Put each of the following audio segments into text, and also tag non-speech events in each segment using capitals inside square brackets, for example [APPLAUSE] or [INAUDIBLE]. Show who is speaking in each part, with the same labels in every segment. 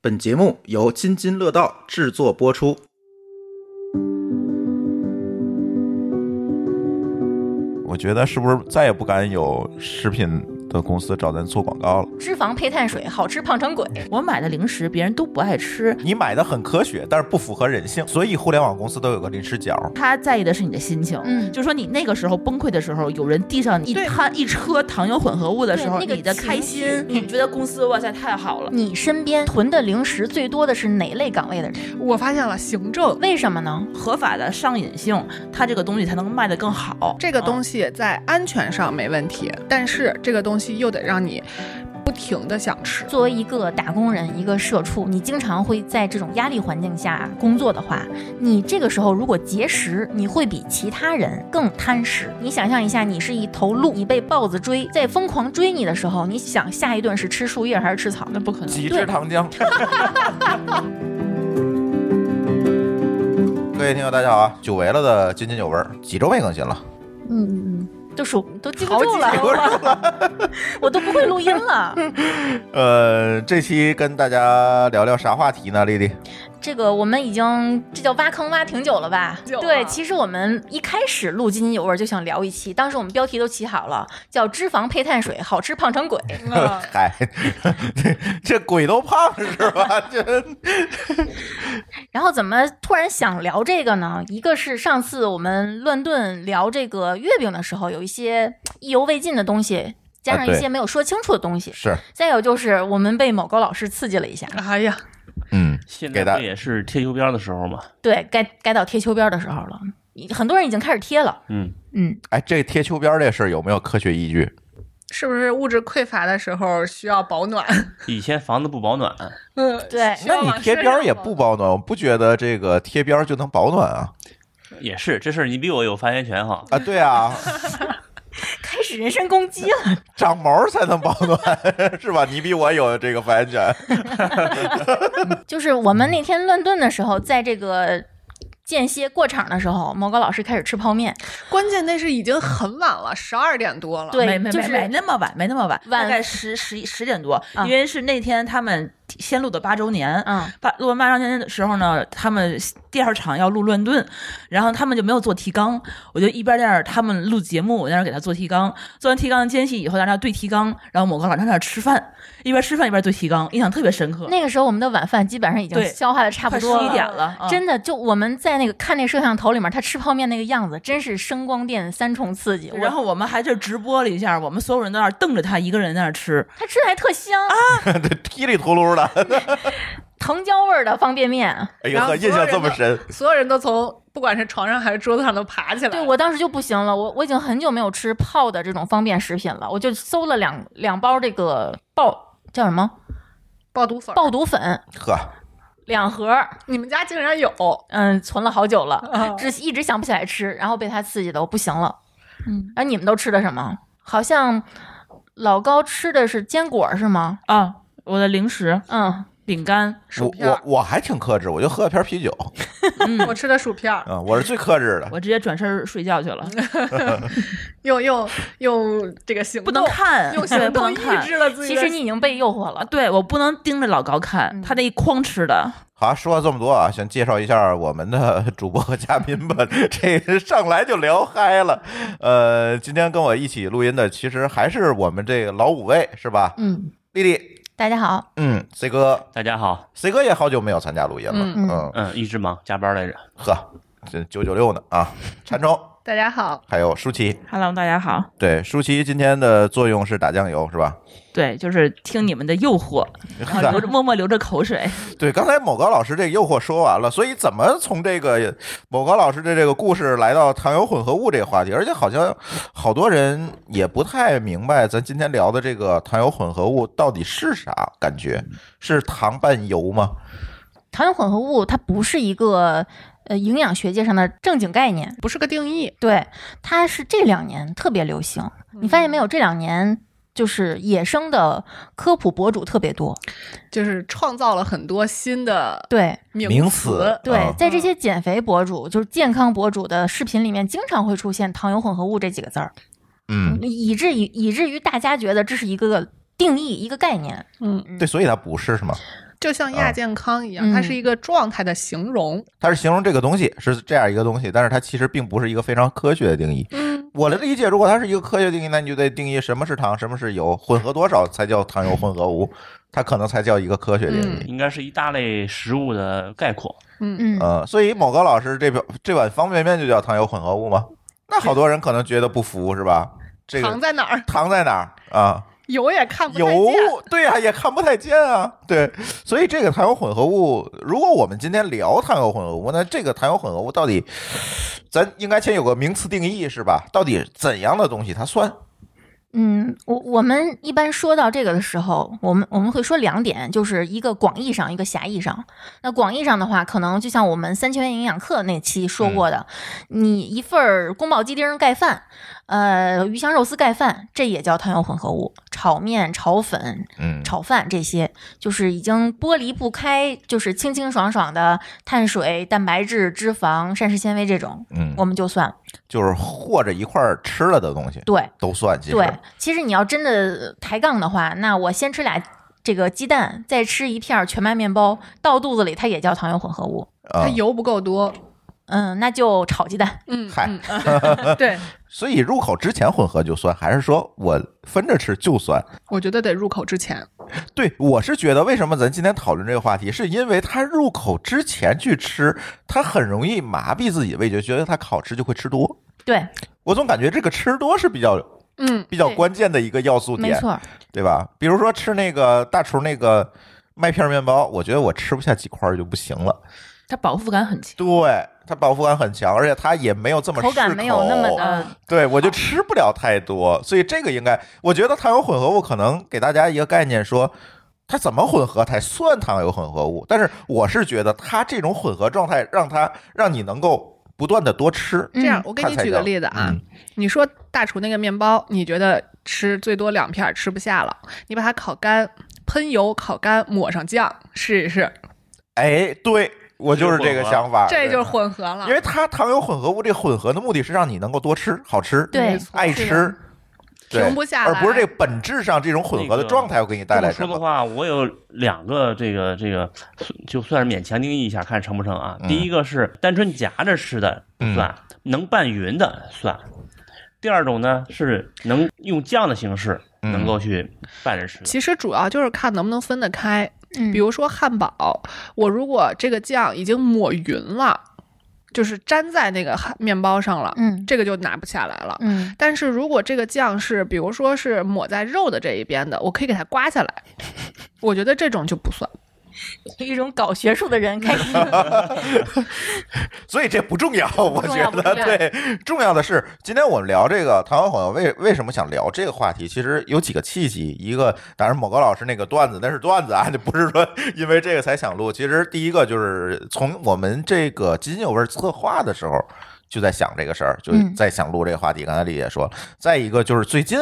Speaker 1: 本节目由津津乐道制作播出。
Speaker 2: 我觉得是不是再也不敢有食品的公司找咱做广告了？
Speaker 3: 脂肪配碳水，好吃胖成鬼。
Speaker 4: 我买的零食别人都不爱吃，
Speaker 2: 你买的很科学，但是不符合人性，所以互联网公司都有个临时角。
Speaker 4: 他在意的是你的心情。
Speaker 3: 嗯
Speaker 4: 就说你那个时候崩溃的时候，有人递上一
Speaker 3: 对
Speaker 4: 摊一车糖油混合物的时候，
Speaker 3: 对那个
Speaker 4: 你的开
Speaker 3: 情
Speaker 4: 心
Speaker 3: 绪，
Speaker 4: 你觉得公司哇塞太好了。
Speaker 3: 你身边囤的零食最多的是哪类岗位的人？
Speaker 5: 我发现了行政
Speaker 3: 为什么呢？
Speaker 4: 合法的上瘾性，它这个东西才能卖得更好。
Speaker 5: 这个东
Speaker 4: 西、
Speaker 5: 西在安全上没问题，但是这个东西又得让你不停的想吃。
Speaker 3: 作为一个打工人，一个社畜，你经常会在这种压力环境下工作的话，你这个时候如果节食，你会比其他人更贪食。你想象一下，你是一头鹿，你被豹子追，在疯狂追你的时候，你想下一顿是吃树叶还是吃草？
Speaker 4: 那不可能。
Speaker 2: 极
Speaker 3: 对
Speaker 2: 致糖浆。 [LAUGHS] 各位听友，大家好啊！久违了的津津有味儿，几周没更新了，
Speaker 3: 嗯嗯嗯，都数都记不
Speaker 5: 好几
Speaker 3: 住了， [LAUGHS] 我都不会录音了。
Speaker 2: 呃，这期跟大家聊聊啥话题呢？丽丽，
Speaker 3: 这个我们已经这叫挖坑挖挺久了吧？
Speaker 5: 久了
Speaker 3: 对，其实我们一开始录津津有味儿就想聊一期，当时我们标题都起好了，叫“脂肪配碳水，好吃胖成鬼
Speaker 2: [LAUGHS] 嗨，这这鬼都胖是吧？ [LAUGHS] 这”。
Speaker 3: 然后怎么突然想聊这个呢？一个是上次我们乱炖聊这个月饼的时候，有一些意犹未尽的东西，加上
Speaker 2: 啊对
Speaker 3: 一些没有说清楚的东西。
Speaker 2: 是
Speaker 3: 再有就是我们被某高老师刺激了一下，
Speaker 5: 哎呀，
Speaker 2: 嗯，
Speaker 6: 现
Speaker 2: 给
Speaker 6: 在
Speaker 2: 大
Speaker 6: 不也是贴秋膘的时候嘛？
Speaker 3: 对该该到贴秋膘的时候了，很多人已经开始贴了。
Speaker 6: 嗯，
Speaker 3: 嗯，
Speaker 2: 哎，这贴秋膘这事儿有没有科学依据？
Speaker 5: 是不是物质匮乏的时候需要保暖？ [LAUGHS]
Speaker 6: 以前房子不保暖，
Speaker 5: 嗯，
Speaker 3: 对
Speaker 5: 需
Speaker 2: 那
Speaker 5: 要
Speaker 2: 你
Speaker 5: 往
Speaker 2: 贴
Speaker 5: 身
Speaker 2: 边儿
Speaker 5: 上
Speaker 2: 也
Speaker 5: 保
Speaker 2: 不保暖，我不觉得这个贴边儿就能保暖啊
Speaker 6: 也是这事儿你比我有发言权哈。
Speaker 2: 啊！对啊，
Speaker 3: 开始人身攻击了。
Speaker 2: 长毛儿才能保暖是吧？你比我有这个发言权。
Speaker 3: 就是我们那天乱炖的时候，在这个间歇过场的时候，毛高老师开始吃泡面，
Speaker 5: 关键那是已经很晚了，十二点多了。
Speaker 3: 对
Speaker 4: 没没
Speaker 3: 就
Speaker 4: 没
Speaker 3: 是
Speaker 4: 没那么晚，没那么晚，嗯
Speaker 3: 晚
Speaker 4: 大概十十一十点多，
Speaker 3: 啊
Speaker 4: 因为是那天他们先录的八周年，
Speaker 3: 嗯，
Speaker 4: 八录完八周年的时候呢，他们第二场要录乱炖，然后他们就没有做提纲，我就一边在那儿他们录节目，我在那儿给他做提纲，做完提纲间隙以后，在那儿对提纲，然后某个老师在那儿吃饭，一边吃饭一边对提纲，印象特别深刻，
Speaker 3: 那个时候我们的晚饭基本上已经
Speaker 4: 对
Speaker 3: 消化的差不
Speaker 4: 快十
Speaker 3: 多
Speaker 4: 一
Speaker 3: 了。
Speaker 4: 点了，嗯
Speaker 3: 真的，就我们在那个看那摄像头里面，他吃泡面那个样子，真是声光电三重刺激。我
Speaker 4: 然后我们还这直播了一下，我们所有人在那儿瞪着他一个人在那儿吃，
Speaker 3: 他吃的还特香，
Speaker 4: 啊
Speaker 2: 这 [LAUGHS] 噼里秃噜的，
Speaker 3: 藤椒味儿的方便面。
Speaker 2: 哎
Speaker 5: 然
Speaker 2: 呦
Speaker 5: 后
Speaker 2: 呵，印象这么深。
Speaker 5: 所有人都从不管是床上还是桌子上都爬起来。
Speaker 3: 对我当时就不行了，我我已经很久没有吃泡的这种方便食品了，我就搜了两两包这个爆叫什么
Speaker 5: 爆肚粉儿，
Speaker 3: 爆肚粉
Speaker 2: 呵，
Speaker 3: 两盒儿，
Speaker 5: 你们家竟然有？
Speaker 3: 嗯，存了好久了。
Speaker 5: 啊
Speaker 3: 只一直想不起来吃，然后被他刺激的我不行了。嗯，然后你们都吃的什么？好像老高吃的是坚果是吗？
Speaker 4: 啊，我的零食
Speaker 3: 嗯，
Speaker 4: 饼干，
Speaker 5: 薯
Speaker 2: 我
Speaker 5: 片
Speaker 2: 我
Speaker 5: 儿，
Speaker 2: 我还挺克制，我就喝了瓶啤酒
Speaker 5: 我吃的薯片儿，
Speaker 2: 啊、我是最克制的。
Speaker 4: 我直接转身睡觉去
Speaker 5: [LAUGHS]
Speaker 4: 了，
Speaker 5: 用用用这个行
Speaker 4: 不
Speaker 5: 动，
Speaker 4: 能看，
Speaker 5: 用
Speaker 4: [LAUGHS] 对，
Speaker 5: 行
Speaker 4: 不
Speaker 5: 动
Speaker 4: 能
Speaker 5: 抑
Speaker 4: 看。
Speaker 5: 制了自己
Speaker 3: 其
Speaker 5: 的。
Speaker 3: 实你已经被诱惑了。
Speaker 4: 对，我不能盯着老高
Speaker 5: 嗯
Speaker 4: 看，他那一筐吃的，
Speaker 2: 好，说了这么多啊，先介绍一下我们的 [LAUGHS] 主播和嘉宾吧。这上来就聊嗨了。呃，今天跟我一起录音的其实还是我们这个老五位是吧？
Speaker 3: 嗯，
Speaker 2: 丽丽，
Speaker 3: 大家好，
Speaker 2: 嗯，C 哥
Speaker 6: 大家好，
Speaker 2: ，C 哥也好久没有参加录音了。
Speaker 5: 嗯
Speaker 2: 嗯，
Speaker 6: 嗯，一直忙加班来着。
Speaker 2: 呵，这九九六呢啊，馋虫
Speaker 5: 大家好，
Speaker 2: 还有舒淇，
Speaker 4: Hello，大家好。
Speaker 2: 对，舒淇今天的作用是打酱油是吧？ [LAUGHS]
Speaker 4: 对，就是听你们的诱惑， [LAUGHS] 然后啊流着默默流着口水。
Speaker 2: 对，刚才某高老师这个诱惑说完了，所以怎么从这个某高老师的这个故事来到糖油混合物这个话题？而且好像好多人也不太明白咱今天聊的这个糖油混合物到底是啥，感觉是糖拌油吗？
Speaker 3: 糖油混合物它不是一个呃营养学界上的正经概念，
Speaker 5: 不是个定义，
Speaker 3: 对，它是这两年特别流行。
Speaker 5: 嗯
Speaker 3: 你发现没有？这两年就是野生的科普博主特别多。
Speaker 5: 就是创造了很多新的
Speaker 3: 对，
Speaker 2: 名
Speaker 5: 词
Speaker 2: 词。
Speaker 3: 对
Speaker 2: 啊，
Speaker 3: 在这些减肥博主，就是健康博主的视频里面，经常会出现“糖油混合物”这几个字儿，
Speaker 2: 嗯，
Speaker 3: 以至于以至于大家觉得这是一个定义，一个概念。
Speaker 5: 嗯，
Speaker 2: 对，所以它不是是吗？
Speaker 5: 就像亚健康一样，
Speaker 3: 嗯
Speaker 5: 它是一个状态的形容。
Speaker 2: 它是形容这个东西是这样一个东西，但是它其实并不是一个非常科学的定义。
Speaker 5: 嗯，
Speaker 2: 我的理解，如果它是一个科学定义，那你就得定义什么是糖，什么是油，混合多少才叫糖油混合物，它可能才叫一个科学定义。
Speaker 6: 应该是一大类食物的概括。
Speaker 3: 嗯，
Speaker 2: 呃，所以某高老师这表这碗方便面就叫糖油混合物吗？那好多人可能觉得不服是
Speaker 5: [LAUGHS]
Speaker 2: 吧？这
Speaker 5: 糖
Speaker 2: 个
Speaker 5: 在哪儿？
Speaker 2: 糖在哪儿啊？
Speaker 5: 油也看不太
Speaker 2: 油
Speaker 5: 见。
Speaker 2: 对呀、也看不太见啊。对，所以这个糖油混合物，如果我们今天聊糖油混合物，那这个糖油混合物到底，咱应该先有个名词定义是吧？到底怎样的东西它算？
Speaker 3: 嗯，我我们一般说到这个的时候，我们我们会说两点，就是一个广义上，一个狭义上。那广义上的话，可能就像我们三千元营养课那期说过的，你一份儿宫保鸡丁盖饭，呃，鱼香肉丝盖饭，这也叫碳油混合物；炒面、炒粉、
Speaker 2: 嗯，
Speaker 3: 炒饭这些，就是已经剥离不开，就是清清爽爽的碳水、蛋白质、脂肪、膳食纤维这种，
Speaker 2: 嗯
Speaker 3: 我们就算
Speaker 2: 就是和着一块儿吃了的东西
Speaker 3: 对。
Speaker 2: 都算，其实
Speaker 3: 对，其实你要真的抬杠的话，那我先吃俩这个鸡蛋，再吃一片儿全麦面包，到肚子里它也叫糖油混合物。
Speaker 2: 啊
Speaker 5: 它，油不够多，
Speaker 3: 嗯，那就炒鸡蛋。
Speaker 5: 嗯，
Speaker 2: 嗨
Speaker 5: 嗯， [LAUGHS] 对，
Speaker 2: 所以入口之前混合就算，还是说我分着吃就算？
Speaker 5: 我觉得得入口之前，
Speaker 2: 对，我是觉得为什么咱今天讨论这个话题，是因为它入口之前去吃，它很容易麻痹自己味觉，觉得它好吃就会吃多。
Speaker 3: 对，
Speaker 2: 我总感觉这个吃多是比较
Speaker 5: 嗯，
Speaker 2: 比较
Speaker 3: 对
Speaker 2: 关键的一个要素
Speaker 3: 没
Speaker 2: 点，
Speaker 3: 错儿。
Speaker 2: 对吧？比如说吃那个大厨那个麦片面包，我觉得我吃不下几块儿就不行了。
Speaker 4: 它饱腹感很强。
Speaker 2: 对，它饱腹感很强，而且它也没有这么
Speaker 3: 口感
Speaker 2: 适
Speaker 3: 没有那么
Speaker 2: 口
Speaker 3: 的
Speaker 4: 呃，
Speaker 2: 对，我就吃不了太多，所以这个应该，我觉得糖油混合物可能给大家一个概念说。它怎么混合才算糖油混合物？但是我是觉得它这种混合状态，让它让你能够不断的多吃。
Speaker 5: 这样
Speaker 3: 嗯，
Speaker 5: 我给你
Speaker 2: 它才
Speaker 5: 举个
Speaker 2: 叫
Speaker 5: 例子啊，
Speaker 2: 嗯
Speaker 5: 你说大厨那个面包，你觉得吃最多两片儿吃不下了，你把它烤干，喷油烤干，抹上酱试一试，
Speaker 2: 哎，对我就是这个想法，
Speaker 5: 这就
Speaker 2: 对
Speaker 5: 是混合了
Speaker 2: 因。为它糖油混合物这混合的目的是让你能够多吃、好吃、
Speaker 3: 对
Speaker 5: 没错
Speaker 2: 爱
Speaker 5: 是的
Speaker 2: 吃，对
Speaker 5: 停不下来
Speaker 2: 而不是这个本质上这种混合的状态会给你带来
Speaker 6: 这
Speaker 2: 什
Speaker 6: 么说的
Speaker 2: 么。
Speaker 6: 话，我有两个这个这个，就算是勉强定义一下，看成不成啊。
Speaker 2: 嗯
Speaker 6: 第一个是单纯夹着吃的不算，能拌匀的算。第二种呢是能用酱的形式
Speaker 2: 嗯
Speaker 6: 能够去拌着吃，
Speaker 5: 其实主要就是看能不能分得开。
Speaker 3: 嗯，
Speaker 5: 比如说汉堡，我如果这个酱已经抹匀了，就是粘在那个汉面包上了，
Speaker 3: 嗯
Speaker 5: 这个就拿不下来了。
Speaker 3: 嗯，
Speaker 5: 但是如果这个酱是，比如说是抹在肉的这一边的，我可以给它刮
Speaker 3: [LAUGHS]
Speaker 5: 下来，我觉得这种就不算。
Speaker 3: 一种搞学术的人开始
Speaker 2: 所以这不重要，我觉
Speaker 3: 重要
Speaker 2: 得
Speaker 3: [LAUGHS] 不重要
Speaker 2: 对，重要的是今天我们聊这个糖油混合物为为什么想聊这个话题，其实有几个契机，一个当然某高老师那个段子那是段子啊，就不是说因为这个才想录。其实第一个就是从我们这个津津有味策划的时候就在想这个事儿，就
Speaker 3: 嗯
Speaker 2: 在想录这个话题。刚才丽姐说，再一个就是最近。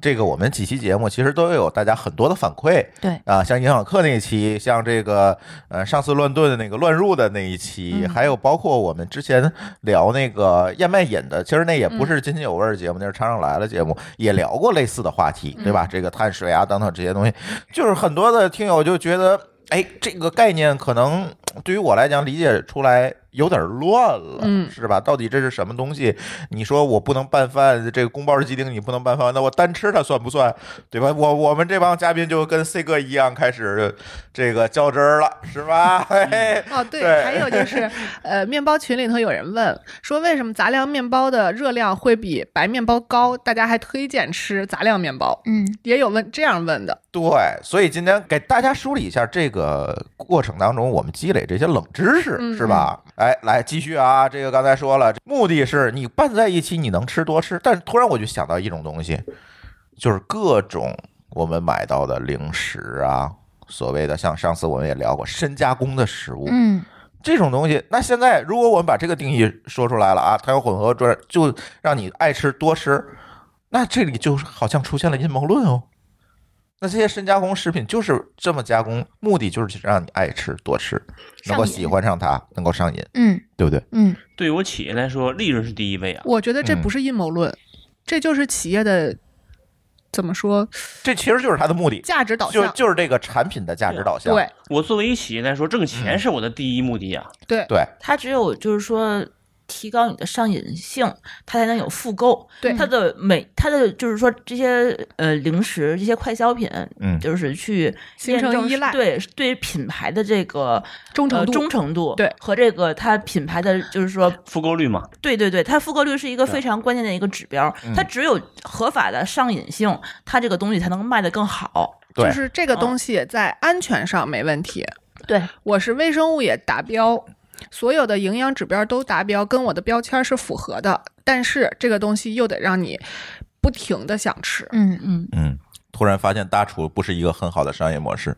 Speaker 2: 这个我们几期节目其实都有大家很多的反馈，
Speaker 3: 对
Speaker 2: 啊，像营养课那一期，像这个呃上次乱炖的那个乱入的那一期，
Speaker 3: 嗯
Speaker 2: 还有包括我们之前聊那个燕麦饮的，其实那也
Speaker 3: 嗯
Speaker 2: 不是津津有味儿的节目，那是常常来了节目，也聊过类似的话题，对
Speaker 3: 嗯
Speaker 2: 吧？这个碳水啊等等这些东西，就是很多的听友就觉得，哎，这个概念可能对于我来讲理解出来有点乱了，
Speaker 5: 嗯
Speaker 2: 是吧？到底这是什么东西？你说我不能拌饭，这个宫保鸡丁你不能拌饭，那我单吃它算不算？对吧？我我们这帮嘉宾就跟 C 哥一样开始这个较真儿了，是吧？ [LAUGHS] 嘿嘿，
Speaker 5: 哦，对，
Speaker 2: 对
Speaker 5: 还
Speaker 3: [LAUGHS]
Speaker 5: 有就是，呃，面包群里头有人问说，为什么杂粮面包的热量会比白面包高？大家还推荐吃杂粮面包，
Speaker 3: 嗯
Speaker 5: 也有问这样问的。
Speaker 2: 对，所以今天给大家梳理一下这个过程当中我们积累这些冷知识，
Speaker 5: 嗯
Speaker 2: 是吧？哎，来继续啊，这个刚才说了，目的是你拌在一起你能吃多吃，但是突然我就想到一种东西，就是各种我们买到的零食啊，所谓的像上次我们也聊过深加工的食物，
Speaker 3: 嗯
Speaker 2: 这种东西，那现在如果我们把这个定义说出来了啊，它有混合专，就让你爱吃多吃，那这里就是好像出现了阴谋论哦。那这些深加工食品就是这么加工，目的就是让你爱吃多吃，能够
Speaker 3: 上瘾
Speaker 2: 喜欢上它，能够上瘾，
Speaker 3: 嗯
Speaker 2: 对不对？
Speaker 3: 嗯，
Speaker 6: 对于我企业来说，利润是第一位啊。
Speaker 5: 我觉得这
Speaker 2: 嗯
Speaker 5: 不是阴谋论，这就是企业的怎么说
Speaker 2: 这其实就是它的目的，
Speaker 5: 价值导
Speaker 2: 就
Speaker 5: 向？
Speaker 2: 就是这啊个产品的价值导向。
Speaker 5: 对
Speaker 6: 我作为一企业来说，挣钱是我的第一目的啊。
Speaker 5: 对
Speaker 2: 对，
Speaker 4: 它只有就是说提高你的上瘾性，它才能有复购。
Speaker 5: 对
Speaker 4: 嗯它的每它的就是说这些呃零食这些快消品，
Speaker 2: 嗯
Speaker 4: 就是去
Speaker 5: 形成
Speaker 4: 验证
Speaker 5: 依赖
Speaker 4: 对对于品牌的这个
Speaker 5: 忠诚
Speaker 4: 呃
Speaker 5: 度
Speaker 4: 忠诚度，
Speaker 5: 对
Speaker 4: 和这个它品牌的就是说
Speaker 6: 复购率嘛，
Speaker 4: 对对对，它复购率是一个非常关键的一个指标，它只有合法的上瘾性，它这个东西才能卖得更好。
Speaker 2: 对
Speaker 5: 就是这
Speaker 4: 嗯
Speaker 5: 个东西在安全上没问题，
Speaker 4: 对，
Speaker 5: 我是微生物也达标，所有的营养指标都达标，跟我的标签是符合的。但是这个东西又得让你不停的想吃，
Speaker 3: 嗯，
Speaker 4: 嗯，
Speaker 2: 嗯，突然发现大厨不是一个很好的商业模式。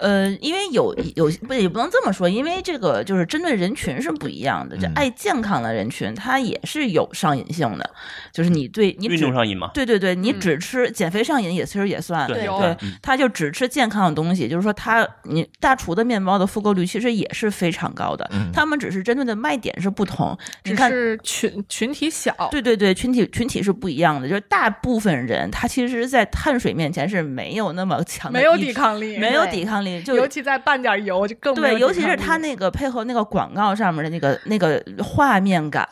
Speaker 4: 呃，因为有有不也不能这么说，因为这个就是针对人群是不一样的，这
Speaker 2: 嗯
Speaker 4: 爱健康的人群他也是有上瘾性的，就是你对你
Speaker 6: 运
Speaker 4: 只
Speaker 6: 动上瘾嘛。
Speaker 4: 对对对，
Speaker 5: 嗯
Speaker 4: 你只吃减肥上瘾也其实也算，
Speaker 6: 对
Speaker 5: 有
Speaker 4: 对，他就只吃健康的东西，就是说他你大厨的面包的复购率其实也是非常高的，
Speaker 2: 嗯
Speaker 4: 他们只是针对的卖点是不同，你
Speaker 5: 只
Speaker 4: 看
Speaker 5: 是群群体小，
Speaker 4: 对对对，群体群体是不一样的，就是大部分人他其实，在碳水面前是没有那么强的
Speaker 5: 没有
Speaker 4: 意志
Speaker 5: 抵，抗力，
Speaker 4: 没有
Speaker 3: 对
Speaker 4: 抵抗力，就
Speaker 5: 尤其再拌点油就更没有
Speaker 4: 对，
Speaker 5: 抵抗
Speaker 4: 尤
Speaker 5: 力
Speaker 4: 其是他那个配合那个广告上面的那个那个画面感，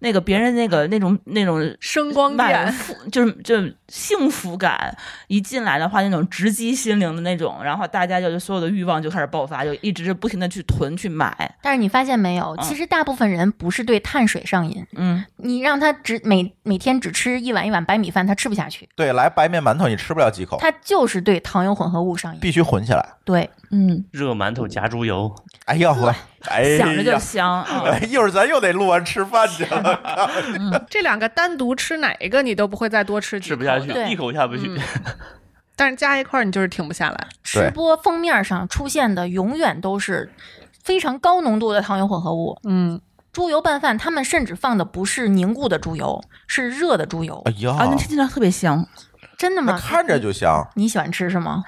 Speaker 4: 那个别人那个那种那种
Speaker 5: 声光
Speaker 4: 满
Speaker 5: 电，
Speaker 4: 腹就是就是幸福感一进来的话，那种直击心灵的那种，然后大家就就所有的欲望就开始爆发，就一直是不停的去囤去买，
Speaker 3: 但是你发现没有，
Speaker 4: 嗯
Speaker 3: 其实大部分人不是对碳水上瘾，
Speaker 4: 嗯，
Speaker 3: 你让他只每每天只吃一碗一碗白米饭，他吃不下去，
Speaker 2: 对，来白面馒头你吃不了几口，
Speaker 3: 他就是对糖油混合物上瘾。
Speaker 2: 必须混起来。
Speaker 3: 对，
Speaker 4: 嗯，
Speaker 6: 热馒头夹猪油，
Speaker 2: 哎呀呵，哎呀，
Speaker 4: 想着就香啊。
Speaker 2: [LAUGHS] 哎，一会儿咱又得录完吃饭去了。
Speaker 5: 这两个单独吃哪一个你都不会再多吃几
Speaker 6: 吃
Speaker 5: 口
Speaker 6: 不
Speaker 5: 的
Speaker 6: 下去，
Speaker 3: 对
Speaker 6: 一口下不去。
Speaker 5: 但是加一块儿你就是停不下来。
Speaker 3: 吃播封面上出现的永远都是非常高浓度的糖油混合物，
Speaker 5: 嗯，
Speaker 3: 猪油拌饭，他们甚至放的不是凝固的猪油，是热的猪油
Speaker 2: 哎，呀，
Speaker 4: 啊，那听起来特别香，
Speaker 3: 真的
Speaker 2: 那
Speaker 3: 吗？
Speaker 2: 看着就香。
Speaker 3: 你喜欢吃是吗？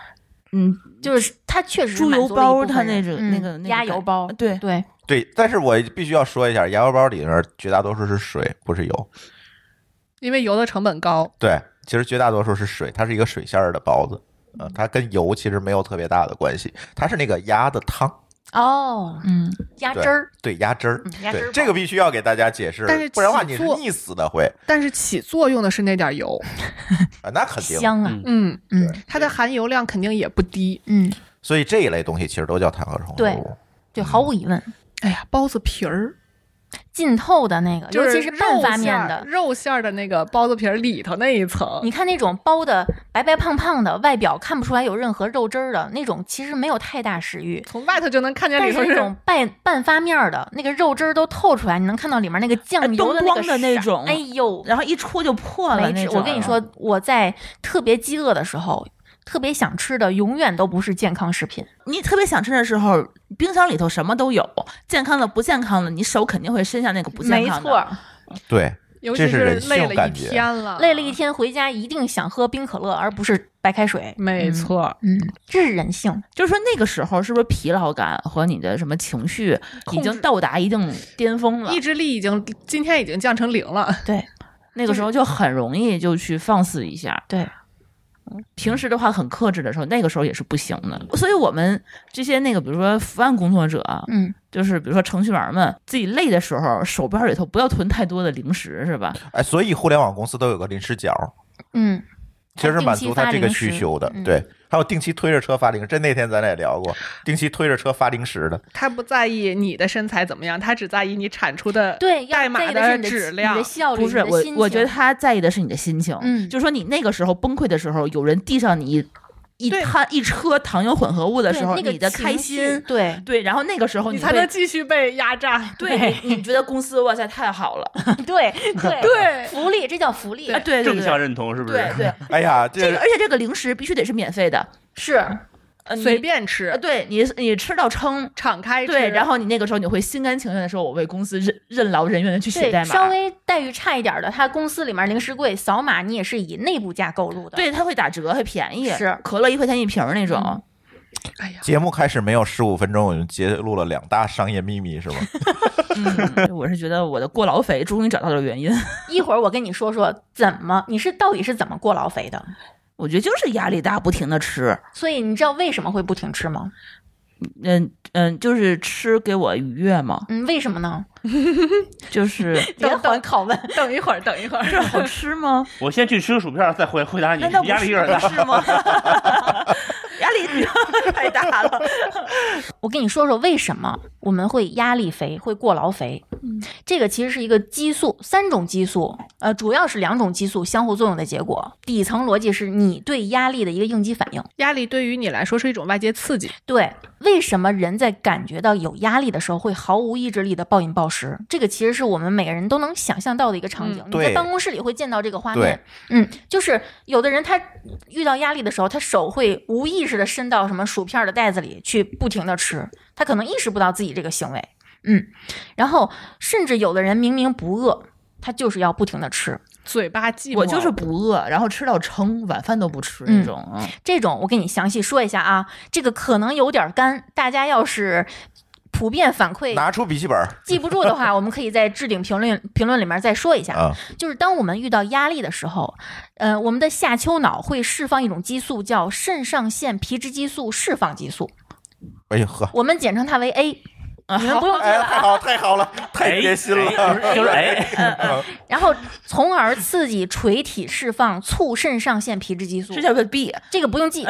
Speaker 4: 嗯，
Speaker 3: 就是它确实
Speaker 4: 猪
Speaker 3: 满
Speaker 4: 油
Speaker 3: 足了
Speaker 4: 包
Speaker 3: 一部
Speaker 4: 它
Speaker 3: 分
Speaker 4: 那
Speaker 3: 人
Speaker 4: 种
Speaker 3: 嗯
Speaker 4: 那个那个
Speaker 3: 鸭
Speaker 4: 感
Speaker 3: 油包，
Speaker 4: 对
Speaker 3: 对，
Speaker 2: 对，但是我必须要说一下，羊肉包里面绝大多数是水，不是油。
Speaker 5: 因为油的成本高，
Speaker 2: 对，其实绝大多数是水，它是一个水馅儿的包子。嗯、它跟油其实没有特别大的关系，它是那个鸭的汤，
Speaker 3: 哦，
Speaker 4: 嗯，
Speaker 3: 鸭
Speaker 2: 对
Speaker 3: 汁儿，
Speaker 2: 对鸭汁儿，
Speaker 3: 嗯鸭汁儿
Speaker 2: 对
Speaker 3: 包
Speaker 2: 这个必须要给大家解释，
Speaker 5: 但是
Speaker 2: 不然的话
Speaker 5: 起
Speaker 2: 你是
Speaker 5: 做
Speaker 2: 溺死的会
Speaker 5: 但是起作用的是那点油。
Speaker 2: 啊，那肯定。
Speaker 3: 香啊，
Speaker 6: 嗯
Speaker 5: 嗯，
Speaker 3: 嗯
Speaker 2: 对
Speaker 5: 它的含油量肯定也不低。
Speaker 3: 嗯，
Speaker 2: 所以这一类东西其实都叫碳合物。
Speaker 3: 对对，毫无疑问，
Speaker 5: 哎呀，包子皮儿，
Speaker 3: 浸透的那个，
Speaker 5: 就
Speaker 3: 呃尤其
Speaker 5: 是
Speaker 3: 是半
Speaker 5: 肉
Speaker 3: 发
Speaker 5: 馅
Speaker 3: 面
Speaker 5: 儿
Speaker 3: 的，
Speaker 5: 肉馅儿的那个包子皮儿里头那一层，
Speaker 3: 你看那种包的白白胖胖的，外表看不出来有任何肉汁儿的那种，其实没有太大食欲。
Speaker 5: 从外头就能看见
Speaker 3: 但
Speaker 5: 里头
Speaker 3: 是那
Speaker 5: 是
Speaker 3: 种半半发面儿的，那个肉汁儿都透出来，你能看到里面那个酱油的那个
Speaker 4: 哎灯光的那
Speaker 3: 闪
Speaker 4: 种
Speaker 3: 哎呦，
Speaker 4: 然后一戳就破了
Speaker 3: 没
Speaker 4: 那
Speaker 3: 吃！
Speaker 4: 种。啊
Speaker 3: 我跟你说，我在特别饥饿的时候，特别想吃的永远都不是健康食品。
Speaker 4: 你特别想吃的时候，冰箱里头什么都有，健康的、不健康的，你手肯定会伸向那个不健康的。，，
Speaker 2: 对，
Speaker 5: 尤
Speaker 2: 这
Speaker 5: 其
Speaker 2: 是人性
Speaker 5: 累了一
Speaker 2: 感觉
Speaker 5: 天了，
Speaker 3: 累
Speaker 4: 啊
Speaker 3: 了一，天回家一定想喝冰可乐，而不是白开水。
Speaker 5: 没错，
Speaker 3: 嗯，这是人性。
Speaker 4: 就是说那个时候是不是疲劳感和你的什么情绪已
Speaker 5: 控制
Speaker 4: 经到达一定巅
Speaker 3: 嗯
Speaker 4: 峰了
Speaker 5: 意？志力已经今天已经降成零了。
Speaker 3: 对
Speaker 4: 那个时候就很容易就去放肆一下。嗯
Speaker 3: 对，
Speaker 4: 平时的话很克制的时候，那个时候也是不行的。所以我们这些那个，比如说伏案工作者，
Speaker 3: 嗯，
Speaker 4: 就是比如说程序员们，自己累的时候，手边里头不要囤太多的零食，是吧？
Speaker 2: 哎，所以互联网公司都有个临时角，
Speaker 3: 嗯，
Speaker 2: 其实是满
Speaker 3: 定
Speaker 2: 足
Speaker 3: 期发
Speaker 2: 他这个
Speaker 3: 零食
Speaker 2: 需求的
Speaker 3: 嗯。
Speaker 2: 对，还有定期推着车发零食，这那天咱俩也聊过，定期推着车发零食的。
Speaker 5: 他不在意你的身材怎么样，他只在意你产出的
Speaker 3: 对，要
Speaker 5: 代
Speaker 3: 在
Speaker 5: 码
Speaker 3: 意的是你的
Speaker 5: 质
Speaker 3: 你
Speaker 5: 量
Speaker 3: 的。效率，
Speaker 4: 不是
Speaker 3: 你的
Speaker 4: 我
Speaker 3: 心，
Speaker 4: 我觉得
Speaker 3: 情
Speaker 4: 他在意的是你的心情。
Speaker 3: 嗯
Speaker 4: 就是说你那个时候崩溃的时候，有人递上你一一
Speaker 5: 对
Speaker 4: 摊一车糖油混合物的
Speaker 3: 对
Speaker 4: 时候，
Speaker 3: 那个
Speaker 4: 你的
Speaker 3: 情
Speaker 4: 开
Speaker 3: 绪
Speaker 4: 心， [LAUGHS]
Speaker 3: 对
Speaker 4: 对，然后那个时候
Speaker 5: 你
Speaker 4: 你
Speaker 5: 才
Speaker 4: 会
Speaker 5: 能继续被压榨，
Speaker 4: 对，你你觉得公司哇塞太好了，
Speaker 3: [LAUGHS] 对对
Speaker 5: 对
Speaker 3: 福利，这叫福利，
Speaker 4: 啊对对
Speaker 6: 正向
Speaker 4: 对
Speaker 6: 认同是不是？
Speaker 4: 对对，
Speaker 2: 哎呀，
Speaker 4: 这
Speaker 3: [LAUGHS]
Speaker 2: 这
Speaker 4: 个而且这个零食必须得是免费的，
Speaker 3: 是
Speaker 4: 呃
Speaker 5: 随。
Speaker 4: 你
Speaker 5: 便
Speaker 4: 呃
Speaker 5: 吃，
Speaker 4: 对你，你吃到撑，
Speaker 5: 敞开吃。
Speaker 4: 对，然后你那个时候你会心甘情愿的说，我为公司任任劳任怨的去写代
Speaker 3: 对，
Speaker 4: 码，
Speaker 3: 稍微待遇差一点的，他公司里面零食柜扫码，你也是以内部价购入的。，
Speaker 4: 对，它会打折，还便宜，
Speaker 3: 是
Speaker 4: 可乐一块钱一瓶儿那种，
Speaker 5: 哎呀，
Speaker 2: 节目开始没有十五分钟，我就揭露了两大商业秘密，是吗？
Speaker 4: 嗯，我是觉得我的过劳肥终于找到了原因，
Speaker 3: 一会儿我跟你说说怎么，你是到底是怎么过劳肥的？
Speaker 4: 我觉得就是压力大，不停的吃，
Speaker 3: 所以你知道为什么会不停吃吗？
Speaker 4: 嗯嗯，就是吃给我愉悦嘛，
Speaker 3: 嗯，为什么呢？
Speaker 4: 就是
Speaker 3: 连环拷问，
Speaker 5: 等一会儿，等一会儿，
Speaker 4: 这好吃
Speaker 6: [LAUGHS]
Speaker 4: 吗？
Speaker 6: 我先去吃个薯片儿，再回回答你
Speaker 4: 难道，不
Speaker 6: 压力有点大。
Speaker 4: 是吗？压力太大了。
Speaker 3: 我跟你说说为什么我们会压力肥，会过劳肥。
Speaker 4: 嗯
Speaker 3: 这个其实是一个激素，三种激素，呃，主要是两种激素相互作用的结果。底层逻辑是你对压力的一个应激反应。
Speaker 5: 压力对于你来说是一种外界刺激，
Speaker 3: 对，为什么人在感觉到有压力的时候会毫无意志力的暴饮暴食？这个其实是我们每个人都能想象到的一个场景。
Speaker 2: 嗯
Speaker 3: 你在
Speaker 2: 对
Speaker 3: 办公室里会见到这个画面。嗯，就是有的人他遇到压力的时候，他手会无意识的伸到什么薯片的袋子里去不停的吃，他可能意识不到自己这个行为。嗯，然后甚至有的人明明不饿，他就是要不停的吃。
Speaker 5: 嘴巴寂寞。
Speaker 4: 我就是不饿，然后吃到撑，晚饭都不吃那种。嗯
Speaker 3: 这种我给你详细说一下啊，这个可能有点干，大家要是普遍反馈
Speaker 2: 拿出笔记本儿
Speaker 3: 记不住的话，我们可以在置顶评论评论里面再说一下。
Speaker 2: 啊，
Speaker 3: 就是当我们遇到压力的时候，呃，我们的下丘脑会释放一种激素，叫肾上腺皮质激素释放激素，
Speaker 2: 哎呦呵，
Speaker 3: 我们简称它为 A。你 [LAUGHS] 们不用记
Speaker 2: 哎
Speaker 3: 了
Speaker 2: 呀，太
Speaker 3: 啊。
Speaker 2: 好太好了，太
Speaker 6: 哎
Speaker 2: 贴心了。
Speaker 6: 哎就是哎，
Speaker 3: 然后，从而刺激垂体释放促肾上腺皮质激素
Speaker 4: 这，叫个 B，
Speaker 3: 这个不用记。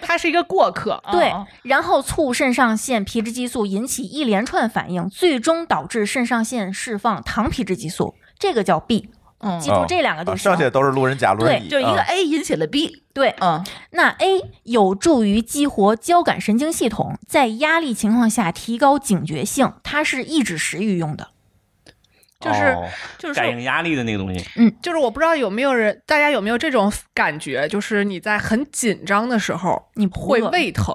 Speaker 5: 他是一个过客，
Speaker 3: 对
Speaker 4: 哦，
Speaker 3: 然后促肾上腺皮质激素引起一连串反应，最终导致肾上腺释放糖皮质激素，这个叫 B。
Speaker 4: 嗯
Speaker 3: 记住这两个就
Speaker 2: 啊
Speaker 3: 行。
Speaker 2: 剩下都是路人甲、路人乙，
Speaker 4: 就一个
Speaker 2: 啊
Speaker 4: A 引起了 B，
Speaker 3: 对，
Speaker 4: 嗯，
Speaker 3: 那 A 有助于激活交感神经系统，在压力情况下提高警觉性，它是抑制食欲用的。
Speaker 5: 就是
Speaker 6: 哦
Speaker 5: 就是
Speaker 6: 感应压力的那个东西，
Speaker 5: 就是我不知道有没有人，大家有没有这种感觉，就是你在很紧张的时候
Speaker 3: 你不
Speaker 5: 会
Speaker 3: 饿，
Speaker 5: 胃疼，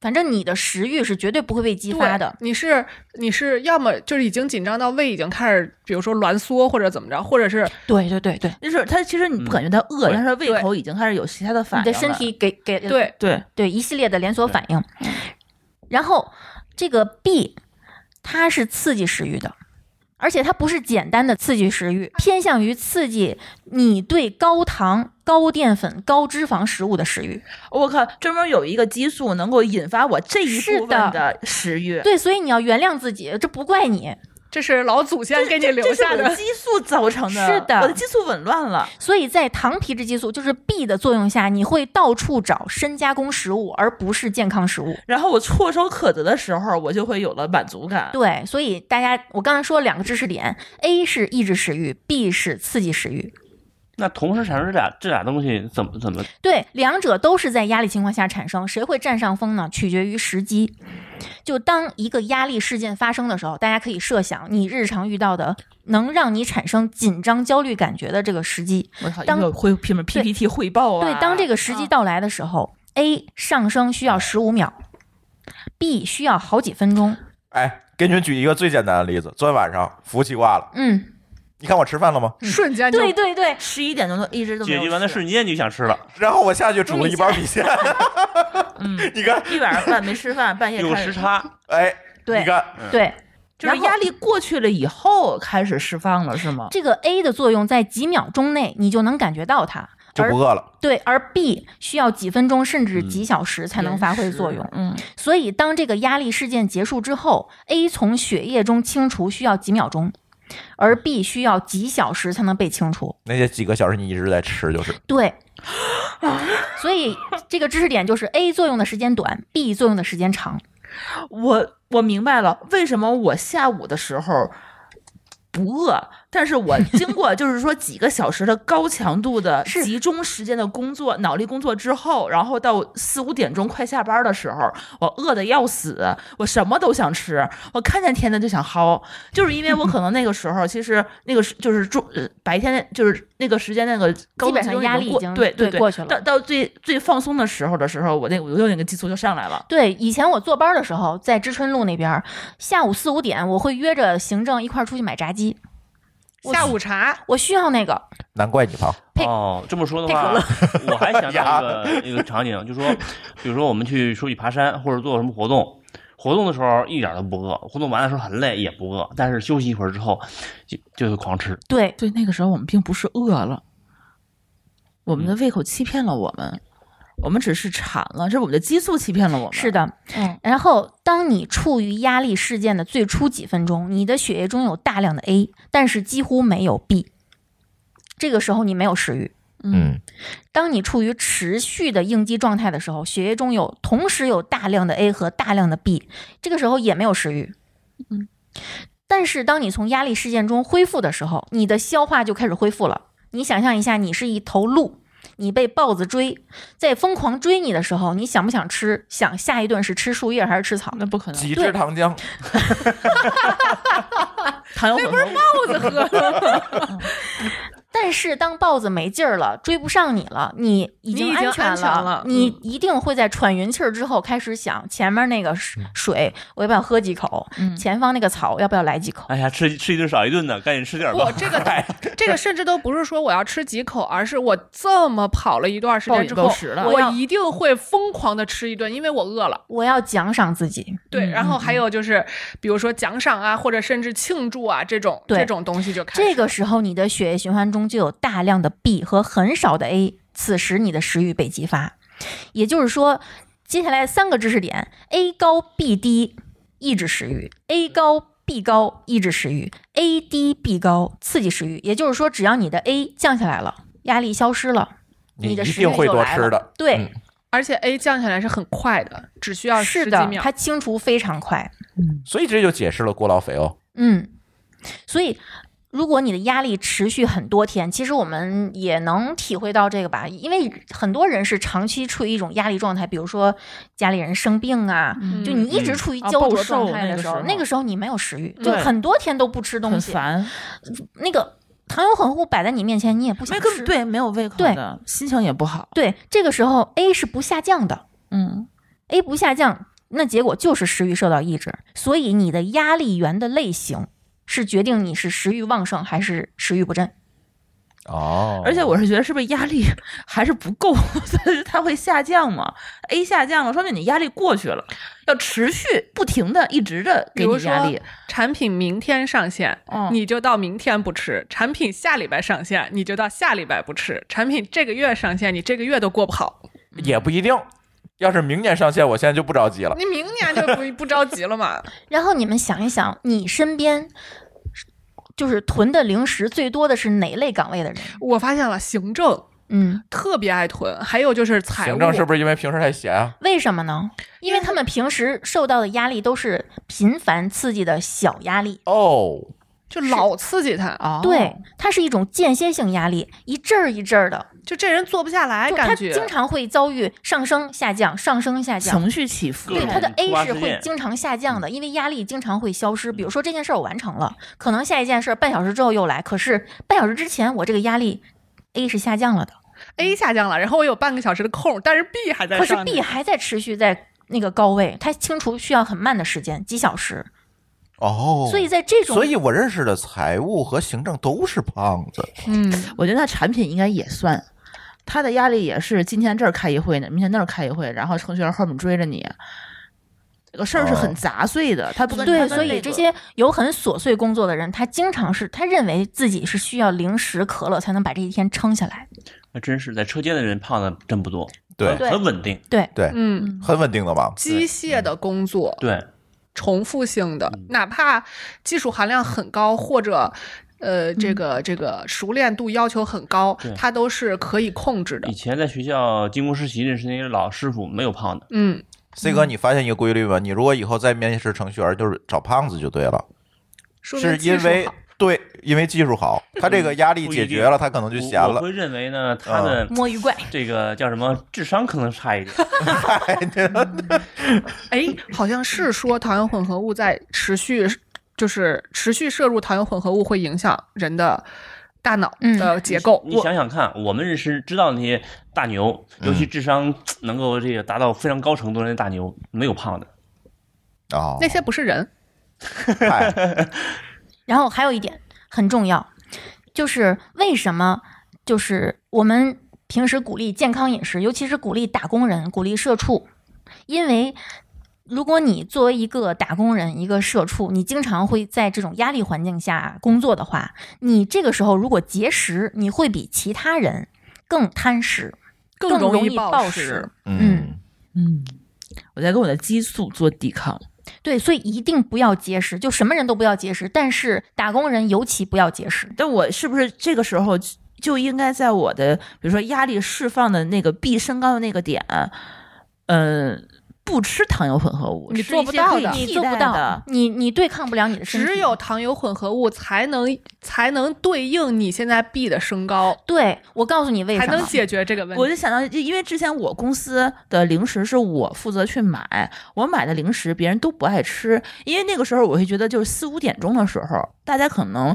Speaker 3: 反正你的食欲是绝对不会被激
Speaker 5: 对
Speaker 3: 发的。
Speaker 5: 你是你是要么就是已经紧张到胃已经开始，比如说挛缩或者怎么着，或者是
Speaker 3: 对对对对，
Speaker 4: 就是他其实你不感觉他饿，
Speaker 6: 嗯
Speaker 4: 但是胃口已经开始有其他的反
Speaker 3: 你
Speaker 4: 应了。
Speaker 3: 的身体给给
Speaker 5: 对
Speaker 4: 对，
Speaker 3: 对一系列的连锁反应。然后这个 B，它是刺激食欲的，而且它不是简单的刺激食欲，偏向于刺激你对高糖、高淀粉、高脂肪食物的食欲。
Speaker 4: 我靠，专门有一个激素能够引发我这一部分的食欲。
Speaker 3: 对，所以你要原谅自己，这不怪你。
Speaker 5: 这是老祖先给你
Speaker 4: 这
Speaker 5: 留
Speaker 4: 是
Speaker 5: 下
Speaker 4: 我的
Speaker 5: 的。
Speaker 4: 激素造成的，
Speaker 3: 是的
Speaker 4: 我的激素紊乱了。
Speaker 3: 所以在糖皮质激素，就是 B 的作用下，你会到处找深加工食物，而不是健康食物。
Speaker 4: 然后我唾手可得的时候，我就会有了满足感。
Speaker 3: 对，所以大家，我刚才说了两个知识点，A 是抑制食欲，B 是刺激食欲。
Speaker 6: 那同时产生这俩这俩东西怎么怎么？
Speaker 3: 对，两者都是在压力情况下产生，谁会占上风呢？取决于时机。就当一个压力事件发生的时候，大家可以设想你日常遇到的能让你产生紧张、焦虑感觉的这个时机。
Speaker 4: 我操，
Speaker 3: 当
Speaker 4: 一个会什么 PPT 汇报啊？
Speaker 3: 对，当这个时机到来的时候、a 上升需要十五秒，B 需要好几分钟。
Speaker 2: 哎，给你们举一个最简单的例子。昨天晚上服务器挂了，
Speaker 3: 嗯，
Speaker 2: 你看我吃饭了吗？
Speaker 5: 瞬间就
Speaker 3: 对对对，
Speaker 4: 十一点钟都一直都没
Speaker 6: 解
Speaker 4: 有
Speaker 6: 决完的
Speaker 4: 吃
Speaker 6: 瞬间你就想吃了，
Speaker 2: 然后我下去煮了一包米线， [LAUGHS]
Speaker 4: 嗯，
Speaker 2: 你看，
Speaker 4: 一晚上饭没吃饭，半夜
Speaker 6: 有
Speaker 4: 开
Speaker 6: 时
Speaker 4: 始，
Speaker 6: 差，
Speaker 2: 哎，
Speaker 3: 对
Speaker 2: 你看，
Speaker 3: 对，
Speaker 4: 就是压力过去了以后开始释放了，是吗？
Speaker 3: 这个 A 的作用在几秒钟内你就能感觉到它，
Speaker 2: 就不饿了。
Speaker 3: 对，而 B 需要几分钟甚至几小时才能发挥作用。
Speaker 4: 嗯，
Speaker 3: 所以，当这个压力事件结束之后，A 从血液中清除需要几秒钟，而 B 需要几小时才能被清除。
Speaker 2: 那些几个小时你一直在吃，就是
Speaker 3: 对，所以这个知识点就是 A 作用的时间短，B 作用的时间长。
Speaker 4: 我我明白了，为什么我下午的时候不饿，但是我经
Speaker 3: [LAUGHS]
Speaker 4: 过就是说几个小时的高强度的
Speaker 3: 是
Speaker 4: 集中时间的工作、脑力工作之后，然后到四五点钟快下班的时候，我饿的要死，我什么都想吃，我看见甜的就想薅，就是因为我可能那个时候其实那个时就是中呃白天就是那个时间那个
Speaker 3: 基
Speaker 4: 高度
Speaker 3: 本
Speaker 4: 集
Speaker 3: 上
Speaker 4: 中
Speaker 3: 压
Speaker 4: 已
Speaker 3: 力已
Speaker 4: 过
Speaker 3: 经
Speaker 4: 对对
Speaker 3: 对过去了
Speaker 4: 到到最最放松的时候的时候，我那我又那个激素就上来了。
Speaker 3: 对，以前我坐班的时候，在知春路那边儿，下午四五点我会约着行政一块儿出去买炸鸡，
Speaker 5: 下午茶，
Speaker 3: 我需要那个。
Speaker 2: 难怪你胖。
Speaker 3: 配
Speaker 6: 哦，这么说的话， [LAUGHS] 我还想到一个一个场景，就说，比如说我们去出去爬山或者做什么活动，活动的时候一点都不饿，活动完的时候很累也不饿，但是休息一会儿之后就就会狂吃。
Speaker 3: 对，
Speaker 4: 对，那个时候我们并不是饿了，我们的胃口欺骗了我们，我们只是馋了，是我们的激素欺骗了我们。
Speaker 3: 是，的。
Speaker 4: 嗯，
Speaker 3: 然后，当你处于压力事件的最初几分钟，你的血液中有大量的 A，但是几乎没有 B。这个时候你没有食欲。
Speaker 2: 嗯
Speaker 3: 当你处于持续的应激状态的时候，血液中有同时有大量的 A 和大量的 B，这个时候也没有食欲。
Speaker 4: 嗯，
Speaker 3: 但是当你从压力事件中恢复的时候，你的消化就开始恢复了。你想象一下，你是一头鹿，你被豹子追，在疯狂追你的时候，你想不想吃？想下一顿是吃树叶还是吃草？
Speaker 4: 那不可能，
Speaker 2: 几支糖浆，
Speaker 4: 糖油混合物。
Speaker 5: 豹子喝了，
Speaker 3: 但是当豹子没劲儿了，追不上你了，你已经
Speaker 5: 你已经
Speaker 3: 安全
Speaker 5: 安全了
Speaker 3: 你
Speaker 5: 嗯
Speaker 3: 一定会在喘匀气儿之后开始想前面那个水水，我要不要喝几口？
Speaker 4: 嗯
Speaker 3: 前方那个草要不要来几口？
Speaker 6: 哎呀，吃吃一顿少一顿的，赶紧吃点吧哎
Speaker 5: 不，。这个这个甚至都不是说我要吃几口，而是我这么跑了一段时间之
Speaker 4: 暴
Speaker 5: 后
Speaker 4: 饮暴食，了
Speaker 5: 我
Speaker 3: 我要
Speaker 5: 一定会疯狂的吃一顿，因为我饿了。
Speaker 3: 我要奖赏自己。
Speaker 5: 对，
Speaker 4: 嗯
Speaker 5: 然后还有就是，比如说奖赏啊，或者甚至庆祝啊这种
Speaker 3: 对
Speaker 5: 这种东西就开始。
Speaker 3: 这个时候，你的血液循环中就有大量的 B 和很少的 A，此时你的食欲被激发。也就是说，接下来三个知识点：A 高 B 低抑制食欲，A 高 B 高抑制食欲，A 低 B 高刺激食欲。也就是说，只要你的 A 降下来了，压力消失了，你的
Speaker 2: 一
Speaker 3: 食欲
Speaker 2: 定会
Speaker 3: 就
Speaker 2: 多
Speaker 3: 来
Speaker 2: 吃
Speaker 3: 了。
Speaker 2: 的。
Speaker 3: 对，
Speaker 2: 嗯
Speaker 5: 而且 A 降下来是很快的，只需要十
Speaker 3: 是
Speaker 5: 几
Speaker 3: 的，
Speaker 5: 秒
Speaker 3: 它。清除非常快。
Speaker 2: 所以这就解释了过劳肥哦。
Speaker 3: 嗯，所以如果你的压力持续很多天，其实我们也能体会到这个吧，因为很多人是长期处于一种压力状态，比如说家里人生病啊。
Speaker 5: 嗯
Speaker 3: 就你一直处于
Speaker 4: 啊
Speaker 3: 焦
Speaker 4: 暴
Speaker 3: 灼
Speaker 4: 瘦
Speaker 3: 状态的
Speaker 4: 那个
Speaker 3: 时候，
Speaker 4: 时候
Speaker 3: 那个时候你没有食欲，就
Speaker 4: 对
Speaker 3: 很多天都不吃东
Speaker 4: 很
Speaker 3: 西，
Speaker 4: 烦，
Speaker 3: 那个糖油混合物摆在你面前，你也不想
Speaker 4: 没
Speaker 3: 吃。
Speaker 4: 个对，没有胃口
Speaker 3: 对
Speaker 4: 的，心情也不好。
Speaker 3: 对，这个时候 A 是不下降的，
Speaker 4: 嗯，
Speaker 3: A 不下降，那结果就是食欲受到抑制。所以你的压力源的类型是决定你是食欲旺盛还是食欲不振。
Speaker 2: 哦，
Speaker 4: 而且我是觉得是不是压力 [LAUGHS] 还是不够，所以它会下降嘛？A 下降了，说明你压力过去了，要持续不停的、一直的
Speaker 5: 比
Speaker 4: 给
Speaker 5: 如
Speaker 4: 你
Speaker 5: 说
Speaker 4: 压力。
Speaker 5: 产品明天上线，
Speaker 4: 嗯
Speaker 5: 你就到明天不吃；产品下礼拜上线，你就到下礼拜不吃；产品这个月上线，你这个月都过不好。
Speaker 2: 也不一定，要是明年上线，我现在就不着急了。
Speaker 5: 你明年就不不着急了嘛？
Speaker 3: 然后你们想一想，你身边就是囤的零食最多的是哪类岗位的人？
Speaker 5: [LAUGHS] 我发现了，行政
Speaker 3: 嗯，
Speaker 5: 特别爱囤，还有就是财务，
Speaker 2: 行政是不是因为平时太闲啊？
Speaker 3: 为什么呢？因为他们平时受到的压力都是频繁刺激的小压力。
Speaker 2: 哦，
Speaker 5: 就老刺激他，
Speaker 4: 哦，
Speaker 3: 对，它是一种间歇性压力，一阵儿一阵儿的，
Speaker 5: 就这人做不下来，
Speaker 3: 就他
Speaker 5: 感觉
Speaker 3: 经常会遭遇上升下降、上升下降，
Speaker 4: 情绪起伏
Speaker 6: 各
Speaker 3: 对，
Speaker 6: 种
Speaker 3: 它的
Speaker 6: 突发
Speaker 3: A 是
Speaker 6: 事
Speaker 3: 会
Speaker 6: 件
Speaker 3: 经常下降的，因为压力经常会消失。比如说这件事儿我完成了，可能下一件事儿半小时之后又来，可是半小时之前我这个压力 A 是下降了的，
Speaker 5: A 下降了，然后我有半个小时的空，但是 B 还在
Speaker 3: 嗯可
Speaker 5: 上
Speaker 3: 是
Speaker 5: 呢，
Speaker 3: B 还在持续在那个高位，它清除需要很慢的时间，几小时。
Speaker 2: 哦，
Speaker 3: 所以在这种
Speaker 2: 所以我认识的财务和行政都是胖子，
Speaker 5: 嗯，
Speaker 4: 我觉得那产品应该也算，他的压力也是今天这儿开一会呢，明天那儿开一会，然后程序员后面追着你，这个事儿是很
Speaker 2: 哦
Speaker 4: 杂碎的，他不跟
Speaker 3: 对，
Speaker 4: 他跟
Speaker 3: 所
Speaker 4: 那
Speaker 3: 以
Speaker 4: 个
Speaker 3: 这些有很琐碎工作的人，他经常是他认为自己是需要零食、可乐才能把这一天撑下来。
Speaker 6: 还真是在车间的人胖的真不多，
Speaker 5: 哦
Speaker 2: 对
Speaker 3: 对
Speaker 6: 很稳定。
Speaker 3: 对，
Speaker 5: 嗯，
Speaker 2: 很稳定的嘛。
Speaker 5: 机械的工作，
Speaker 6: 对，
Speaker 5: 重复性的，
Speaker 2: 嗯
Speaker 5: 哪怕技术含量很高或者。呃，
Speaker 3: 嗯
Speaker 5: 这个这个熟练度要求很高
Speaker 6: 对，
Speaker 5: 它都是可以控制的
Speaker 6: 以。前在学校进工实习认识那些老师傅，没有胖的。
Speaker 5: 嗯，
Speaker 2: C 哥，你发现一个规律吗？你如果以后再面试程序员，就是找胖子就对了，
Speaker 5: 说明
Speaker 2: 是
Speaker 5: 技
Speaker 2: 因
Speaker 5: 术
Speaker 2: 为
Speaker 5: 好
Speaker 2: 对，因为技术好，他这个压力解决了，他可能就闲
Speaker 6: 我我
Speaker 2: 了。
Speaker 6: 会认为呢，他的
Speaker 3: 摸鱼怪，
Speaker 6: 这个叫什么智商可能差一点。
Speaker 5: 哎，好像是说糖油混合物在持续，就是持续摄入糖油混合物会影响人的大脑
Speaker 3: 嗯
Speaker 5: 的结构。
Speaker 6: 你想想看，我们认识知道那些大牛，尤
Speaker 3: 嗯
Speaker 6: 其智商能够这个达到非常高程度的那大牛，没有胖的。
Speaker 2: 哦，
Speaker 5: 那些不是人，
Speaker 2: 嗨
Speaker 3: 然后还有一点很重要，就是为什么就是我们平时鼓励健康饮食，尤其是鼓励打工人、鼓励社畜，因为如果你作为一个打工人、一个社畜，你经常会在这种压力环境下工作的话，你这个时候如果节食，你会比其他人更贪食，更
Speaker 5: 容
Speaker 3: 易暴
Speaker 5: 暴
Speaker 3: 食。。
Speaker 2: 嗯
Speaker 4: 嗯，我在跟我的激素做抵抗。
Speaker 3: 对，所以一定不要节食，就什么人都不要节食，但是打工人尤其不要节食。
Speaker 4: 但我是不是这个时候就就应该在我的比如说压力释放的那个 B 升高的那个点，嗯、不吃糖油混合物，
Speaker 5: 你
Speaker 4: 吃
Speaker 5: 做
Speaker 4: 一
Speaker 5: 不
Speaker 4: 些
Speaker 5: 到
Speaker 4: 可以
Speaker 5: 的
Speaker 4: 替
Speaker 3: 你做不
Speaker 4: 代
Speaker 3: 到
Speaker 4: 的，。
Speaker 3: 你你对抗不了你的身体。
Speaker 5: 只有糖油混合物才能才能对应你现在 B 的升高，
Speaker 3: 对我告诉你为
Speaker 5: 才
Speaker 3: 什
Speaker 5: 能
Speaker 3: 么。
Speaker 5: 解决这个问
Speaker 4: 我
Speaker 5: 题。
Speaker 4: 就想到，因为之前我公司的零食是我负责去买，我买的零食别人都不爱吃，因为那个时候我会觉得就是四五点钟的时候，大家可能。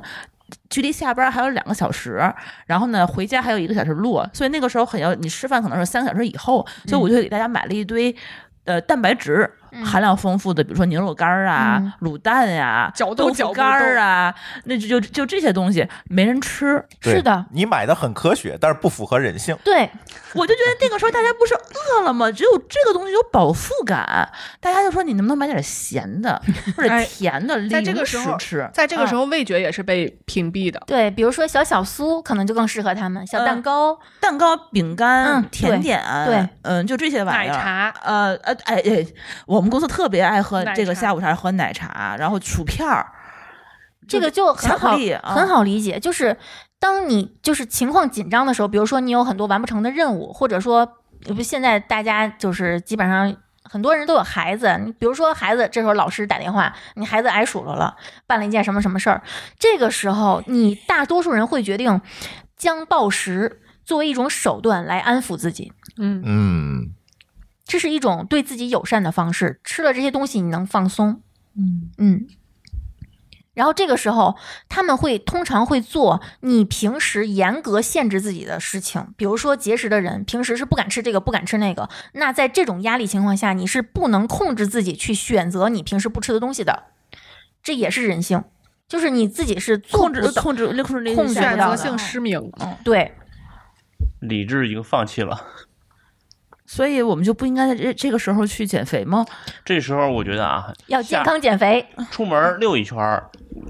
Speaker 4: 距离下班还有两个小时，然后呢，回家还有一个小时路，所以那个时候很要你吃饭可能是三个小时以后，所以我就给大家买了一堆，呃，蛋白质
Speaker 3: 嗯
Speaker 4: 含量丰富的，比如说牛肉干儿啊、
Speaker 3: 嗯
Speaker 4: 卤蛋呀、
Speaker 5: 嚼都
Speaker 4: 豆
Speaker 5: 嚼
Speaker 4: 腐
Speaker 5: 不
Speaker 4: 干儿啊，那就就就这些东西没人吃，
Speaker 2: 对
Speaker 3: 是的，
Speaker 2: 你买的很科学，但是不符合人性。
Speaker 3: 对，
Speaker 5: [LAUGHS]
Speaker 4: 我就觉得那个时候大家不是饿了吗？只有这个东西有饱腹感，大家就说你能不能买点咸
Speaker 5: [LAUGHS]
Speaker 4: 的或者甜的
Speaker 5: 哎在这
Speaker 4: 零
Speaker 5: 个时
Speaker 4: 食
Speaker 5: 候
Speaker 4: 吃？
Speaker 5: 在这个
Speaker 3: 啊
Speaker 4: 嗯
Speaker 5: 时，候，味觉也是被屏蔽的。
Speaker 3: 对，比如说小小酥可能就更适合他们，小蛋糕，
Speaker 4: 蛋糕、饼干、
Speaker 3: 嗯
Speaker 4: 甜点，
Speaker 3: 对，
Speaker 4: 嗯，就这些玩意儿。
Speaker 5: 奶茶
Speaker 4: 呃呃，哎哎，我们公司特别爱喝
Speaker 5: 奶茶
Speaker 4: 这个下午茶喝奶茶，然后薯片儿。
Speaker 3: 这个就很
Speaker 4: 巧克
Speaker 3: 好
Speaker 4: 力，啊
Speaker 3: 很好理解。就是当你就是情况紧张的时候，比如说你有很多完不成的任务，或者说呃不现在大家就是基本上。很多人都有孩子，你比如说孩子，这时候老师打电话，你孩子挨数落了，办了一件什么什么事儿，这个时候你大多数人会决定将暴食作为一种手段来安抚自己，
Speaker 5: 嗯，
Speaker 2: 嗯，
Speaker 3: 这是一种对自己友善的方式。吃了这些东西，你能放松。
Speaker 4: 嗯
Speaker 3: 嗯。然后这个时候，他们会通常会做你平时严格限制自己的事情，比如说节食的人，平时是不敢吃这个，不敢吃那个。那在这种压力情况下，你是不能控制自己去选择你平时不吃的东西的，这也是人性，就是你自己是做
Speaker 4: 控制
Speaker 3: 不哦到
Speaker 4: 控制控制力
Speaker 3: 控制
Speaker 4: 下
Speaker 5: 选
Speaker 4: 不了
Speaker 5: 择
Speaker 4: 的
Speaker 5: 性失明，
Speaker 3: 对，
Speaker 6: 理智已经放弃了。
Speaker 4: 所以我们就不应该在这这个时候去减肥吗？
Speaker 6: 这时候我觉得啊，
Speaker 3: 要健康减肥。
Speaker 6: 出门溜一圈儿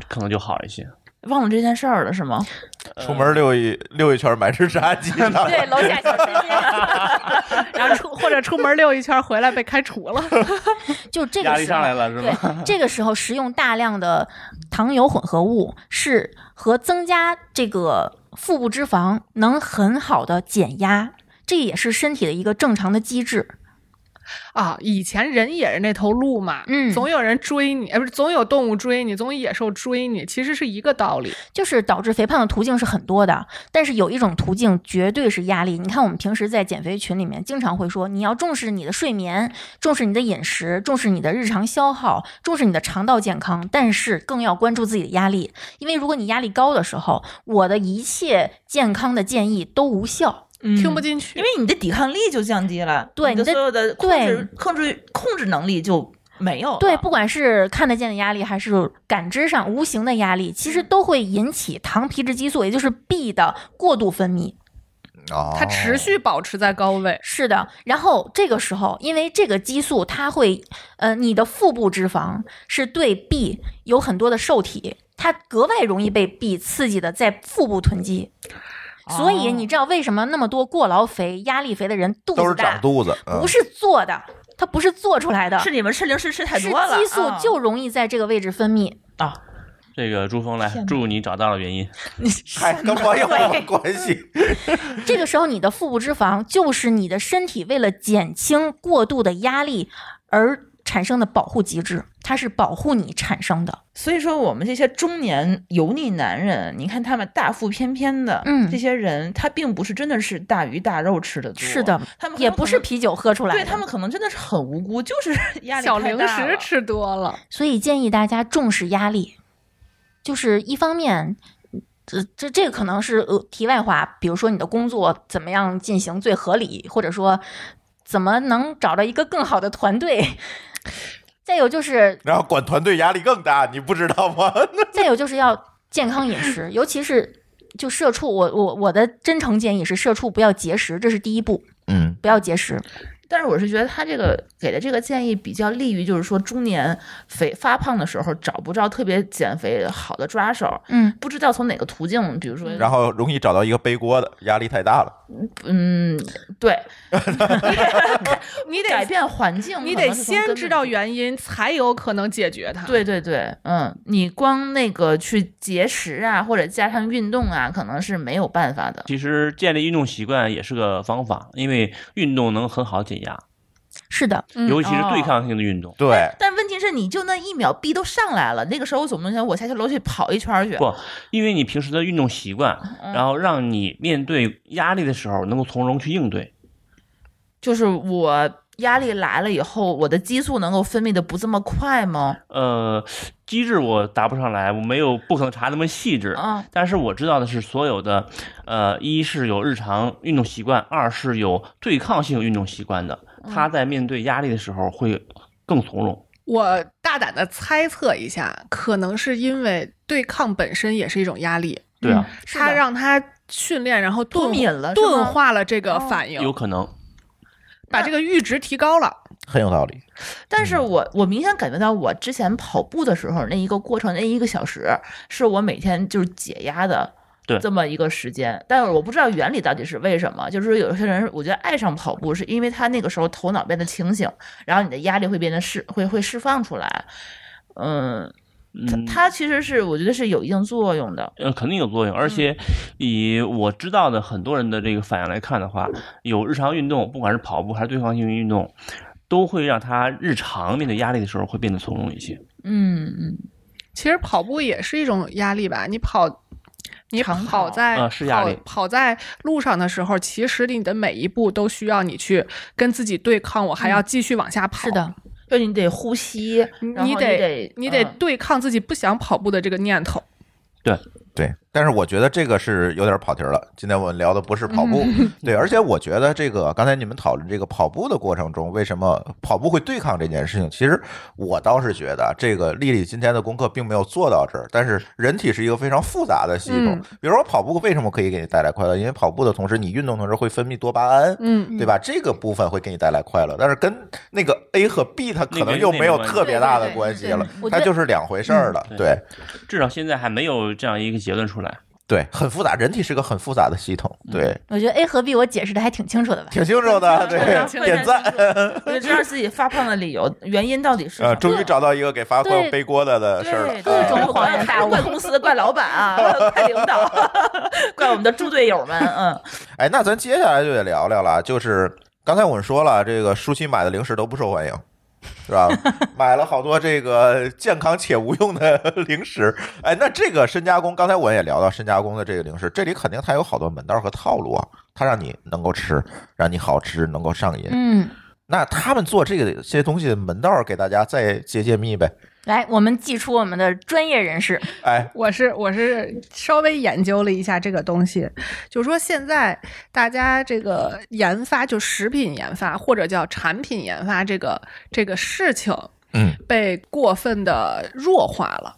Speaker 6: 可能就好一些。
Speaker 4: 忘了这件事儿了是吗？
Speaker 2: 出门溜一溜一圈，买只炸鸡呢。
Speaker 3: [LAUGHS] 对，楼下小吃街，
Speaker 5: 然后出或者出门溜一圈回来被开除了。
Speaker 3: 就这个
Speaker 6: 压力
Speaker 3: 时
Speaker 6: 上
Speaker 3: 候
Speaker 6: 来了是
Speaker 3: 对
Speaker 6: 吧？，
Speaker 3: 这个时候食用大量的糖油混合物是和增加这个腹部脂肪能很好的减压，这也是身体的一个正常的机制。
Speaker 5: 啊，以前人也是那头鹿嘛，
Speaker 3: 嗯
Speaker 5: 总有人追你，哎，不是，总有动物追你，总有野兽追你，其实是一个道理。
Speaker 3: 就是导致肥胖的途径是很多的，但是有一种途径绝对是压力。你看我们平时在减肥群里面经常会说，你要重视你的睡眠，重视你的饮食，重视你的日常消耗，重视你的肠道健康，但是更要关注自己的压力，因为如果你压力高的时候，我的一切健康的建议都无效。
Speaker 5: 听不
Speaker 4: 进。
Speaker 5: 进去，
Speaker 4: 因为你的抵抗力就降低了，
Speaker 3: 对
Speaker 4: 你的
Speaker 3: 你的
Speaker 4: 所有的控制、控制、控制能力就没有了。
Speaker 3: 对，不管是看得见的压力，还是感知上无形的压力，其实都会引起糖皮质激素，也就是 B 的过度分泌。
Speaker 2: 哦，
Speaker 5: 它持续保持在高位。
Speaker 3: 是的，然后这个时候，因为这个激素它会，呃，你的腹部脂肪是对 B 有很多的受体，它格外容易被 B 刺激的在腹部囤积。
Speaker 4: 哦
Speaker 3: 所以你知道为什么那么多过劳肥、压力肥的人肚
Speaker 2: 都是
Speaker 3: 子
Speaker 2: 长
Speaker 3: 大，
Speaker 2: 肚子，嗯
Speaker 3: 不是做的，它不是做出来的，
Speaker 4: 是你们吃零食吃太
Speaker 3: 是
Speaker 4: 多了，
Speaker 3: 激素
Speaker 4: 啊
Speaker 3: 就容易在这个位置分泌。
Speaker 4: 啊，
Speaker 6: 这个朱峰来，祝你找到了原因。
Speaker 2: 还跟我有什么关系？
Speaker 3: 这个时候，你的腹部脂肪就是你的身体为了减轻过度的压力而产生的保护机制，它是保护你产生的。
Speaker 4: 所以说我们这些中年油腻男人，你看他们大腹翩翩的，
Speaker 3: 嗯
Speaker 4: 这些人他并不是真的是大鱼大肉吃的多，
Speaker 3: 是的，
Speaker 4: 他们很有
Speaker 3: 也不是
Speaker 4: 可能。
Speaker 3: 啤酒喝出来的。
Speaker 4: 对他们可能真的是很无辜，就是 [LAUGHS] 压力
Speaker 5: 小
Speaker 4: 太
Speaker 5: 零
Speaker 4: 大
Speaker 5: 食
Speaker 4: 了
Speaker 5: 吃多了，
Speaker 3: 所以建议大家重视压力，就是一方面。这这这个可能是呃题外话，比如说你的工作怎么样进行最合理，或者说怎么能找到一个更好的团队。再有就是
Speaker 2: 然后管团队压力更大，你不知道吗？
Speaker 3: 再有就是要健康饮食，尤其是就社畜，我我我的真诚建议是社畜不要节食，这是第一步，
Speaker 2: 嗯，
Speaker 3: 不要节食。
Speaker 4: 但是我是觉得他这个给的这个建议比较利于，就是说中年肥发胖的时候找不着特别减肥好的抓手，
Speaker 3: 嗯，
Speaker 4: 不知道从哪个途径，比如说，
Speaker 2: 嗯然后容易找到一个背锅的，压力太大了。
Speaker 4: 嗯，对，
Speaker 5: 你
Speaker 4: 改
Speaker 5: 得
Speaker 4: 变环境，
Speaker 5: 你
Speaker 4: 可能
Speaker 5: 得
Speaker 4: 是从根
Speaker 5: 先
Speaker 4: 本
Speaker 5: 知道
Speaker 4: 解决
Speaker 5: 原因，才有可能解决它。
Speaker 4: 对对对，嗯，你光那个去节食啊，或者加上运动啊，可能是没有办法的。
Speaker 6: 其实建立运动习惯也是个方法，因为运动能很好解压，
Speaker 3: 是的，
Speaker 5: 嗯
Speaker 6: 尤其是
Speaker 4: 哦
Speaker 6: 对抗性的运动。
Speaker 2: 对，
Speaker 4: 但问题是，你就那一秒逼都上来了，那个时候我总不能想我下去楼去跑一圈儿去。
Speaker 6: 不，因为你平时的运动习惯，
Speaker 3: 嗯
Speaker 6: 然后让你面对压力的时候能够从容去应对。
Speaker 4: 就是我压力来了以后，我的激素能够分泌的不这么快吗？
Speaker 6: 呃，机制我答不上来，我没有不可能查那么细致。
Speaker 4: 啊，
Speaker 6: 但是我知道的是，所有的，呃，一是有日常运动习惯，二是有对抗性运动习惯的，他在面对压力的时候会更从容。
Speaker 5: 我大胆的猜测一下，可能是因为对抗本身也是一种压力，
Speaker 6: 对啊，
Speaker 4: 是
Speaker 5: 它
Speaker 4: 的
Speaker 5: 让它训练，然后
Speaker 4: 脱
Speaker 5: 钝
Speaker 4: 敏了，是
Speaker 5: 钝
Speaker 4: 吗。哦
Speaker 5: 化了这个反应，
Speaker 6: 有可能。
Speaker 5: 把这个阈值提高了。
Speaker 2: 很有道理。
Speaker 4: 但是我我明显感觉到，我之前跑步的时候那一个过程，那一个小时是我每天就是解压的。
Speaker 6: 对
Speaker 4: 这么一个时间，但是我不知道原理到底是为什么。就是有些人，我觉得爱上跑步是因为他那个时候头脑变得清醒，然后你的压力会变得释会会释放出来。嗯，它
Speaker 6: 嗯，
Speaker 4: 它其实是我觉得是有一定作用的。
Speaker 6: 呃，肯定有作用，而且以我知道的很多人的这个反应来看的话，有日常运动，不管是跑步还是对抗性运动，都会让他日常面对压力的时候会变得从容一些。
Speaker 4: 嗯嗯，
Speaker 5: 其实跑步也是一种压力吧，你跑。你
Speaker 4: 长跑
Speaker 5: 跑在
Speaker 6: 啊是压力
Speaker 5: 跑跑在路上的时候，其实你的每一步都需要你去跟自己对抗，我还要继续往下跑。
Speaker 3: 是的，
Speaker 4: 就你得呼吸，然后
Speaker 5: 你
Speaker 4: 你
Speaker 5: 得你得
Speaker 4: 嗯
Speaker 5: 对抗自己不想跑步的这个念头。
Speaker 2: 对，但是我觉得这个是有点跑题儿了。今天我们聊的不是跑步，
Speaker 3: 嗯 [LAUGHS]
Speaker 2: 对，而且我觉得这个刚才你们讨论这个跑步的过程中，为什么跑步会对抗这件事情？其实我倒是觉得啊这个丽丽今天的功课并没有做到这儿。但是人体是一个非常复杂的系统，
Speaker 5: 嗯
Speaker 2: 比如说跑步为什么可以给你带来快乐？因为跑步的同时，你运动同时会分泌多巴胺，
Speaker 5: 嗯，
Speaker 2: 对吧？这个部分会给你带来快乐，但是跟那个 A 和 B 它可能又没有特别大的关系了，
Speaker 3: 对对对对对我觉
Speaker 2: 它
Speaker 3: 得
Speaker 2: 就是两回事儿了。
Speaker 6: 嗯
Speaker 2: 对
Speaker 6: 至少现在还没有这样一个结论出来。
Speaker 2: 对，很复杂，人体是个很复杂的系统，
Speaker 4: 嗯
Speaker 2: 对，
Speaker 3: 我觉得 A 和 B 我解释的还挺清楚的吧？
Speaker 2: 挺清楚的，
Speaker 4: [LAUGHS]
Speaker 2: 对
Speaker 4: 非常，
Speaker 2: 点赞。
Speaker 4: 我就知道自己发胖的理由原因到底是什么。
Speaker 2: 呃，终于找到一个给发胖
Speaker 3: 对
Speaker 2: 背锅的的事儿
Speaker 4: 对，
Speaker 2: 了。
Speaker 4: 各
Speaker 3: 种
Speaker 2: 啊
Speaker 4: [LAUGHS] 种
Speaker 3: 恍然大悟
Speaker 4: 怪公司的，怪老板啊，怪领导， [LAUGHS] 怪我们的猪队友们，嗯，
Speaker 2: 哎，那咱接下来就得聊聊了，就是刚才我们说了，这个舒淇买的零食都不受欢迎。是
Speaker 4: [LAUGHS]
Speaker 2: 吧？买了好多这个健康且无用的零食。哎，那这个深加工，刚才我也聊到深加工的这个零食，这里肯定它有好多门道和套路啊，它让你能够吃，让你好吃，能够上瘾。
Speaker 3: 嗯，
Speaker 2: 那他们做这个这些东西的门道，给大家再揭揭秘呗。
Speaker 3: 来，我们祭出我们的专业人士，
Speaker 2: 哎，
Speaker 5: 我是我是稍微研究了一下这个东西，就说现在大家这个研发，就食品研发或者叫产品研发这个这个事情
Speaker 2: 嗯
Speaker 5: 被过分的弱化了。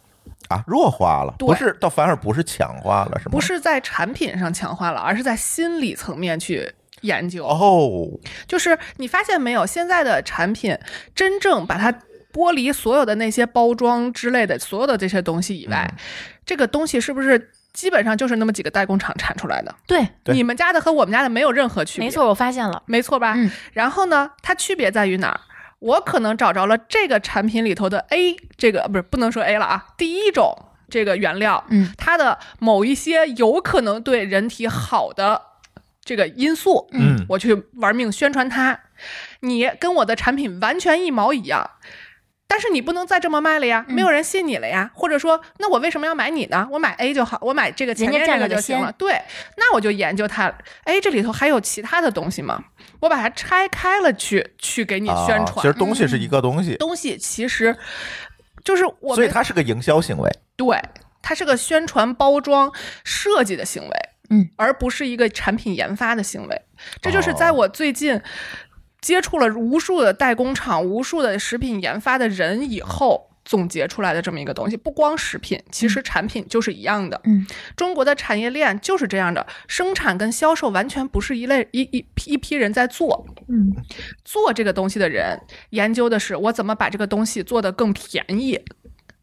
Speaker 2: 啊，弱化了，
Speaker 5: 对
Speaker 2: 不是，倒反而不是强化了，是吗？
Speaker 5: 不是在产品上强化了，而是在心理层面去研究。
Speaker 2: 哦，
Speaker 5: 就是你发现没有，现在的产品真正把它剥离所有的那些包装之类的所有的这些东西以外，
Speaker 2: 嗯
Speaker 5: 这个东西是不是基本上就是那么几个代工厂产出来的？
Speaker 3: 对，
Speaker 2: 对
Speaker 5: 你们家的和我们家的没有任何区别，
Speaker 3: 没，错，我发现了，
Speaker 5: 没错吧？
Speaker 3: 嗯
Speaker 5: 然后呢，它区别在于哪儿？我可能找着了这个产品里头的 A，这个不是不能说 A 了啊，第一种这个原料，
Speaker 3: 嗯，
Speaker 5: 它的某一些有可能对人体好的这个因素，
Speaker 2: 嗯
Speaker 5: 我去玩命宣传它。你跟我的产品完全一毛一样，但是你不能再这么卖了呀，
Speaker 3: 嗯
Speaker 5: 没有人信你了呀。或者说，那我为什么要买你呢？我买 A 就好，我买这个前面
Speaker 3: 人家
Speaker 5: 这
Speaker 3: 占了
Speaker 5: 个
Speaker 3: 个
Speaker 5: 就行了
Speaker 3: 先。
Speaker 5: 对，那我就研究它，哎，这里头还有其他的东西吗？我把它拆开了去去给你宣
Speaker 2: 啊
Speaker 5: 传。
Speaker 2: 其实东西是一个东西，
Speaker 5: 东西其实就是我
Speaker 2: 所以
Speaker 5: 们
Speaker 2: 它是个营销行为。
Speaker 5: 对，它是个宣传、包装、设计的行为，
Speaker 3: 嗯，
Speaker 5: 而不是一个产品研发的行为。这就是在
Speaker 2: 哦
Speaker 5: 我最近
Speaker 3: 嗯
Speaker 5: 接触了无数的代工厂、无数的食品研发的人以后。总结出来的这么一个东西。不光食品，其实产品就是一样的。
Speaker 3: 嗯，
Speaker 5: 中国的产业链就是这样的，生产跟销售完全不是一类一一批一批人在做。
Speaker 3: 嗯
Speaker 5: 做这个东西的人研究的是我怎么把这个东西做得更便宜。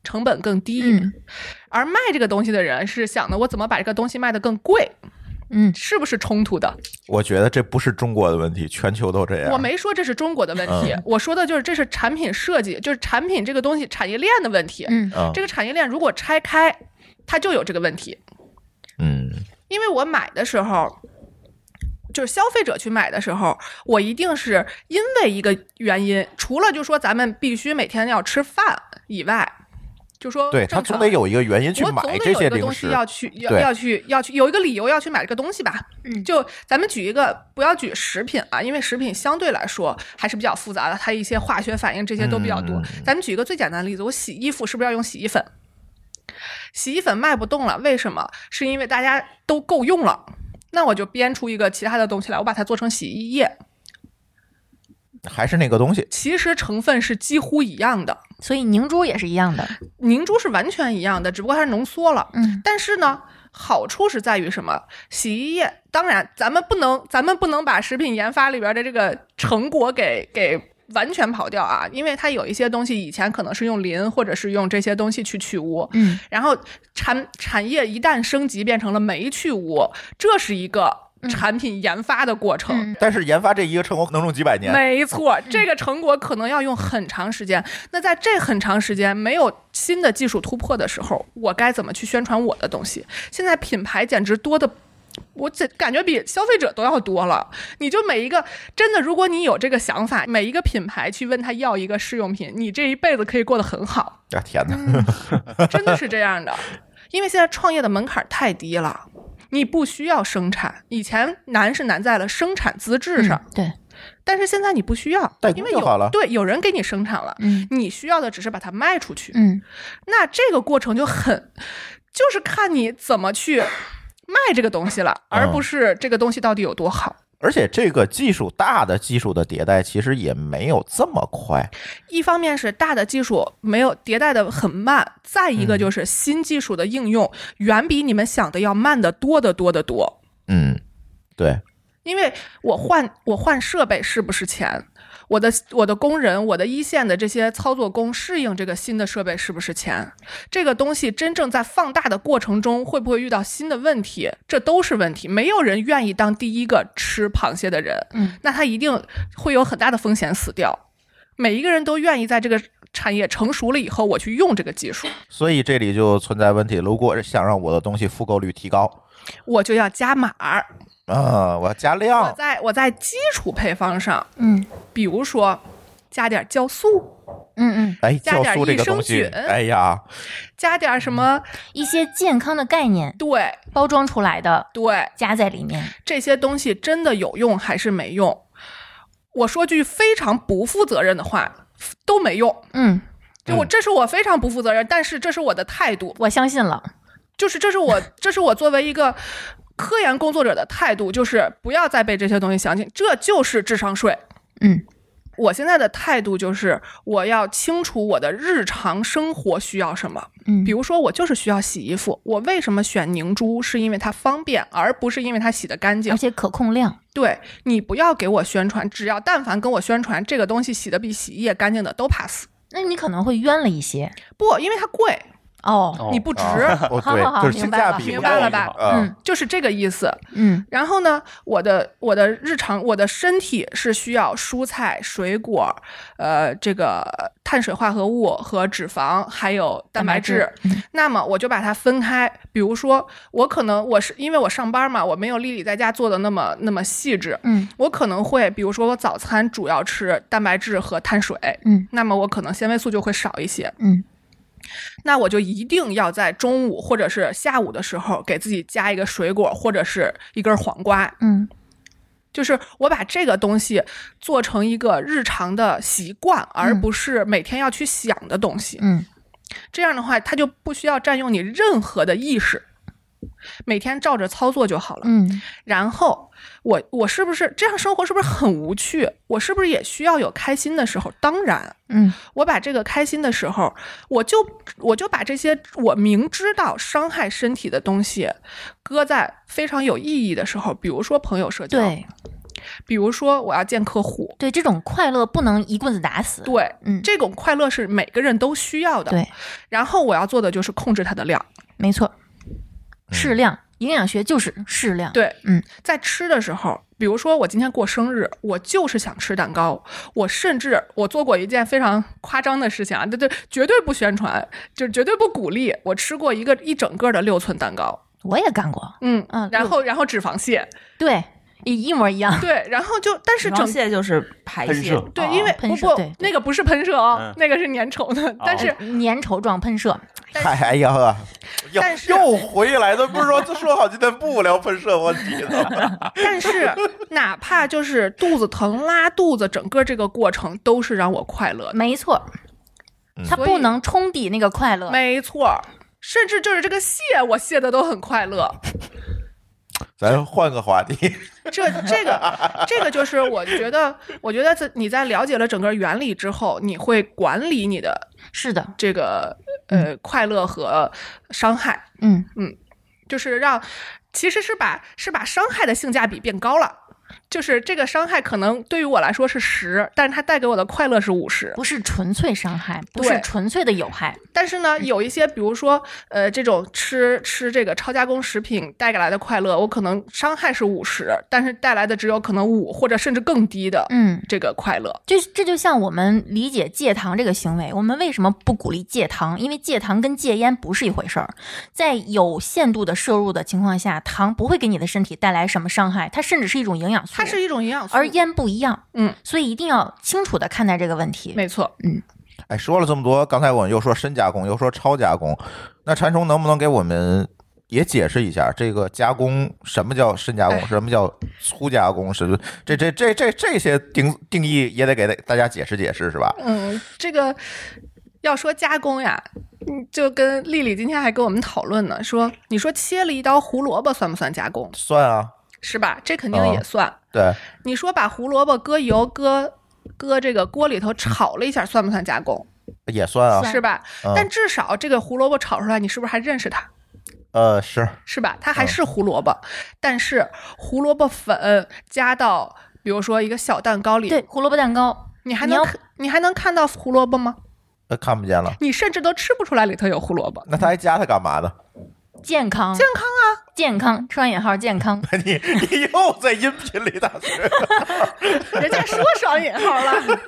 Speaker 5: 成本更低，
Speaker 3: 嗯
Speaker 5: 而卖这个东西的人是想的，我怎么把这个东西卖得更贵，
Speaker 3: 嗯
Speaker 5: 是不是冲突的？
Speaker 2: 我觉得这不是中国的问题，全球都这样。
Speaker 5: 我没说这是中国的问
Speaker 2: 嗯
Speaker 5: 题，我说的就是这是产品设计，就是产品这个东西产业链的问题。
Speaker 3: 嗯
Speaker 2: 嗯
Speaker 5: 这个产业链如果拆开，它就有这个问题。
Speaker 2: 嗯
Speaker 5: 因为我买的时候，就是消费者去买的时候，我一定是因为一个原因，除了就说咱们必须每天要吃饭以外，就说
Speaker 2: 对他
Speaker 5: 正常
Speaker 2: 总得有一个原因去
Speaker 5: 我总
Speaker 2: 买
Speaker 5: 得
Speaker 2: 这
Speaker 5: 有
Speaker 2: 些
Speaker 5: 一个
Speaker 2: 零
Speaker 5: 东西
Speaker 2: 食。
Speaker 5: 要去要
Speaker 2: 对
Speaker 5: 要去要去有一个理由要去买这个东西吧。
Speaker 3: 嗯
Speaker 5: 就咱们举一个，不要举食品啊，因为食品相对来说还是比较复杂的，它一些化学反应这些都比较多。
Speaker 2: 嗯
Speaker 5: 咱们举一个最简单的例子，我洗衣服是不是要用洗衣粉？洗衣粉卖不动了，为什么？是因为大家都够用了，那我就编出一个其他的东西来，我把它做成洗衣液，
Speaker 2: 还是那个东西，
Speaker 5: 其实成分是几乎一样的，
Speaker 3: 所以凝珠也是一样的。
Speaker 5: 凝珠是完全一样的，只不过它是浓缩了。
Speaker 3: 嗯
Speaker 5: 但是呢，好处是在于什么？洗衣液，当然咱们不能，咱们不能把食品研发里边的这个成果给给完全跑掉啊，因为它有一些东西以前可能是用磷或者是用这些东西去去污，
Speaker 3: 嗯
Speaker 5: 然后产产业一旦升级变成了酶去污，这是一个产品研发的过程。
Speaker 3: 嗯
Speaker 2: 但是研发这一个成果能用几百年。
Speaker 5: 没错，这个成果可能要用很长时间。那在这很长时间没有新的技术突破的时候，我该怎么去宣传我的东西？现在品牌简直多的。我这感觉比消费者都要多了，你就每一个真的，如果你有这个想法，每一个品牌去问他要一个试用品，你这一辈子可以过得很好，
Speaker 2: 啊天哪！
Speaker 5: 真的是这样的。因为现在创业的门槛太低了，你不需要生产，以前难是难在了生产资质上，
Speaker 3: 嗯对，
Speaker 5: 但是现在你不需要
Speaker 2: 代，工
Speaker 5: 因为
Speaker 2: 就
Speaker 5: 有
Speaker 2: 好了
Speaker 5: 对有人给你生产了，
Speaker 3: 嗯
Speaker 5: 你需要的只是把它卖出去。
Speaker 3: 嗯
Speaker 5: 那这个过程就很，就是看你怎么去卖这个东西了，而
Speaker 2: 嗯
Speaker 5: 不是这个东西到底有多好。
Speaker 2: 而且这个技术大的技术的迭代其实也没有这么快。
Speaker 5: 一方面是大的技术没有迭代的很慢，再一
Speaker 2: 嗯
Speaker 5: 个就是新技术的应用远比你们想的要慢得多得多得多。
Speaker 2: 嗯，对，
Speaker 5: 因为我换我换设备是不是钱？我的我的工人，我的一线的这些操作工适应这个新的设备是不是钱？这个东西真正在放大的过程中，会不会遇到新的问题？这都是问题。没有人愿意当第一个吃螃蟹的人，
Speaker 3: 嗯，
Speaker 5: 那他一定会有很大的风险死掉。每一个人都愿意在这个产业成熟了以后，我去用这个技术，
Speaker 2: 所以这里就存在问题。如果想让我的东西复购率提高，
Speaker 5: 我就要加码儿。
Speaker 2: 啊，我要加
Speaker 5: 我
Speaker 2: 量，
Speaker 5: 在我在基础配方上，
Speaker 3: 嗯
Speaker 5: 比如说加点酵素。
Speaker 3: 嗯嗯，
Speaker 2: 哎，
Speaker 5: 加
Speaker 2: 酵
Speaker 5: 点
Speaker 2: 素这
Speaker 5: 益
Speaker 2: 个
Speaker 5: 生
Speaker 2: 东西，
Speaker 5: 菌
Speaker 2: 哎呀，
Speaker 5: 加点什么？
Speaker 3: 一些健康的概念
Speaker 5: 对
Speaker 3: 包装出来的
Speaker 5: 对，
Speaker 3: 加在里面。
Speaker 5: 这些东西真的有用还是没用？我说句非常不负责任的话，都没用。
Speaker 3: 嗯，
Speaker 5: 就我
Speaker 2: 嗯
Speaker 5: 这是我非常不负责任，但是这是我的态度，
Speaker 3: 我相信了。
Speaker 5: 就是这是我这是我作为一个科研工作者的态度，就是不要再被这些东西想起，这就是智商税。
Speaker 3: 嗯
Speaker 5: 我现在的态度就是，我要清楚我的日常生活需要什么。
Speaker 3: 嗯，
Speaker 5: 比如说，我就是需要洗衣服，我为什么选凝珠？是因为它方便，而不是因为它洗得干净
Speaker 3: 而。且可控量。
Speaker 5: 对你不要给我宣传，只要但凡跟我宣传这个东西洗的比洗衣液干净的都 pass。
Speaker 3: 那你可能会冤了一些
Speaker 5: 不，因为它贵，
Speaker 3: 哦。
Speaker 6: 哦
Speaker 5: 你不值，
Speaker 2: 啊 [LAUGHS] 哦
Speaker 3: 好好好
Speaker 2: 对，就是
Speaker 3: 明
Speaker 2: 性
Speaker 3: 白
Speaker 2: 价
Speaker 3: 了
Speaker 2: 比
Speaker 5: 明
Speaker 2: 不
Speaker 5: 白
Speaker 2: 够
Speaker 5: 了吧
Speaker 2: 啊
Speaker 3: 嗯
Speaker 5: 就是这个意思。
Speaker 3: 嗯
Speaker 5: 然后呢，我的我的日常，我的身体是需要蔬菜、水果，呃，这个碳水化合物和脂肪，还有蛋白质。
Speaker 3: 蛋
Speaker 5: 那么我就把它分开，比如说，我可能我是因为我上班嘛，我没有丽丽在家做的那么那么细致，
Speaker 3: 嗯
Speaker 5: 我可能会，比如说我早餐主要吃蛋白质和碳水，
Speaker 3: 嗯
Speaker 5: 那么我可能纤维素就会少一些。
Speaker 3: 嗯
Speaker 5: 那我就一定要在中午或者是下午的时候给自己加一个水果或者是一根黄瓜，
Speaker 3: 嗯
Speaker 5: 就是我把这个东西做成一个日常的习惯，而不是每天要去想的东西。
Speaker 3: 嗯
Speaker 5: 这样的话，它就不需要占用你任何的意识。每天照着操作就好了。
Speaker 3: 嗯
Speaker 5: 然后我我是不是这样生活是不是很无趣？我是不是也需要有开心的时候？当然，
Speaker 3: 嗯
Speaker 5: 我把这个开心的时候，我就我就把这些我明知道伤害身体的东西，搁在非常有意义的时候，比如说朋友社交，
Speaker 3: 对
Speaker 5: 比如说我要见客户，
Speaker 3: 对，这种快乐不能一棍子打死。
Speaker 5: 对，
Speaker 3: 嗯，
Speaker 5: 这种快乐是每个人都需要的。
Speaker 3: 对，
Speaker 5: 然后我要做的就是控制它的量。
Speaker 3: 没错，适量，营养学就是适量。
Speaker 5: 对，
Speaker 3: 嗯，
Speaker 5: 在吃的时候，比如说我今天过生日，我就是想吃蛋糕。我甚至我做过一件非常夸张的事情啊，对对，绝对不宣传，就是绝对不鼓励。我吃过一个一整个的六寸蛋糕，
Speaker 3: 我也干过，
Speaker 5: 嗯
Speaker 3: 嗯
Speaker 5: 然后然后脂肪泻，
Speaker 3: 对，一一模一
Speaker 5: [LAUGHS]
Speaker 3: 样。
Speaker 5: 对，然后就但是
Speaker 4: 脂
Speaker 5: 整
Speaker 4: 肪泻就是排
Speaker 6: 喷
Speaker 4: 泄
Speaker 6: 射，
Speaker 2: 啊
Speaker 5: 对，因为
Speaker 3: 哦喷
Speaker 5: 不
Speaker 3: 射
Speaker 5: 不
Speaker 3: 对对
Speaker 5: 那个不是喷射哦
Speaker 6: 嗯，
Speaker 5: 那个是粘稠的，但是
Speaker 3: 粘稠状喷射，
Speaker 2: 嗨，哎呀呵，又
Speaker 5: 但是
Speaker 2: 又回来的，不是说说好今天不聊喷射问题的，
Speaker 5: 但是哪怕就是肚子疼、拉肚子，整个这个过程都是让我快乐的。
Speaker 3: 没错，它
Speaker 5: 所
Speaker 3: 不
Speaker 5: 以
Speaker 3: 能冲抵那个快乐。
Speaker 5: 没错儿，甚至就是这个蟹，我蟹的都很快乐。
Speaker 2: [LAUGHS] 咱换个话题。
Speaker 5: 这这个这个就是我觉得，我觉得在你在了解了整个原理之后，你会管理你的
Speaker 3: 是的，
Speaker 5: 这个呃快乐和伤害，
Speaker 3: 嗯，
Speaker 5: 就是让其实是把是把伤害的性价比变高了。就是这个伤害可能对于我来说是十，但是它带给我的快乐是五十。
Speaker 3: 不是纯粹伤害，不
Speaker 5: 对
Speaker 3: 是纯粹的有害。
Speaker 5: 但是呢，有一些，比如说，呃，这种吃吃这个超加工食品带给来的快乐，我可能伤害是五十，但是带来的只有可能五或者甚至更低的
Speaker 3: 嗯，
Speaker 5: 这个快乐。
Speaker 3: 这这就像我们理解戒糖这个行为，我们为什么不鼓励戒糖？因为戒糖跟戒烟不是一回事儿，在有限度的摄入的情况下，糖不会给你的身体带来什么伤害，它甚至是一种营养素。
Speaker 5: 它是一种营养素，
Speaker 3: 而烟不一样，
Speaker 5: 哦嗯，
Speaker 3: 所以一定要清楚的看待这个问题。
Speaker 5: 没错，
Speaker 2: 哎，说了这么多，刚才我们又说深加工，又说超加工，那馋虫能不能给我们也解释一下这个加工什么叫深加工，
Speaker 5: 哎
Speaker 2: 什么叫粗加工？是这这这这这些定定义也得给大家解释解释，是吧？
Speaker 5: 嗯，这个要说加工呀，嗯，就跟丽丽今天还跟我们讨论呢，说你说切了一刀胡萝卜算不算加工，
Speaker 2: 算啊，
Speaker 5: 是吧？这肯定
Speaker 2: 哦
Speaker 5: 也算。
Speaker 2: 对，
Speaker 5: 你说把胡萝卜搁油搁搁这个锅里头炒了一下，算不算加工？
Speaker 2: 也算啊。
Speaker 3: 算
Speaker 5: 是吧？
Speaker 2: 嗯
Speaker 5: 但至少这个胡萝卜炒出来，你是不是还认识它？
Speaker 2: 呃，是
Speaker 5: 是吧？它还
Speaker 3: 嗯
Speaker 5: 是胡萝卜，但是胡萝卜粉加到比如说一个小蛋糕里，
Speaker 3: 对，胡萝卜蛋糕，
Speaker 5: 你还
Speaker 3: 你
Speaker 5: 能
Speaker 3: 要
Speaker 5: 看你还能看到胡萝卜吗？
Speaker 2: 呃看不见了。
Speaker 5: 你甚至都吃不出来里头有胡萝卜。
Speaker 2: 那他还加它干嘛呢？ [LAUGHS]
Speaker 3: 健康，健康啊，健康，双引号健
Speaker 5: [LAUGHS]
Speaker 3: 康。
Speaker 2: 你你又在音频里打字，
Speaker 5: 人家说双引号了，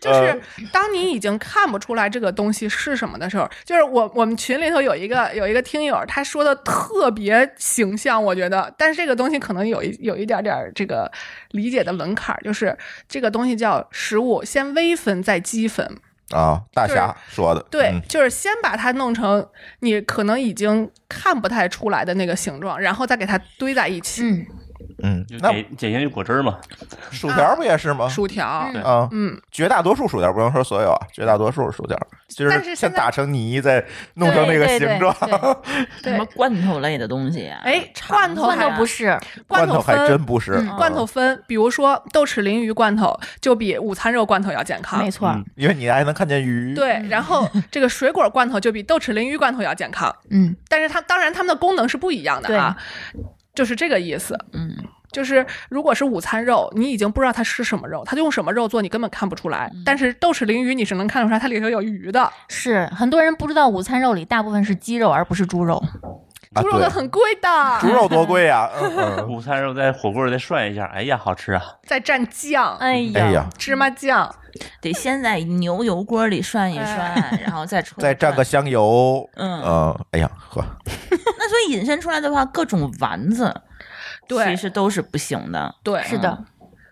Speaker 5: 就是当你已经看不出来这个东西是什么的时候，就是我我们群里头有一个有一个听友，他说的特别形象，我觉得，但是这个东西可能有一有一点点儿这个理解的门槛儿，就是这个东西叫食物，先微分再积分，
Speaker 2: 啊，大侠说的，
Speaker 5: 对，
Speaker 2: 嗯
Speaker 5: 就是先把它弄成你可能已经看不太出来的那个形状，然后再给它堆在一起，
Speaker 3: 嗯，
Speaker 2: 嗯，
Speaker 6: 就
Speaker 2: 那
Speaker 6: 碱碱盐与果汁儿嘛，
Speaker 2: 薯条不也是吗？
Speaker 5: 薯条，
Speaker 3: 嗯
Speaker 2: 啊，
Speaker 5: 嗯，
Speaker 2: 绝大多数薯条，不用说所有啊，绝大多数薯条就
Speaker 5: 但是
Speaker 2: 先
Speaker 5: 现在
Speaker 2: 打成泥，再弄成那个
Speaker 3: 对对
Speaker 2: 形状。
Speaker 3: 对对
Speaker 5: 对
Speaker 4: 什么罐头类的东西啊，
Speaker 5: 哎
Speaker 4: 肠
Speaker 5: 罐头
Speaker 3: 罐头
Speaker 5: 还
Speaker 3: 不是，
Speaker 2: 罐头
Speaker 5: 头
Speaker 2: 还
Speaker 5: 分
Speaker 2: 真不是，
Speaker 3: 嗯
Speaker 2: 啊
Speaker 5: 罐头，分，比如说豆豉鲮鱼罐头就比午餐肉罐头要健康
Speaker 3: 没，错，
Speaker 6: 嗯
Speaker 2: 因为你还能看见鱼。，
Speaker 5: 对。然后这个水果罐头就比豆豉鲮鱼罐头要健康，
Speaker 3: 嗯，
Speaker 5: 但是它当然它们的功能是不一样的啊，就是这个意思。
Speaker 4: 嗯，
Speaker 5: 就是如果是午餐肉，你已经不知道它是什么肉，它用什么肉做，你根本看不出来。但是豆豉鲮鱼你是能看出来它里头有鱼
Speaker 2: 啊
Speaker 5: 的，
Speaker 3: 是很多人不知道午餐肉里大部分是鸡肉而不是猪肉。
Speaker 2: 啊
Speaker 5: 猪肉
Speaker 2: 对
Speaker 5: 都很贵
Speaker 2: 猪
Speaker 5: 的，
Speaker 2: 肉多贵呀！嗯嗯
Speaker 6: 午餐肉在火锅里再涮一下，哎呀，好吃啊！
Speaker 5: 再蘸酱，
Speaker 3: 嗯
Speaker 4: 哎呀，
Speaker 2: 哎呀，
Speaker 5: 芝麻酱，
Speaker 4: 得先在牛油锅里涮一涮，然后再出来
Speaker 2: 再蘸个香油，
Speaker 4: 嗯
Speaker 2: 嗯，哎呀，呵，
Speaker 4: 那所以引申出来的话，各种丸子
Speaker 5: 对
Speaker 4: 其实都是不行的。
Speaker 5: 对，
Speaker 3: 是的，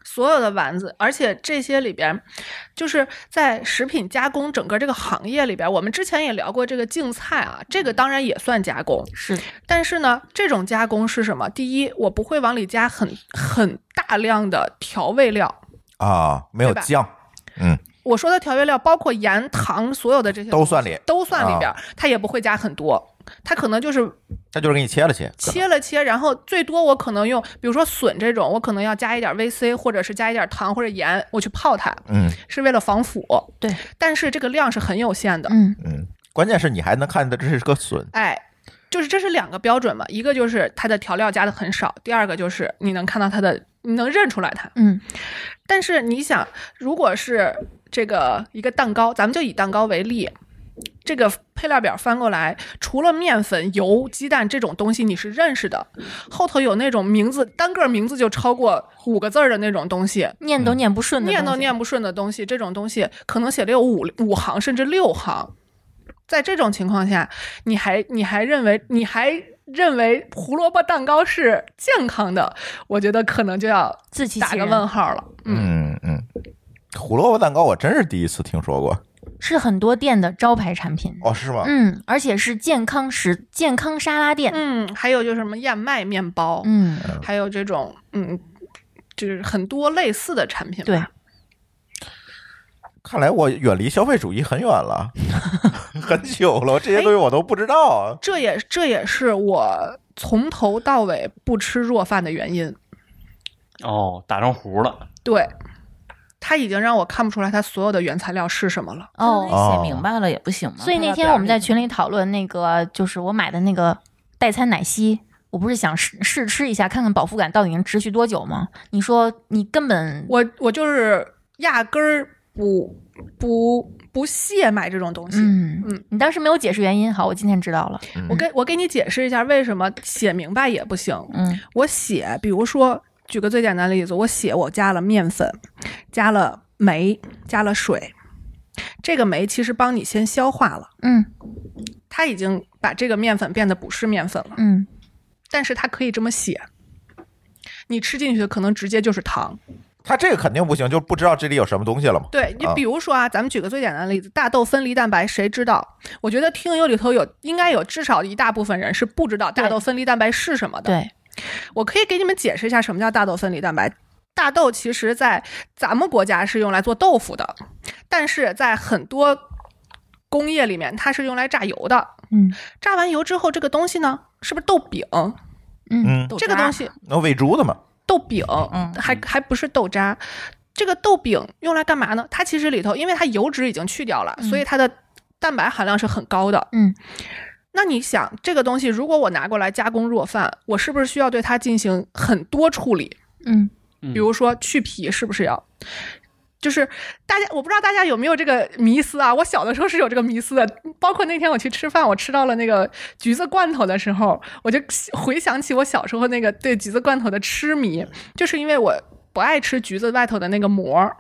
Speaker 5: 所有的丸子，而且这些里边，就是在食品加工整个这个行业里边，我们之前也聊过这个净菜啊，这个当然也算加工，
Speaker 3: 是
Speaker 5: 但是呢，这种加工是什么？第一，我不会往里加很很大量的调味料，
Speaker 2: 啊，没有
Speaker 5: 对吧
Speaker 2: 酱，嗯，
Speaker 5: 我说的调味料包括盐、糖，所有的这些
Speaker 2: 都算里
Speaker 5: 都算里边儿，它也不会加很多，它可能就是
Speaker 2: 他就是给你切了切，可能
Speaker 5: 切了切，然后最多我可能用，比如说笋这种，我可能要加一点 VC，或者是加一点糖或者盐，我去泡它，
Speaker 2: 嗯
Speaker 5: 是为了防腐。
Speaker 3: 对，
Speaker 5: 但是这个量是很有限的。
Speaker 3: 嗯，
Speaker 2: 嗯，关键是你还能看到这是个笋，
Speaker 5: 哎，就是这是两个标准嘛，一个就是它的调料加的很少，第二个就是你能看到它的，你能认出来它。
Speaker 3: 嗯，
Speaker 5: 但是你想，如果是这个一个蛋糕，咱们就以蛋糕为例。这个配料表翻过来，除了面粉、油、鸡蛋这种东西你是认识的，后头有那种名字单个名字就超过五个字儿的那种东西，
Speaker 3: 念都念不顺的东西，
Speaker 5: 念都念不顺的东西，这种东西可能写了有五五行甚至六行，在这种情况下，你还你还认为你还认为胡萝卜蛋糕是健康的，我觉得可能就要
Speaker 3: 自欺
Speaker 5: 打
Speaker 3: 欺
Speaker 5: 个
Speaker 3: 人，
Speaker 5: 问号了。嗯，
Speaker 2: 嗯嗯，胡萝卜蛋糕我真是第一次听说过，
Speaker 3: 是很多店的招牌产品。
Speaker 2: 哦是吗？
Speaker 3: 嗯，而且是健康食健康沙拉店。
Speaker 5: 嗯，还有就是什么燕麦面包，
Speaker 3: 嗯，
Speaker 5: 还有这种嗯，就是很多类似的产品吧。
Speaker 3: 对，
Speaker 2: 看来我远离消费主义很远了，很久了，这些东西我都不知道啊。
Speaker 5: 这也这也是我从头到尾不吃弱饭的原因。
Speaker 6: 哦，打上糊了，
Speaker 5: 对，它已经让我看不出来它所有的原材料是什么了。
Speaker 3: 哦，
Speaker 2: 哦
Speaker 4: 嗯写明白了也不行吗？
Speaker 3: 所以那天我们在群里讨论那个，就是我买的那个代餐奶昔，我不是想试试吃一下，看看饱腹感到底能持续多久吗？你说你根本
Speaker 5: 我我就是压根儿不不不屑买这种东西。
Speaker 3: 嗯
Speaker 5: 嗯
Speaker 3: 你当时没有解释原因，好，我今天知道了。
Speaker 5: 我给我给你解释一下为什么写明白也不行。
Speaker 4: 嗯，
Speaker 5: 我写，比如说举个最简单的例子，我写我加了面粉，加了酶，加了水。这个酶其实帮你先消化了，
Speaker 3: 嗯
Speaker 5: 它已经把这个面粉变得不是面粉了，
Speaker 3: 嗯，
Speaker 5: 但是它可以这么写。你吃进去的可能直接就是糖，
Speaker 2: 他这个肯定不行，就不知道这里有什么东西了嘛。
Speaker 5: 对你
Speaker 2: 啊
Speaker 5: 比如说啊，咱们举个最简单的例子，大豆分离蛋白，谁知道？我觉得听友里头有应该有至少一大部分人是不知道大豆分离蛋白是什么的。
Speaker 3: 对，
Speaker 5: 我可以给你们解释一下什么叫大豆分离蛋白。大豆其实在咱们国家是用来做豆腐的，但是在很多工业里面它是用来榨油的。
Speaker 3: 嗯
Speaker 5: 榨完油之后，这个东西呢，是不是豆饼？
Speaker 3: 嗯
Speaker 2: 嗯，
Speaker 5: 这个东西
Speaker 2: 那喂猪的嘛，
Speaker 5: 豆饼，
Speaker 4: 嗯
Speaker 5: 还还不是豆渣。这个豆饼用来干嘛呢？它其实里头，因为它油脂已经去掉了，
Speaker 3: 嗯
Speaker 5: 所以它的蛋白含量是很高的。
Speaker 3: 嗯，
Speaker 5: 那你想，这个东西如果我拿过来加工弱饭，我是不是需要对它进行很多处理？
Speaker 3: 嗯，
Speaker 6: 嗯
Speaker 5: 比如说去皮是不是要？就是大家，我不知道大家有没有这个迷思啊？我小的时候是有这个迷思的，包括那天我去吃饭，我吃到了那个橘子罐头的时候，我就回想起我小时候那个对橘子罐头的痴迷，就是因为我不爱吃橘子外头的那个膜儿，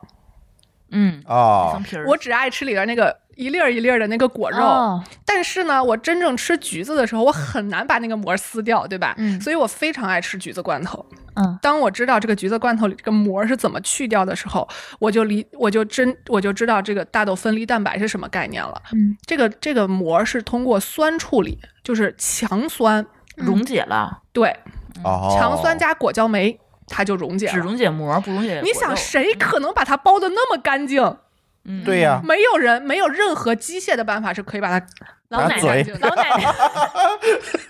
Speaker 4: 嗯，
Speaker 2: 哦
Speaker 4: 生，皮儿，
Speaker 5: 我只爱吃里边那个一粒儿一粒儿的那个果肉。
Speaker 3: 哦
Speaker 5: 但是呢，我真正吃橘子的时候，我很难把那个膜撕掉，对吧？
Speaker 3: 嗯
Speaker 5: 所以我非常爱吃橘子罐头。
Speaker 3: 嗯
Speaker 5: 当我知道这个橘子罐头里这个膜是怎么去掉的时候，我就理我就真我就知道这个大豆分离蛋白是什么概念了。
Speaker 3: 嗯，
Speaker 5: 这个这个膜是通过酸处理，就是强酸，
Speaker 4: 溶解了，
Speaker 5: 对，
Speaker 2: 哦，
Speaker 5: 强嗯酸加果胶酶，它就溶解
Speaker 4: 只
Speaker 5: 了。
Speaker 4: 溶解膜，不溶解果肉。
Speaker 5: 嗯你想，谁可能把它包的那么干净？
Speaker 4: 嗯
Speaker 2: 对呀，
Speaker 5: 没有人，没有任何机械的办法是可以
Speaker 4: [LAUGHS]
Speaker 5: 把它
Speaker 3: 老
Speaker 2: 拿
Speaker 3: 奶奶
Speaker 2: 嘴
Speaker 5: 干净的。
Speaker 3: 老奶奶，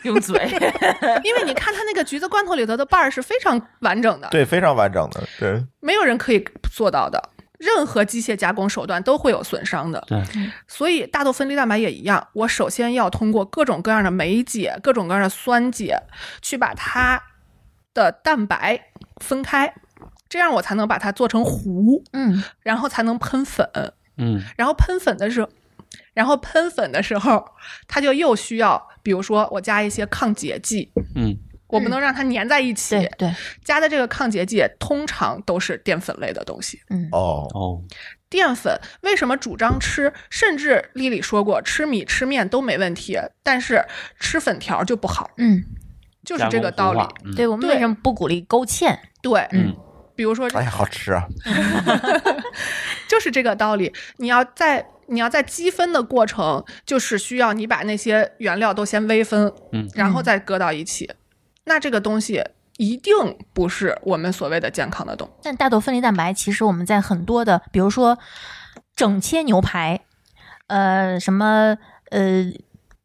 Speaker 4: 用嘴，
Speaker 5: 因为你看它那个橘子罐头里头的瓣儿是非常完整的，
Speaker 2: 对，非常完整的，对，
Speaker 5: 没有人可以做到的。任何机械加工手段都会有损伤的，
Speaker 6: 对，
Speaker 5: 所以大豆分离蛋白也一样。我首先要通过各种各样的酶解、各种各样的酸解，去把它的蛋白分开，这样我才能把它做成糊，
Speaker 3: [LAUGHS] 嗯
Speaker 5: 然后才能喷粉。
Speaker 6: 嗯，
Speaker 5: 然后喷粉的时候，然后喷粉的时候，它就又需要，比如说我加一些抗结剂，
Speaker 6: 嗯，
Speaker 5: 我不能让它粘在一起。
Speaker 3: 对对，
Speaker 5: 加的这个抗结剂通常都是淀粉类的东西。
Speaker 3: 嗯
Speaker 2: 哦，
Speaker 6: 哦，
Speaker 5: 淀粉为什么主张吃？甚至丽丽说过，吃米吃面都没问题，但是吃粉条就不好，
Speaker 3: 嗯，
Speaker 5: 就是这个道理
Speaker 6: 加。工
Speaker 2: 嗯
Speaker 6: 糊化，
Speaker 3: 对我们为
Speaker 5: 对
Speaker 3: 什么不鼓励勾芡？
Speaker 5: 对，
Speaker 6: 嗯
Speaker 5: 比如说这，
Speaker 2: 哎呀，好吃啊，
Speaker 5: 就是这个道理。你要在你要在积分的过程，就是需要你把那些原料都先微分，
Speaker 6: 嗯
Speaker 5: 然后再搁到一起。那这个东西一定不是我们所谓的健康的东西。
Speaker 3: 但大豆分离蛋白其实我们在很多的，比如说整切牛排，呃，什么呃。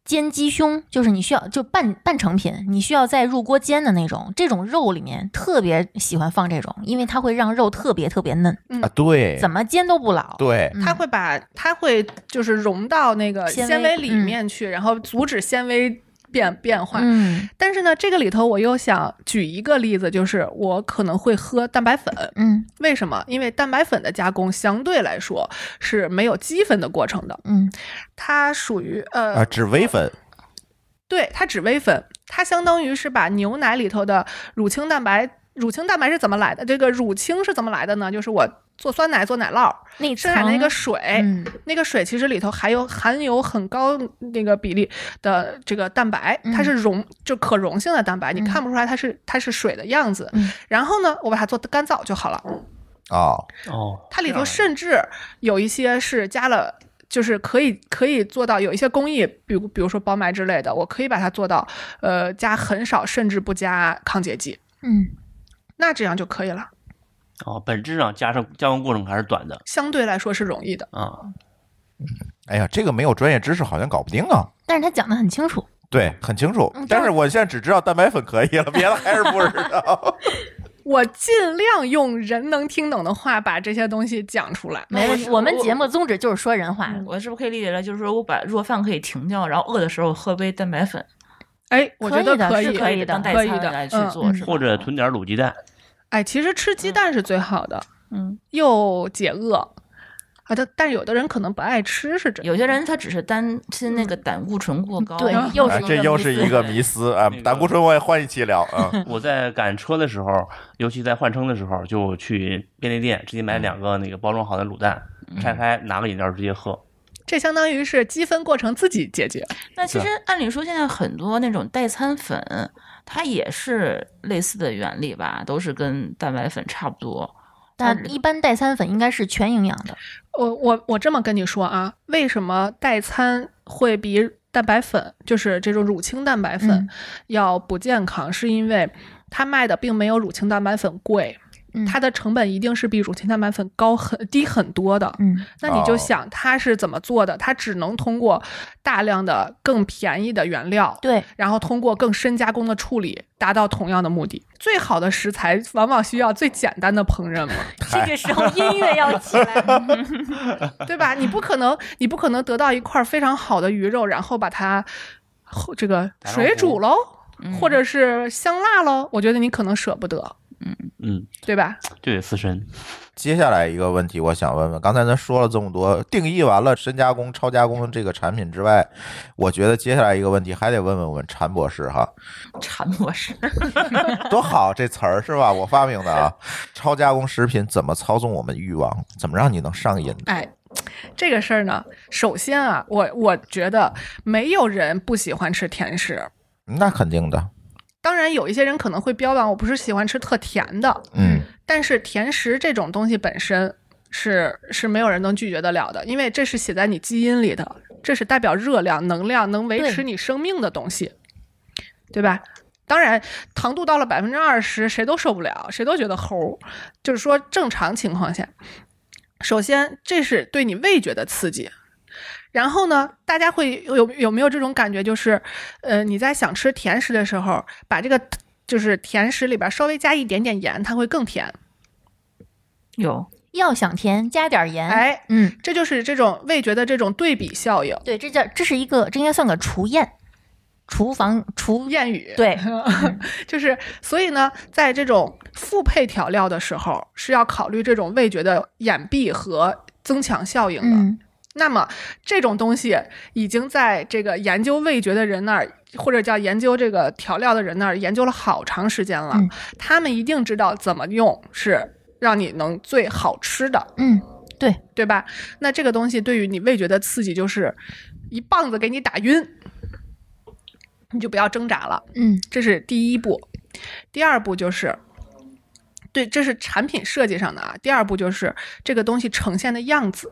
Speaker 3: 煎鸡胸就是你需要就半半成品，你需要再入锅煎的那种，这种肉里面特别喜欢放这种，因为它会让肉特别特别嫩，
Speaker 5: 嗯
Speaker 2: 啊，对
Speaker 3: 怎么煎都不老。
Speaker 2: 对，
Speaker 3: 嗯
Speaker 5: 它会把它会就是融到那个
Speaker 3: 纤维
Speaker 5: 纤维里
Speaker 3: 嗯
Speaker 5: 面去，然后阻止纤维变变化。
Speaker 3: 嗯
Speaker 5: 但是呢，这个里头我又想举一个例子，就是我可能会喝蛋白粉，
Speaker 3: 嗯
Speaker 5: 为什么？因为蛋白粉的加工相对来说是没有积分的过程的，
Speaker 3: 嗯
Speaker 5: 它属于呃，
Speaker 2: 啊，只微粉
Speaker 5: 对，它只微粉，它相当于是把牛奶里头的乳清蛋白，乳清蛋白是怎么来的？这个乳清是怎么来的呢？就是我做酸奶、做奶酪，
Speaker 3: 那
Speaker 5: 剩下的那个
Speaker 3: 层
Speaker 5: 水，
Speaker 3: 嗯
Speaker 5: 那个水其实里头还有含有很高那个比例的这个蛋白，
Speaker 3: 嗯
Speaker 5: 它是溶就可溶性的蛋白，你
Speaker 3: 嗯
Speaker 5: 看不出来它是它是水的样子。
Speaker 3: 嗯
Speaker 5: 然后呢，我把它做干燥就好了。
Speaker 2: 啊，
Speaker 6: 哦，
Speaker 5: 它里
Speaker 6: 这
Speaker 5: 头
Speaker 6: 样
Speaker 3: 啊
Speaker 5: 甚至有一些是加了，就是可以可以做到有一些工艺，比如比如说包埋之类的，我可以把它做到，呃，加很少甚至不加抗结剂，
Speaker 3: 嗯
Speaker 5: 那这样就可以了，
Speaker 6: 哦，本质上加上加工过程还是短的
Speaker 5: 相对来说是容易的。
Speaker 6: 啊，
Speaker 2: 哎呀，这个没有专业知识好像搞不定啊。
Speaker 3: 但是他讲的很清楚，
Speaker 2: 对，很清楚
Speaker 3: 嗯，
Speaker 2: 但是我现在只知道蛋白粉可以了，别的还是不知道。
Speaker 5: 我尽量用人能听懂的话把这些东西讲出来。
Speaker 3: 没问题。
Speaker 4: 是
Speaker 3: 我们
Speaker 4: 我
Speaker 3: 节目宗旨就是说人话，
Speaker 5: 嗯
Speaker 4: 我是不是可以理解了？就是说我把如果饭可以停掉，然后饿的时候喝杯蛋白粉，
Speaker 5: 哎，我觉得
Speaker 3: 可以的
Speaker 5: 以，
Speaker 3: 是
Speaker 4: 可
Speaker 3: 以的
Speaker 4: 当代
Speaker 5: 可以
Speaker 4: 餐
Speaker 5: 的
Speaker 4: 来去
Speaker 5: 嗯
Speaker 4: 做，是吧？
Speaker 6: 或者囤点儿卤鸡蛋，
Speaker 5: 哎，其实吃鸡蛋是最好的，
Speaker 4: 嗯，
Speaker 5: 又解饿啊。但但有的人可能不爱吃，是真的。
Speaker 4: 有些人他只是担心那个胆固醇过高，
Speaker 3: 对
Speaker 5: 嗯，
Speaker 3: 又
Speaker 2: 哎
Speaker 3: 是
Speaker 2: 这又是一个迷思啊
Speaker 6: 那！个
Speaker 2: 胆固醇我也换一期聊
Speaker 6: [LAUGHS]
Speaker 2: 啊。嗯
Speaker 6: 我在赶车的时候，尤其在换乘的时候，就去便利店直接买两个那个包装好的卤蛋，拆开拿个饮料直接喝。
Speaker 5: 这相当于是积分过程自己解决。
Speaker 4: 那其实按理说，现在很多那种代餐粉，它也是类似的原理吧，都是跟蛋白粉差不多。
Speaker 3: 但一般代餐粉应该是全营养的，
Speaker 5: 我我我这么跟你说啊，为什么代餐会比蛋白粉，就是这种乳清蛋白粉、
Speaker 3: 嗯
Speaker 5: 要不健康？是因为它卖的并没有乳清蛋白粉贵，
Speaker 3: 嗯
Speaker 5: 它的成本一定是比乳清蛋白粉高很低很多的。
Speaker 3: 嗯
Speaker 5: 那你就
Speaker 2: 哦
Speaker 5: 想它是怎么做的？它只能通过大量的更便宜的原料，
Speaker 3: 对，
Speaker 5: 然后通过更深加工的处理，达到同样的目的。最好的食材往往需要最简单的烹饪嘛，
Speaker 3: [LAUGHS] 这个时候音乐要起来，
Speaker 5: 对吧？你不可能，你不可能得到一块非常好的鱼肉，然后把它后这个
Speaker 6: 打上
Speaker 5: 水煮
Speaker 6: 糊
Speaker 5: 喽，
Speaker 4: 嗯
Speaker 5: 或者是香辣喽。我觉得你可能舍不得，
Speaker 6: 嗯，
Speaker 5: 对吧？
Speaker 6: 就得刺身。
Speaker 2: 接下来一个问题，我想问问，刚才咱说了这么多，定义完了深加工、超加工这个产品之外，我觉得接下来一个问题还得问问我们陈博士哈，
Speaker 4: 馋博 [LAUGHS] 士，
Speaker 2: 多好这词儿是吧？我发明的
Speaker 6: [LAUGHS]
Speaker 2: 啊，超加工食品怎么操纵我们欲望？怎么让你能上瘾？
Speaker 5: 哎，这个事儿呢，首先啊，我我觉得没有人不喜欢吃甜食。
Speaker 2: 那肯定的，
Speaker 5: 当然，有一些人可能会标榜我不是喜欢吃特甜的，
Speaker 2: 嗯，
Speaker 5: 但是甜食这种东西本身是是没有人能拒绝得了的，因为这是写在你基因里的，这是代表热量、能量，能维持
Speaker 3: 对
Speaker 5: 你生命的东西，对吧？当然，糖度到了百分之二十，谁都受不了，谁都觉得齁。就是说，正常情况下，首先这是对你味觉的刺激。然后呢，大家会有有有没有这种感觉，就是，呃，你在想吃甜食的时候，把这个就是甜食里边稍微加一点点盐，它会更甜。
Speaker 4: 有，
Speaker 3: 要想甜加点盐，
Speaker 5: 哎，
Speaker 3: 嗯，
Speaker 5: 这就是这种味觉的这种对比效应。
Speaker 3: 对，这叫这是一个，这应该算个厨宴，厨房厨
Speaker 5: 谚语，
Speaker 3: 对，
Speaker 5: 就是所以呢，在这种复配调料的时候，是要考虑这种味觉的掩蔽和增强效应的。
Speaker 3: 嗯
Speaker 5: 那么这种东西已经在这个研究味觉的人那儿，或者叫研究这个调料的人那儿研究了好长时间了，
Speaker 3: 嗯
Speaker 5: 他们一定知道怎么用是让你能最好吃的。
Speaker 3: 嗯，
Speaker 5: 对吧？那这个东西对于你味觉的刺激就是一棒子给你打晕，你就不要挣扎了，
Speaker 3: 嗯
Speaker 5: 这是第一步。第二步就是，对，这是产品设计上的啊。第二步就是这个东西呈现的样子。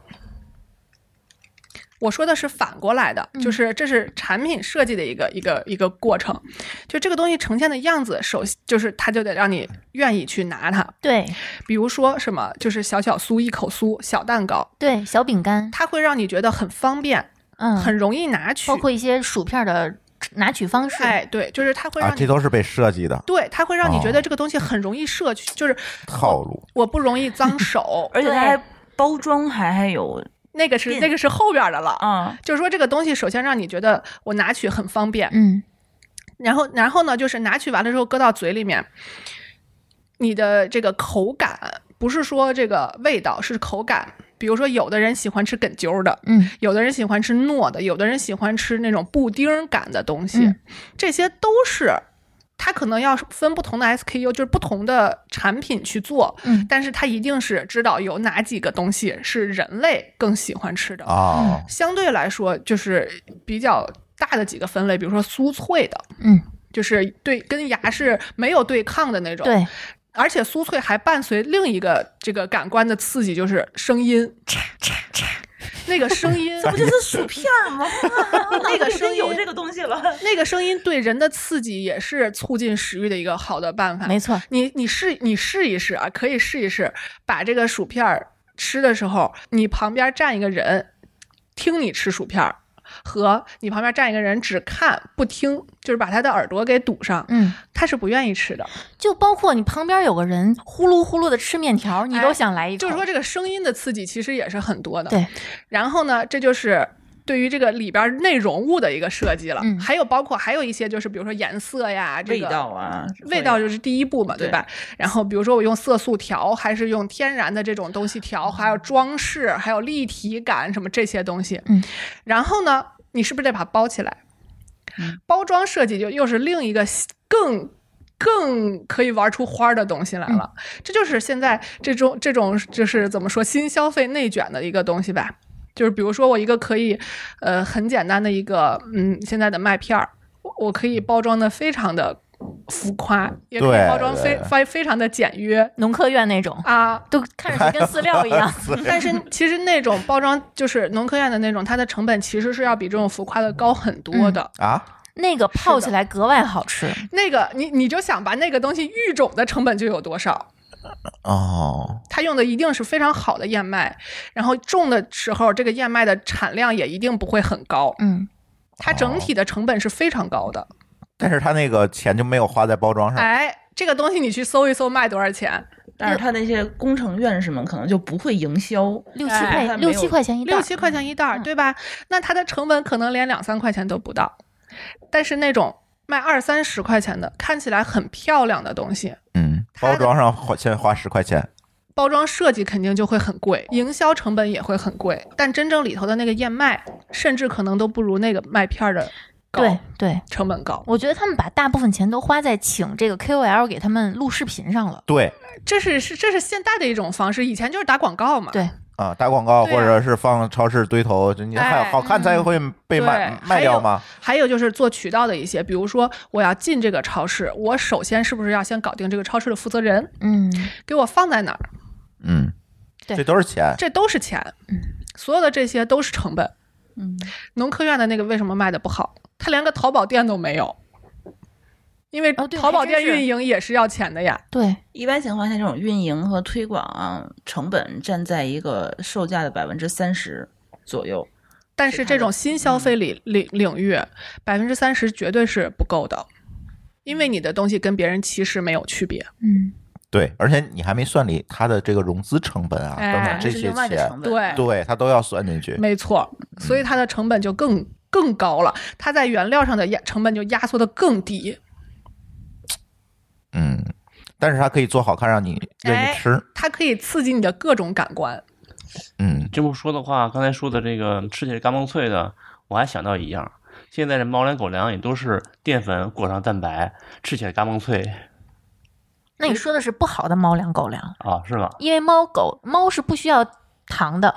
Speaker 5: 我说的是反过来的，就是这是产品设计的一个一个一个过程，就这个东西呈现的样子，首先就是它就得让你愿意去拿它。
Speaker 3: 对
Speaker 5: 比如说什么，就是小小酥一口酥小蛋糕，
Speaker 3: 对，小饼干，
Speaker 5: 它会让你觉得很方便，
Speaker 3: 嗯，
Speaker 5: 很容易拿取。
Speaker 3: 包括一些薯片的拿取方式，
Speaker 5: 哎，对，就是它会
Speaker 2: 啊，
Speaker 5: 让你、
Speaker 2: 这都是被设计的
Speaker 5: 对，它会让你
Speaker 2: 哦
Speaker 5: 觉得这个东西很容易摄取，就是
Speaker 2: 套路。
Speaker 5: 我不容易
Speaker 3: [LAUGHS]
Speaker 5: 脏手
Speaker 4: 而且它
Speaker 3: 对
Speaker 4: 还包装还还有
Speaker 5: 那个是
Speaker 4: 变
Speaker 5: 那个是后边的了。
Speaker 3: 嗯
Speaker 4: 啊，
Speaker 5: 就是说，这个东西首先让你觉得我拿取很方便，
Speaker 3: 嗯，
Speaker 5: 然后然后呢，就是拿取完了之后搁到嘴里面，你的这个口感不是说这个味道，是口感。比如说，有的人喜欢吃梗啾的，
Speaker 3: 嗯，
Speaker 5: 有的人喜欢吃糯的，有的人喜欢吃那种布丁感的东西，
Speaker 3: 嗯
Speaker 5: 这些都是它可能要分不同的 SKU，就是不同的产品去做，
Speaker 3: 嗯
Speaker 5: 但是它一定是知道有哪几个东西是人类更喜欢吃的
Speaker 2: 啊，
Speaker 5: 相对来说，就是比较大的几个分类，比如说酥脆的，
Speaker 3: 嗯，
Speaker 5: 就是对跟牙是没有对抗的那种，，
Speaker 3: 对，
Speaker 5: 而且酥脆还伴随另一个这个感官的刺激，就是声音，那个声音，
Speaker 4: 这不就是薯片儿吗？
Speaker 5: [LAUGHS] 那个声
Speaker 4: 真
Speaker 5: 音
Speaker 4: 有这个东西了，
Speaker 5: 那个声音对人的刺激也是促进食欲的一个好的办法。
Speaker 3: 没错，
Speaker 5: 你你试你试一试啊，可以试一试，把这个薯片儿吃的时候，你旁边站一个人听你吃薯片儿，和你旁边站一个人只看不听，就是把他的耳朵给堵上，
Speaker 3: 嗯，
Speaker 5: 他是不愿意吃的。
Speaker 3: 就包括你旁边有个人呼噜呼噜的吃面条，你都想来一口，
Speaker 5: 哎就是说，这个声音的刺激其实也是很多的。
Speaker 3: 对，
Speaker 5: 然后呢，这就是。对于这个里边内容物的一个设计了，
Speaker 3: 嗯
Speaker 5: 还有包括还有一些就是比如说颜色呀，这
Speaker 4: 味
Speaker 5: 个
Speaker 4: 道啊，
Speaker 5: 味道就是第一步嘛，
Speaker 4: 对
Speaker 5: 对吧？然后比如说我用色素调，还是用天然的这种东西调，还有装饰，还有立体感什么这些东西。
Speaker 3: 嗯，
Speaker 5: 然后呢，你是不是得把它包起来？包装设计就又是另一个更。更可以玩出花儿的东西来了，这就是现在这种这种就是怎么说新消费内卷的一个东西吧。就是比如说我一个可以，呃，很简单的一个，嗯，现在的麦片儿，我我可以包装的非常的浮夸，也可
Speaker 2: 对
Speaker 5: 以包装非
Speaker 2: 对
Speaker 5: 非非常的简约
Speaker 3: 农科院那种，
Speaker 5: 啊。
Speaker 3: 都看上去
Speaker 5: [LAUGHS]
Speaker 3: 跟饲料一样，
Speaker 5: 嗯但 [LAUGHS] 是其实那种包装就是农科院的那种，它的成本其实是要比这种浮夸的高很多的。
Speaker 2: 啊，
Speaker 3: 那个泡起来格外好吃，
Speaker 5: 嗯那个你你就想吧，那个东西育种的成本就有多少？
Speaker 2: 哦，
Speaker 5: 它用的一定是非常好的燕麦，然后种的时候这个燕麦的产量也一定不会很高，
Speaker 3: 嗯，
Speaker 5: 它整体的成本是非常高的。
Speaker 2: 但是他那个钱就没有花在包
Speaker 3: 哦
Speaker 2: 装上。
Speaker 5: 哎，这个东西你去搜一搜卖多少钱？
Speaker 4: 但是它那些工程院士们可能就不会营销，
Speaker 3: 六七
Speaker 5: 哎
Speaker 3: 块
Speaker 4: 它没
Speaker 3: 六
Speaker 4: 有
Speaker 3: 七块钱一袋，嗯
Speaker 5: 六七块钱一袋儿，对吧？那它的成本可能连两三块钱都不到，但是那种卖二三十块钱的，看起来很漂亮的东西，
Speaker 2: 嗯，
Speaker 5: 他
Speaker 2: 包
Speaker 5: 的
Speaker 2: 装上花先花十块钱。
Speaker 5: 包装设计肯定就会很贵，营销成本也会很贵。但真正里头的那个燕麦，甚至可能都不如那个麦片儿的高，
Speaker 3: 对对。
Speaker 5: 成本高。
Speaker 3: 我觉得他们把大部分钱都花在请这个 KOL 给他们录视频上了，
Speaker 2: 对
Speaker 5: 这是是这是现代的一种方式，以前就是打广告嘛。
Speaker 3: 对
Speaker 2: 啊，打广告
Speaker 5: 对
Speaker 2: 或
Speaker 5: 啊
Speaker 2: 者是放超市堆头，就你还
Speaker 5: 哎
Speaker 2: 好看才会被卖
Speaker 5: 对
Speaker 2: 卖掉吗？
Speaker 5: 还有就是做渠道的一些，比如说我要进这个超市，我首先是不是要先搞定这个超市的负责人，
Speaker 3: 嗯，
Speaker 5: 给我放在哪儿？
Speaker 2: 嗯，
Speaker 3: 对
Speaker 2: 这都是钱。
Speaker 5: 这都是钱，
Speaker 3: 嗯
Speaker 5: 所有的这些都是成本。
Speaker 4: 嗯，
Speaker 5: 农科院的那个为什么卖的不好？他连个淘宝店都没有，因为
Speaker 3: 哦对
Speaker 5: 淘宝
Speaker 3: 还
Speaker 5: 店
Speaker 3: 真是
Speaker 5: 运营也是要钱的呀。
Speaker 3: 对，
Speaker 4: 一般情况下，这种运营和推广、啊、成本占在一个售价的百分之三十左右。
Speaker 5: 但是这种新消
Speaker 3: 嗯
Speaker 5: 费领领领域，百分之三十绝对是不够的，因为你的东西跟别人其实没有区别。
Speaker 3: 嗯，
Speaker 2: 对，而且你还没算里它的这个融资成本啊，
Speaker 5: 哎
Speaker 2: 等等
Speaker 4: 这
Speaker 2: 这
Speaker 4: 是
Speaker 2: 些
Speaker 4: 另外的
Speaker 2: 钱，
Speaker 4: 成本。
Speaker 5: 对，
Speaker 2: [LAUGHS] 对，嗯它都要算进去。
Speaker 5: 没错，所以它的成本就更更高了，它在原料上的压成本就压缩的更低。
Speaker 2: 嗯，但是它可以做好看，让你愿
Speaker 5: 哎
Speaker 2: 意吃。
Speaker 5: 它可以刺激你的各种感官，
Speaker 2: 嗯，
Speaker 6: 这么说的话，刚才说的这个吃起来嘎嘣脆的，我还想到一样，现在这猫粮、狗粮也都是淀粉裹上蛋白，吃起来嘎嘣脆
Speaker 5: 嗯
Speaker 3: 那你说的是不好的猫粮狗粮，
Speaker 6: 啊，是吧？
Speaker 3: 因为猫狗猫是不需要糖的，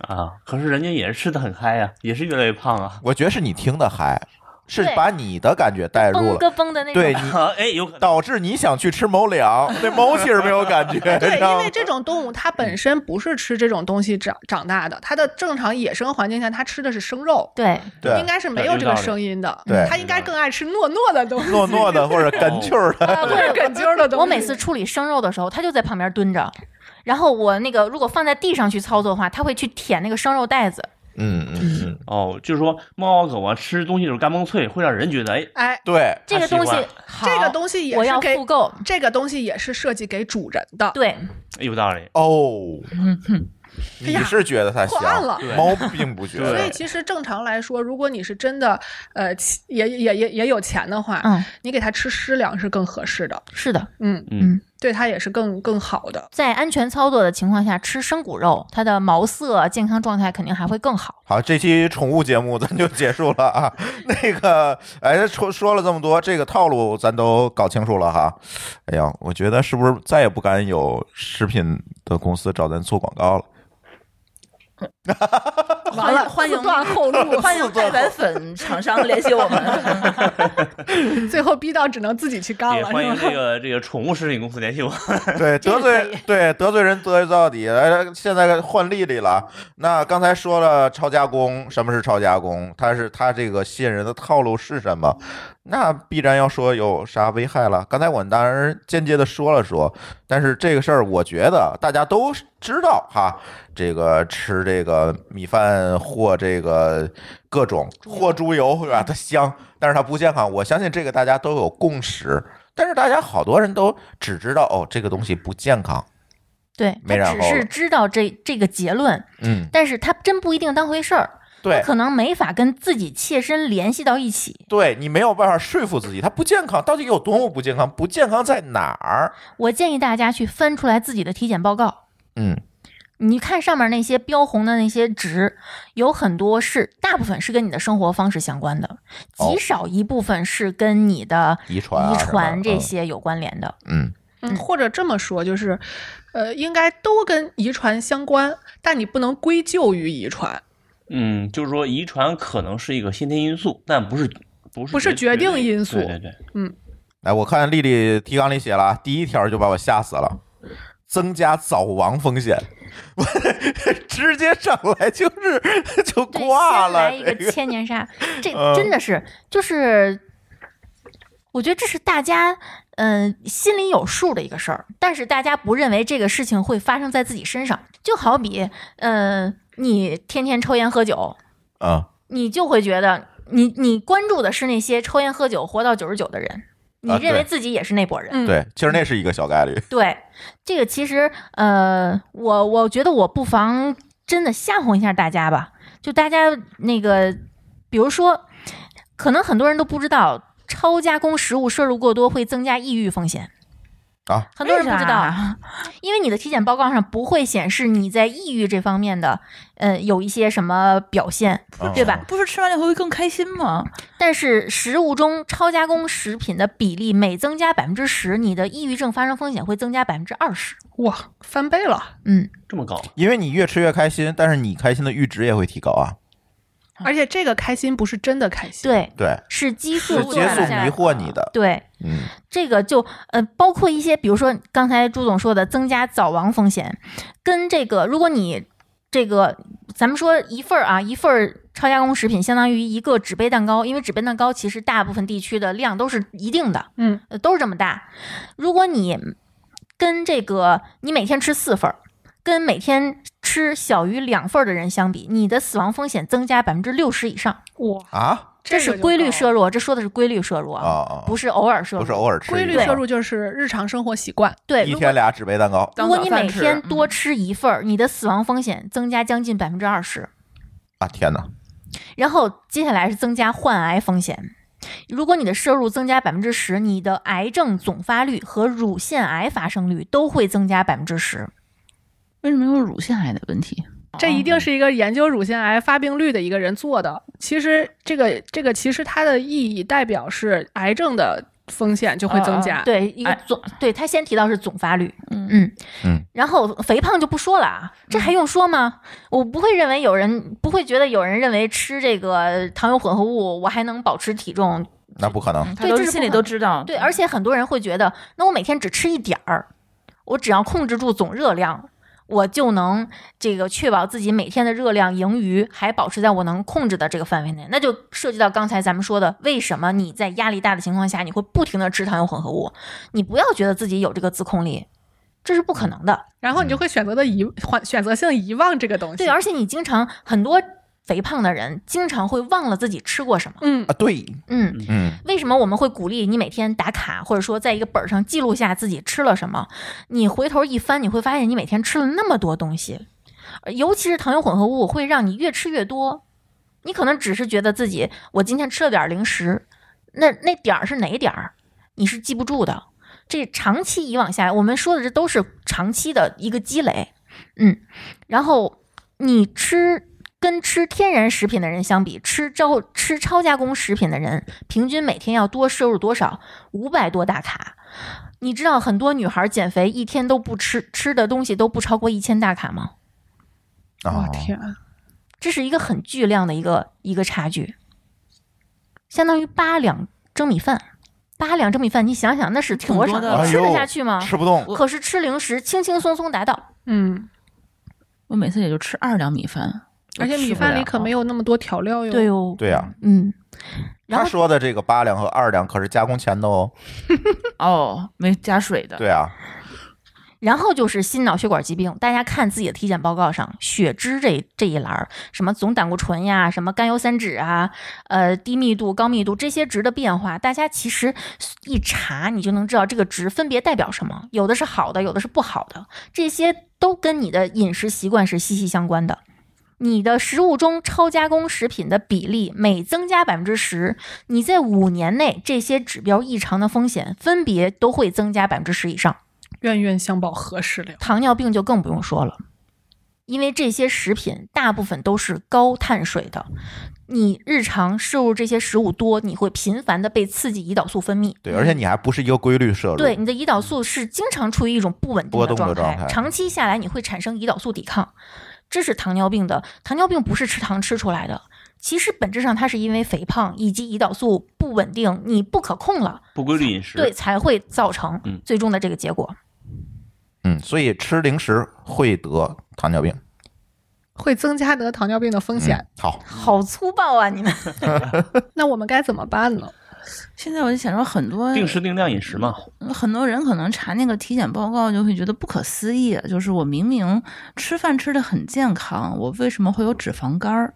Speaker 6: 啊，可是人家也是吃的很嗨呀、也是越来越胖啊。 [LAUGHS]
Speaker 2: 我觉得是你听的嗨，是
Speaker 3: 对
Speaker 2: 把你的感觉带入
Speaker 3: 嘣
Speaker 2: 了，
Speaker 3: 咯嘣的那种
Speaker 5: [LAUGHS]
Speaker 2: 对你
Speaker 6: 哎，有可能。
Speaker 2: 导致你想去吃某两，对某其实没有感觉，
Speaker 5: [LAUGHS] 对，
Speaker 2: 知道吗
Speaker 5: 因为这种动物它本身不是吃这种东西长长大的，它的正常野生环境下，它吃的是生肉，
Speaker 3: 对
Speaker 2: 对
Speaker 5: 应该是没有这个声音的。
Speaker 2: 对
Speaker 5: 它应该更爱吃糯糯的东西，
Speaker 2: 糯糯的或者哏啾儿的，
Speaker 3: 啊，
Speaker 5: 或者
Speaker 3: 对，
Speaker 5: 梗啾的东西。
Speaker 3: 我每次处理生肉的时候，它就在旁边蹲着。然后我那个如果放在地上去操作的话，它会去舔那个生肉袋子。
Speaker 2: 嗯嗯嗯，
Speaker 6: 哦，就是说猫啊狗啊吃东西就是干嘣脆，会让人觉得哎，
Speaker 5: 哎，
Speaker 2: 对，
Speaker 3: 这个东西
Speaker 6: 它习，
Speaker 3: 好
Speaker 5: 这个东西也
Speaker 3: 我要
Speaker 5: 是给
Speaker 3: 复购。
Speaker 5: 这个东西也是设计给主人的。
Speaker 3: 对，
Speaker 6: 哎有道理。
Speaker 2: 哦，
Speaker 5: 哎
Speaker 2: 你
Speaker 5: 呀
Speaker 2: 是觉得它
Speaker 5: 破案
Speaker 2: 香
Speaker 5: 了，
Speaker 2: 猫并不觉
Speaker 5: 所
Speaker 2: 得
Speaker 5: 以，其实正常来说，如果你是真的，呃，起也也也也有钱的话，
Speaker 3: 嗯，
Speaker 5: 你给它吃湿粮是更合适的，
Speaker 3: 是的，
Speaker 5: 嗯
Speaker 6: 嗯，
Speaker 5: 对它也是更更好的。
Speaker 3: 在安全操作的情况下吃生骨肉，它的毛色、啊健康状态肯定还会更好。
Speaker 2: 好，这期宠物节目咱就结束了
Speaker 5: [LAUGHS]
Speaker 2: 啊。那个，哎，说说了这么多，这个套路咱都搞清楚了哈。哎呀，我觉得是不是再也不敢有食品的公司找咱做广告了？
Speaker 5: 完了，
Speaker 4: 欢迎
Speaker 5: 自断后
Speaker 3: [LAUGHS]
Speaker 5: 路，
Speaker 4: 欢迎代白粉厂商联系我们。
Speaker 5: 最后逼到只能自己去干
Speaker 6: 也
Speaker 5: 了，
Speaker 6: 欢迎
Speaker 5: 是
Speaker 6: 这
Speaker 5: 吧？
Speaker 6: 个这个宠物食品公司联系我。
Speaker 2: 对，
Speaker 4: 这
Speaker 2: 得
Speaker 4: 个
Speaker 2: 罪对得罪人得罪到底。哎，现在换丽丽了。那刚才说了超加工，什么是超加工？它是它这个吸引人的套路是什么？那必然要说有啥危害了。刚才我们当然间接的说了说，但是这个事儿我觉得大家都知道哈。这个吃这个米饭或这个各种或猪油是吧？它香，但是它不健康。我相信这个大家都有共识。但是大家好多人都只知道哦，这个东西不健康。
Speaker 3: 对，
Speaker 2: 没然
Speaker 3: 它
Speaker 2: 后
Speaker 3: 只是
Speaker 2: 了
Speaker 3: 知道这这个结论，
Speaker 2: 嗯，
Speaker 3: 但是它真不一定当回事儿，
Speaker 2: 对
Speaker 3: 可能没法跟自己切身联系到一起。
Speaker 2: 对，你没有办法说服自己，它不健康，到底有多么不健康？不健康在哪儿？
Speaker 3: 我建议大家去翻出来自己的体检报告，
Speaker 2: 嗯，
Speaker 3: 你看上面那些标红的那些值，有很多是大部分是跟你的生活方式相关的，
Speaker 2: 哦
Speaker 3: 极少一部分是跟你的
Speaker 2: 遗传、啊，
Speaker 3: 遗
Speaker 2: 什么
Speaker 3: 传这，些有关联的。
Speaker 2: 嗯
Speaker 5: 嗯，或者这么说，就是，呃，应该都跟遗传相关，但你不能归咎于遗传，
Speaker 6: 嗯，就是说遗传可能是一个先天因素，但不是不是
Speaker 5: 不是决定
Speaker 6: 对
Speaker 5: 因素
Speaker 6: 对对对，
Speaker 2: 嗯。哎，我看丽丽提纲里写了啊第一条就把我吓死了，增加早亡风险， [LAUGHS] 我直接上来就是 [LAUGHS] 就
Speaker 3: 对，
Speaker 2: 挂了
Speaker 3: 先来一
Speaker 2: 这
Speaker 3: 个
Speaker 2: 个。
Speaker 3: 千
Speaker 2: [LAUGHS]
Speaker 3: 年杀，这
Speaker 2: 嗯
Speaker 3: 真的是就是，我觉得这是大家嗯、心里有数的一个事儿，但是大家不认为这个事情会发生在自己身上。就好比嗯、呃你天天抽烟喝酒，
Speaker 2: 嗯，
Speaker 3: 你就会觉得你你关注的是那些抽烟喝酒活到九十九的人，你
Speaker 2: 啊
Speaker 3: 认为
Speaker 2: 对
Speaker 3: 自己也是那波人。
Speaker 5: 嗯
Speaker 2: 对，其实那是一个小概率。
Speaker 3: 对，这个其实呃，我我觉得我不妨真的吓唬一下大家吧，就大家那个，比如说，可能很多人都不知道。超加工食物摄入过多会增加抑郁风险
Speaker 2: 啊，
Speaker 3: 很
Speaker 4: [LAUGHS]
Speaker 3: 多人不知
Speaker 4: 为
Speaker 3: 道，
Speaker 4: 啥
Speaker 3: 因为你的体检报告上不会显示你在抑郁这方面的，呃，有一些什么表现，嗯
Speaker 2: 嗯
Speaker 3: 对吧？
Speaker 4: 不是吃完了以后会更开心吗？
Speaker 3: 但是食物中超加工食品的比例每增加百分之十，你的抑郁症发生风险会增加百分之二十。
Speaker 5: 哇，翻倍了，
Speaker 3: 嗯，
Speaker 6: 这么高，
Speaker 2: 因为你越吃越开心，但是你开心的阈值也会提高啊。
Speaker 5: 而且这个开心不是真的开心，，
Speaker 3: 嗯对，
Speaker 2: 对，
Speaker 3: 是激素
Speaker 2: 是
Speaker 3: 作
Speaker 2: 激
Speaker 3: 用
Speaker 2: 素
Speaker 3: 下
Speaker 2: 迷惑你的。
Speaker 3: 对。
Speaker 2: 嗯，
Speaker 3: 这个就呃，包括一些，比如说刚才朱总说的增加早亡风险，跟这个如果你这个咱们说一份儿啊，一份儿超加工食品相当于一个纸杯蛋糕，因为纸杯蛋糕其实大部分地区的量都是一定的，
Speaker 5: 嗯，
Speaker 3: 呃都是这么大。如果你跟这个你每天吃四份儿，跟每天吃小于两份儿的人相比，你的死亡风险增加百分之六十以上，
Speaker 5: 哇，
Speaker 2: 啊
Speaker 3: 这
Speaker 5: 个
Speaker 3: 是
Speaker 5: 就
Speaker 3: 规律
Speaker 5: 高
Speaker 3: 摄入，这说的是规律摄入
Speaker 2: 啊，啊，
Speaker 3: 不是偶尔摄入，
Speaker 2: 不是偶尔吃
Speaker 5: 规
Speaker 2: 一
Speaker 5: 律
Speaker 2: 顿
Speaker 5: 摄入就是日常生活习惯，
Speaker 3: 对，
Speaker 2: 一
Speaker 3: 如果
Speaker 2: 天俩纸杯蛋糕
Speaker 3: 如
Speaker 4: 当
Speaker 3: 果
Speaker 4: 早
Speaker 3: 你
Speaker 4: 饭
Speaker 3: 每
Speaker 4: 吃
Speaker 3: 天
Speaker 4: 嗯
Speaker 3: 多吃一份儿，你的死亡风险增加将近百分之二十。
Speaker 2: 啊！天哪，
Speaker 3: 然后接下来是增加患癌风险。如果你的摄入增加百分之十，你的癌症总发率和乳腺癌发生率都会增加百分之十。
Speaker 4: 为什么有乳腺癌的问题？
Speaker 5: 这一定是一个研究乳腺癌发病率的一个人做的。其实这个这个其实它的意义代表是癌症的风险就会增加。
Speaker 4: 啊
Speaker 3: 对，一个
Speaker 4: 哎
Speaker 3: 总，对他先提到是总发率，
Speaker 4: 嗯
Speaker 3: 嗯
Speaker 2: 嗯
Speaker 3: 然后肥胖就不说了啊，这还用说吗？我不会认为有人不会觉得有人认为吃这个糖油混合物我还能保持体重，
Speaker 2: 那不可能。
Speaker 5: 嗯
Speaker 4: 他都
Speaker 3: 这
Speaker 4: 是
Speaker 3: 是
Speaker 4: 心
Speaker 3: 不
Speaker 4: 里
Speaker 3: 可
Speaker 4: 都知道，
Speaker 3: 对，而且很多人会觉得，那我每天只吃一点儿，我只要控制住总热量。我就能这个确保自己每天的热量盈余还保持在我能控制的这个范围内，那就涉及到刚才咱们说的，为什么你在压力大的情况下，你会不停的吃糖油混合物？你不要觉得自己有这个自控力，这是不可能的。
Speaker 5: 然后你就会选择的遗换选择性遗忘这个东西。
Speaker 3: 对，而且你经常很多肥胖的人经常会忘了自己吃过什么。
Speaker 5: 嗯
Speaker 2: 啊，对，
Speaker 3: 嗯，
Speaker 2: 嗯，
Speaker 3: 为什么我们会鼓励你每天打卡，或者说在一个本儿上记录下自己吃了什么？你回头一翻，你会发现你每天吃了那么多东西，呃尤其是糖油混合物，会让你越吃越多。你可能只是觉得自己我今天吃了点儿零食，那那点儿是哪点儿，你是记不住的。这长期以往下来，我们说的这都是长期的一个积累，嗯，然后你吃跟吃天然食品的人相比，吃超吃超加工食品的人，平均每天要多摄入多少？五百多大卡。你知道很多女孩减肥一天都不吃吃的东西都不超过一千大卡吗？
Speaker 5: 我
Speaker 4: 哦
Speaker 2: 啊，
Speaker 5: 天啊，
Speaker 3: 这是一个很巨量的一个一个差距，相当于八两蒸米饭。八两蒸米饭，你想想那是
Speaker 4: 挺
Speaker 3: 多少？
Speaker 4: 多的
Speaker 3: 你吃
Speaker 2: 哎
Speaker 3: 得
Speaker 2: 呦
Speaker 3: 下去吗？
Speaker 2: 吃不动，
Speaker 3: 可是吃零食轻轻松松达到。
Speaker 5: 嗯，
Speaker 4: 我每次也就吃二两米饭，
Speaker 5: 而且米饭里可没
Speaker 4: 有。
Speaker 5: 有那么多调料哦哟。
Speaker 3: 对哦，
Speaker 2: 对呀。
Speaker 3: 嗯，然
Speaker 2: 他
Speaker 3: 后
Speaker 2: 说的这个八两和二两可是加工前的哦。
Speaker 4: 哦，没加水的。
Speaker 2: 对啊，
Speaker 3: 然后就是心脑血管疾病，大家看自己的体检报告上，血脂这这一栏儿，什么总胆固醇呀，什么甘油三酯啊，呃，低密度、高密度这些值的变化，大家其实一查你就能知道这个值分别代表什么，有的是好的，有的是不好的，这些都跟你的饮食习惯是息息相关的。你的食物中超加工食品的比例每增加百分之十，你在五年内这些指标异常的风险分别都会增加百分之十以上。
Speaker 5: 冤冤相报何时了？
Speaker 3: 糖尿病就更不用说了，因为这些食品大部分都是高碳水的，你日常摄入这些食物多，你会频繁的被刺激胰岛素分泌。
Speaker 2: 对，
Speaker 5: 嗯
Speaker 2: 而且你还不是一个规律摄入，
Speaker 3: 对你的胰岛素是经常处于一种不稳定
Speaker 2: 波动
Speaker 3: 状
Speaker 2: 的状态
Speaker 3: 长期下来你会产生胰岛素抵抗，这是糖尿病的。糖尿病不是吃糖吃出来的，其实本质上它是因为肥胖以及胰岛素不稳定，你不可控了，
Speaker 6: 不规律饮食，
Speaker 3: 对，才会造成
Speaker 6: 嗯
Speaker 3: 最终的这个结果。
Speaker 2: 嗯，所以吃零食会得糖尿病
Speaker 5: 会增加得糖尿病的风险。
Speaker 2: 嗯好，
Speaker 3: 好粗暴啊，你们！
Speaker 4: 嗯
Speaker 5: 那我们该怎么办呢？
Speaker 4: 现在我就想说，很多
Speaker 6: 定时定量饮食嘛，
Speaker 4: 很多人可能查那个体检报告就会觉得不可思议，就是我明明吃饭吃的很健康，我为什么会有脂肪肝儿？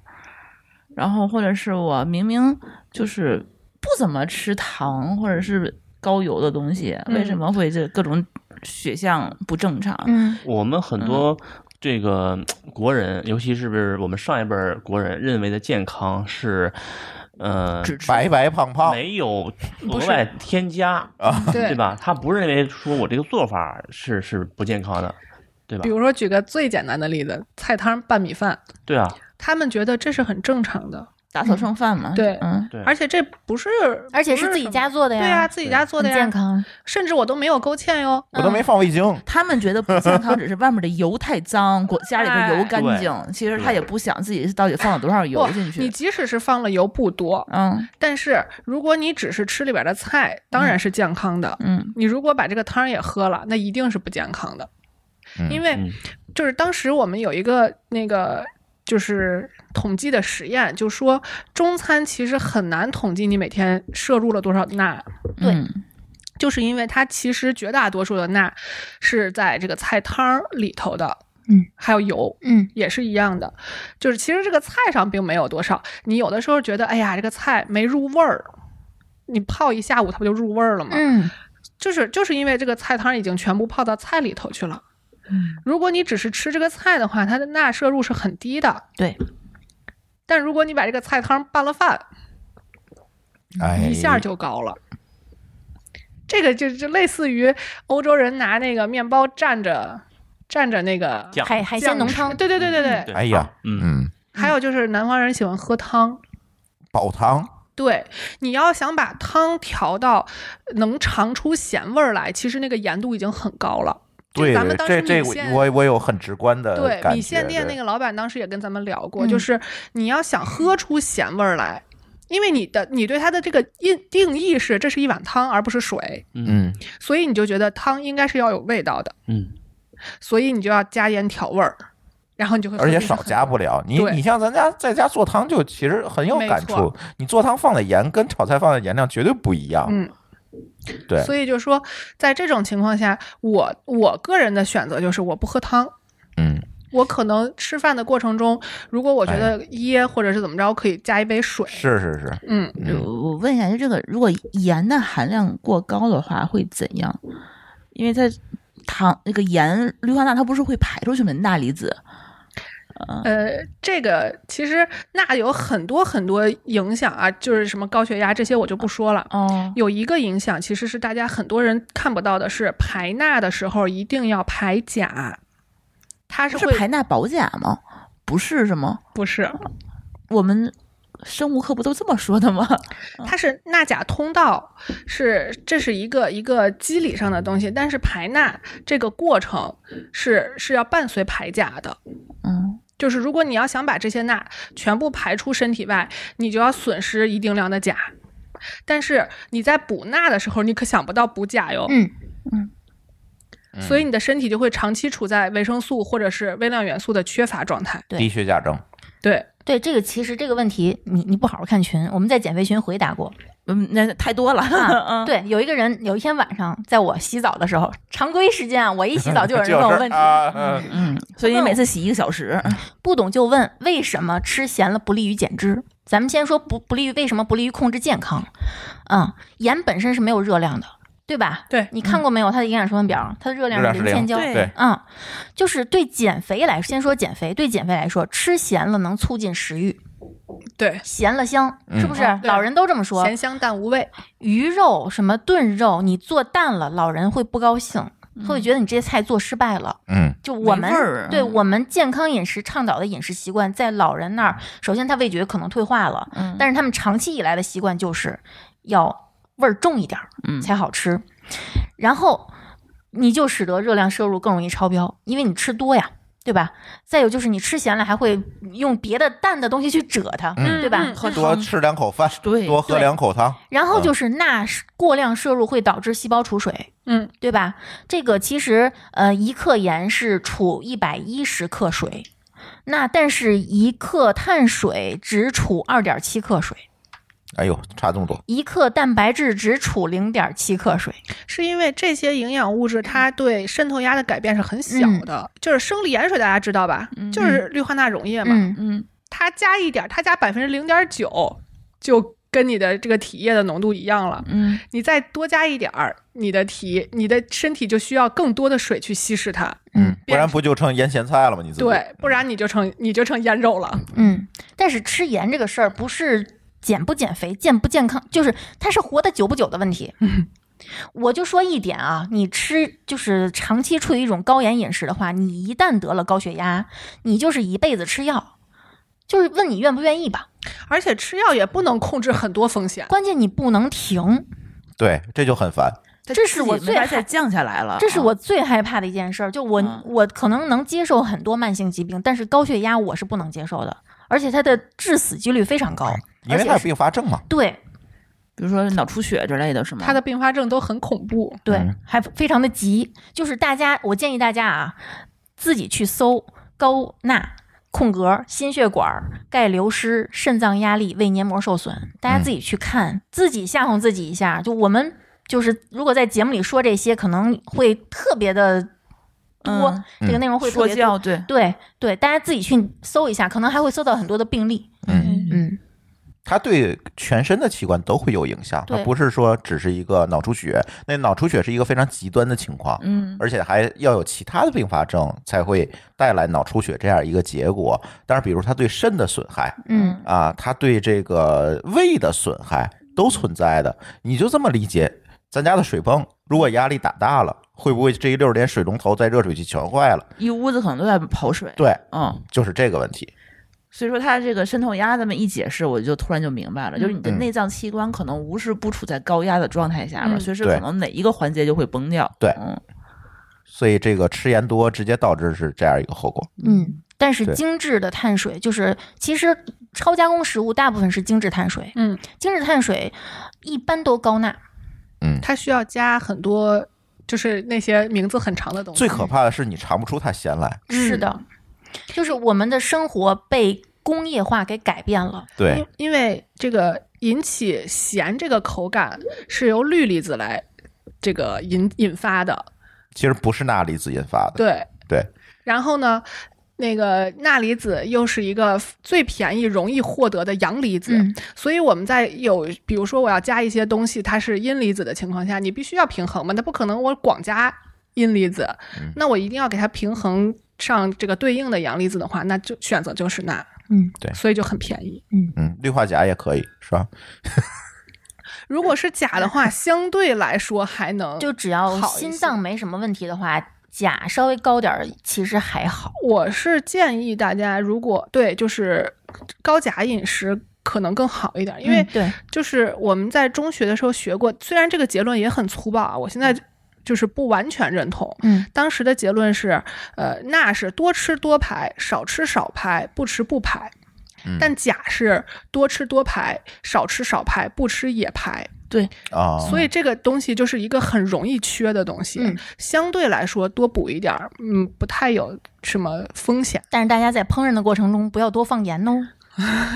Speaker 4: 然后或者是我明明就是不怎么吃糖或者是高油的东西，
Speaker 5: 嗯
Speaker 4: 为什么会这各种血象不正常？
Speaker 3: 嗯
Speaker 6: 我们很多这个嗯国人，尤其是不是我们上一辈儿国人认为的健康是，
Speaker 5: 嗯
Speaker 6: 呃，
Speaker 4: 只吃
Speaker 2: 白白胖
Speaker 5: 啊
Speaker 2: 胖，
Speaker 6: 没有
Speaker 5: 不
Speaker 6: 额
Speaker 5: 是
Speaker 6: 外添加，
Speaker 5: 对
Speaker 4: 啊
Speaker 6: 对吧？他不认为说我这个做法是是不健康的，对吧
Speaker 5: 比？如说举个最简单的例子，菜汤拌米饭，
Speaker 6: 对啊，
Speaker 5: 他们觉得这是很正常的，
Speaker 4: 打扫剩饭嘛？
Speaker 5: 对
Speaker 4: 嗯，
Speaker 6: 对
Speaker 5: 而且这不是，
Speaker 3: 而且
Speaker 5: 不是
Speaker 3: 是自己
Speaker 5: 什么
Speaker 3: 家做的呀，
Speaker 5: 对啊呀，自己家做的
Speaker 3: 啊很
Speaker 5: 呀，
Speaker 3: 健，康。
Speaker 5: 甚至我都没有勾芡哟。嗯
Speaker 2: 我都没放味精，
Speaker 4: 他们觉得不健康，只是外面的油太脏，国家里
Speaker 5: 哎
Speaker 4: 的油干净。其实他也不想自己到底放了多少油
Speaker 5: 不
Speaker 4: 进去
Speaker 5: 你。即使是放了油不多，
Speaker 4: 嗯
Speaker 5: 但是如果你只是吃里边的菜，当然是健康的。
Speaker 4: 嗯，
Speaker 5: 你如果把这个汤也喝了，那一定是不健康的，
Speaker 2: 嗯
Speaker 5: 因为
Speaker 6: 嗯
Speaker 5: 就是当时我们有一个那个就是统计的实验，就说中餐其实很难统计你每天摄入了多少钠，
Speaker 3: 对
Speaker 4: 嗯
Speaker 5: 就是因为它其实绝大多数的钠是在这个菜汤儿里头的，
Speaker 3: 嗯，
Speaker 5: 还有油。
Speaker 3: 嗯，
Speaker 5: 也是一样的，就是其实这个菜上并没有多少。你有的时候觉得，哎呀，这个菜没入味儿，你泡一下午它不就入味儿了吗？
Speaker 3: 嗯，
Speaker 5: 就是就是因为这个菜汤已经全部泡到菜里头去了。如果你只是吃这个菜的话，它的钠摄入是很低的。
Speaker 4: 对。
Speaker 5: 但如果你把这个菜汤拌了饭，
Speaker 2: 哎，
Speaker 5: 嗯一下就高了。这个就就类似于欧洲人拿那个面包蘸着蘸着那个
Speaker 6: 酱嗯
Speaker 3: 海海鲜浓
Speaker 5: 酱
Speaker 3: 汤
Speaker 5: 汁，对对对对对。
Speaker 6: 对
Speaker 2: 哎呀
Speaker 6: 啊嗯，
Speaker 2: 嗯，
Speaker 5: 还有就是南方人喜欢喝汤，
Speaker 2: 煲汤
Speaker 5: 对，你要想把汤调到能尝出咸味儿来，其实那个盐度已经很高了。就
Speaker 2: 对
Speaker 5: 咱
Speaker 2: 对，
Speaker 5: 们当
Speaker 2: 这
Speaker 5: 时
Speaker 2: 这
Speaker 5: 米
Speaker 2: 我
Speaker 5: 线
Speaker 2: 我我有很直观的
Speaker 5: 对
Speaker 2: 呃感
Speaker 5: 米
Speaker 2: 觉
Speaker 5: 线店
Speaker 2: 对
Speaker 5: 那个老板当时也跟咱们聊过，
Speaker 3: 嗯
Speaker 5: 就是你要想喝出咸味儿来，因为你的你对它的这个印定义是这是一碗汤而不是水，
Speaker 2: 嗯，
Speaker 5: 所以你就觉得汤应该是要有味道的，
Speaker 6: 嗯，
Speaker 5: 所以你就要加盐调味儿，然后你就 [LAUGHS] 会
Speaker 2: 而且
Speaker 5: 喝出
Speaker 2: 少
Speaker 5: 很
Speaker 2: 加不了。你
Speaker 5: 对
Speaker 2: 你像咱家在家做汤，就其实很有
Speaker 5: 没
Speaker 2: 感
Speaker 5: 错
Speaker 2: 触。你做汤放的盐跟炒菜放的盐量绝对不一样。
Speaker 5: 嗯，
Speaker 2: 对
Speaker 5: 所以就说，在这种情况下，我我个人的选择就是我不喝汤。
Speaker 2: 嗯，
Speaker 5: 我可能吃饭的过程中，如果我
Speaker 4: 哎
Speaker 5: 觉得噎或者是怎么着，我可以加一杯水。
Speaker 2: 是是是，
Speaker 5: 嗯，
Speaker 2: 嗯
Speaker 4: 我呃我问一下，就这个如果盐的含量过高的话会怎样？因为它糖那个盐氯化钠它不是会排出去吗？钠离子，
Speaker 5: 呃，这个其实钠有很多很多影响啊，就是什么高血压这些我就不说了。
Speaker 4: 哦，
Speaker 5: 有一个影响其实是大家很多人看不到的是，排钠的时候一定要排钾，它是
Speaker 4: 是
Speaker 5: 会
Speaker 4: 排嗯钠保钾吗？不是是吗？
Speaker 5: 不是，
Speaker 4: 我们生物课不都这么说的吗？嗯
Speaker 5: 它是钠钾通道，是这是一个一个机理上的东西，但是排钠这个过程是是要伴随排钾的。
Speaker 4: 嗯，
Speaker 5: 就是如果你要想把这些钠全部排出身体外，你就要损失一定量的钾。但是你在补钠的时候，你可想不到补钾哟，
Speaker 3: 嗯，
Speaker 2: 嗯
Speaker 5: 所以你的身体就会长期处在维生素或者是微量元素的缺乏状态。
Speaker 3: 对
Speaker 2: 低血钾症，
Speaker 5: 对，
Speaker 3: 对这个其实这个问题，你你不好好看群，我们在减肥群回答过。
Speaker 4: 嗯，那太多了。
Speaker 3: 啊
Speaker 4: [LAUGHS] 嗯，
Speaker 3: 对，有一个人有一天晚上，在我洗澡的时候，常规时间啊，我一洗澡就有人
Speaker 2: 有
Speaker 3: 问我
Speaker 2: 事
Speaker 3: 问
Speaker 2: 儿
Speaker 5: [LAUGHS]
Speaker 3: 题，
Speaker 2: 啊，嗯
Speaker 4: 嗯，所以你每次洗一个小时，
Speaker 3: 不懂就问为什么吃咸了不利于减脂。咱们先说不不利于为什么不利于控制健康，嗯，盐本身是没有热量的，对吧？
Speaker 5: 对嗯
Speaker 3: 你看过没有它的营养成分表？它的热量
Speaker 2: 热量
Speaker 3: 是
Speaker 2: 是
Speaker 3: 零千
Speaker 2: 零
Speaker 3: 焦，
Speaker 4: 对
Speaker 2: 对，
Speaker 3: 嗯，就是对减肥来说，先说减肥，对减肥来说，吃咸了能促进食欲，
Speaker 5: 对，
Speaker 3: 咸了香，
Speaker 2: 嗯
Speaker 3: 是不是？
Speaker 5: 嗯对
Speaker 3: 老人都这么说，
Speaker 5: 咸香淡无味。
Speaker 3: 鱼肉、什么炖肉，你做淡了，老人会不高兴，
Speaker 5: 嗯
Speaker 3: 会觉得你这些菜做失败了。
Speaker 2: 嗯，
Speaker 3: 就我
Speaker 4: 没
Speaker 3: 们
Speaker 4: 味儿啊
Speaker 3: 对我们健康饮食倡导的饮食习惯，在老人那儿，首先他味觉可能退化了，
Speaker 4: 嗯
Speaker 3: 但是他们长期以来的习惯就是要味儿重一点儿
Speaker 4: 嗯
Speaker 3: 才好吃，然后你就使得热量摄入更容易超标，因为你吃多呀。对吧？再有就是你吃咸了，还会用别的淡的东西去 [LAUGHS] 遮它，
Speaker 2: 嗯
Speaker 3: 对吧？
Speaker 5: 嗯
Speaker 4: 喝
Speaker 2: 多
Speaker 4: 汤，
Speaker 2: 吃两口饭，
Speaker 4: 对
Speaker 2: 多喝
Speaker 3: 对
Speaker 2: 两口汤，
Speaker 3: 然
Speaker 4: 嗯
Speaker 3: 后就是钠是过量摄入会导致细胞储水，
Speaker 5: 嗯，
Speaker 3: 对吧？这个其实呃，一克盐是储一百一十克水，那但是一克碳水只储二点七克水，
Speaker 2: 哎呦，差这么多，
Speaker 3: 一克蛋白质只储零点七克水。
Speaker 5: 是因为这些营养物质它对渗透压的改变是很小的，就是生理盐水大家知道吧？就是氯化钠溶液嘛，
Speaker 3: 嗯，
Speaker 4: 嗯， [LAUGHS]
Speaker 5: 它加一点儿，它加百分之零点九，就跟你的这个体液的浓度一样了。
Speaker 4: 嗯，
Speaker 5: 你再多加一点儿，你的体，你的身体就需要更多的水去稀释它，
Speaker 3: 嗯
Speaker 2: 不然不就成腌咸菜了吗？你自己
Speaker 5: 对，不然你就成你就成腌肉了。
Speaker 3: 嗯，但是吃盐这个事儿不是减不减肥、健不健康，就是它是活得久不久的问题。我就说一点啊，你吃就是长期处于一种高盐饮食的话，你一旦得了高血压，你就是一辈子吃药，就是问你愿不愿意吧。
Speaker 5: 而且吃药也不能控制很多风险，
Speaker 3: 关键你不能停，
Speaker 2: 对，这就很烦。
Speaker 3: 这是我
Speaker 4: 自己
Speaker 3: 最
Speaker 4: 没法再
Speaker 3: 害，
Speaker 4: 降下来了。
Speaker 3: 这是
Speaker 4: 啊
Speaker 3: 我最害怕的一件事儿。就我、
Speaker 4: 嗯
Speaker 3: 我可能能接受很多慢性疾病，但是高血压我是不能接受的，而且它的致死几率非常高，
Speaker 2: 因为
Speaker 3: 而
Speaker 2: 它
Speaker 3: 且
Speaker 2: 有
Speaker 3: 是
Speaker 2: 并发症嘛，
Speaker 3: 对
Speaker 4: 比如说脑出血之类的是吗？
Speaker 5: 它的并发症都很恐怖。
Speaker 3: 对
Speaker 2: 嗯，
Speaker 3: 还非常的急。就是大家，我建议大家啊，自己去搜高钠。空格、心血管、钙流失、肾脏压力、胃黏膜受损，大
Speaker 4: 嗯
Speaker 3: 家自己去看，自己吓唬自己一下。就我们就是，如果在节目里说这些，可能会特别的多，这
Speaker 4: 嗯
Speaker 3: 个内容会特
Speaker 4: 说
Speaker 3: 别多。
Speaker 4: 教对，
Speaker 3: 对对，大家自己去搜一下，可能还会搜到很多的病例。
Speaker 2: 嗯，
Speaker 3: 嗯，
Speaker 2: 它对全身的器官都会有影响，它
Speaker 3: 对
Speaker 2: 不是说只是一个脑出血，那脑出血是一个非常极端的情况，
Speaker 4: 嗯，
Speaker 2: 而且还要有其他的并发症才会带来脑出血这样一个结果。但是，比如它对肾的损害
Speaker 3: 嗯
Speaker 2: 啊，它对这个胃的损害都存在的。你就这么理解，咱家的水泵如果压力打大了，会不会这一溜儿连水龙头带热水器全坏了？
Speaker 4: 一屋子可能都在跑水。
Speaker 2: 对，
Speaker 4: 嗯，
Speaker 2: 就是这个问题。
Speaker 4: 所以说它这个渗透压这么一解释，我就突然就明白了，就是你的
Speaker 2: 嗯
Speaker 4: 内脏器官可能无时不处在高压的状态下边，
Speaker 5: 嗯
Speaker 4: 随时
Speaker 2: 对
Speaker 4: 可能哪一个环节就会崩掉。
Speaker 2: 对
Speaker 4: 嗯，
Speaker 2: 所以这个吃盐多直接导致是这样一个后果。
Speaker 3: 嗯，但是
Speaker 2: 对
Speaker 3: 精致的碳水就是，其实超加工食物大部分是精致碳水，
Speaker 5: 嗯，
Speaker 3: 精致碳水一般都高钠，
Speaker 5: 它需要加很多，就是那些名字很长的东西。
Speaker 2: 最可怕的是你尝不出它咸来，
Speaker 5: 嗯
Speaker 3: 是的，就是我们的生活被工业化给改变了，
Speaker 2: 对
Speaker 5: 因，因为这个引起咸这个口感是由氯离子来这个引引发的，
Speaker 2: 其实不是钠离子引发的，
Speaker 5: 对
Speaker 2: 对。
Speaker 5: 然后呢，那个钠离子又是一个最便宜、容易获得的阳离子，
Speaker 3: 嗯
Speaker 5: 所以我们在有，比如说我要加一些东西，它是阴离子的情况下，你必须要平衡嘛，那不可能我广加阴离子，
Speaker 2: 嗯
Speaker 5: 那我一定要给它平衡上这个对应的阳离子的话，那就选择就是钠，
Speaker 3: 嗯，
Speaker 2: 对
Speaker 5: 所以就很便宜。
Speaker 2: 嗯，氯化钾也可以是吧？
Speaker 5: 如果是钾
Speaker 3: [LAUGHS]
Speaker 5: 的话，相对来说还能
Speaker 3: 就只要
Speaker 5: 好一
Speaker 3: 心
Speaker 5: 些
Speaker 3: 脏没什么问题的话，钾稍微高点儿其实还好，
Speaker 5: 我是建议大家，如果对就是高钾饮食可能更好一点，因为
Speaker 3: 嗯对
Speaker 5: 就是我们在中学的时候学过，虽然这个结论也很粗暴啊，我现在就是不完全认同。
Speaker 3: 嗯
Speaker 5: 当时的结论是，呃，钠是多吃多排，少吃少排，不吃不排。
Speaker 2: 嗯
Speaker 5: 但钾是多吃多排，少吃少排，不吃也排。
Speaker 2: 啊、
Speaker 5: 所以这个东西就是一个很容易缺的东西，
Speaker 3: 嗯
Speaker 5: 相对来说多补一点儿，嗯，不太有什么风险。
Speaker 3: 但是大家在烹饪的过程中不要多放盐 [LAUGHS] 哦，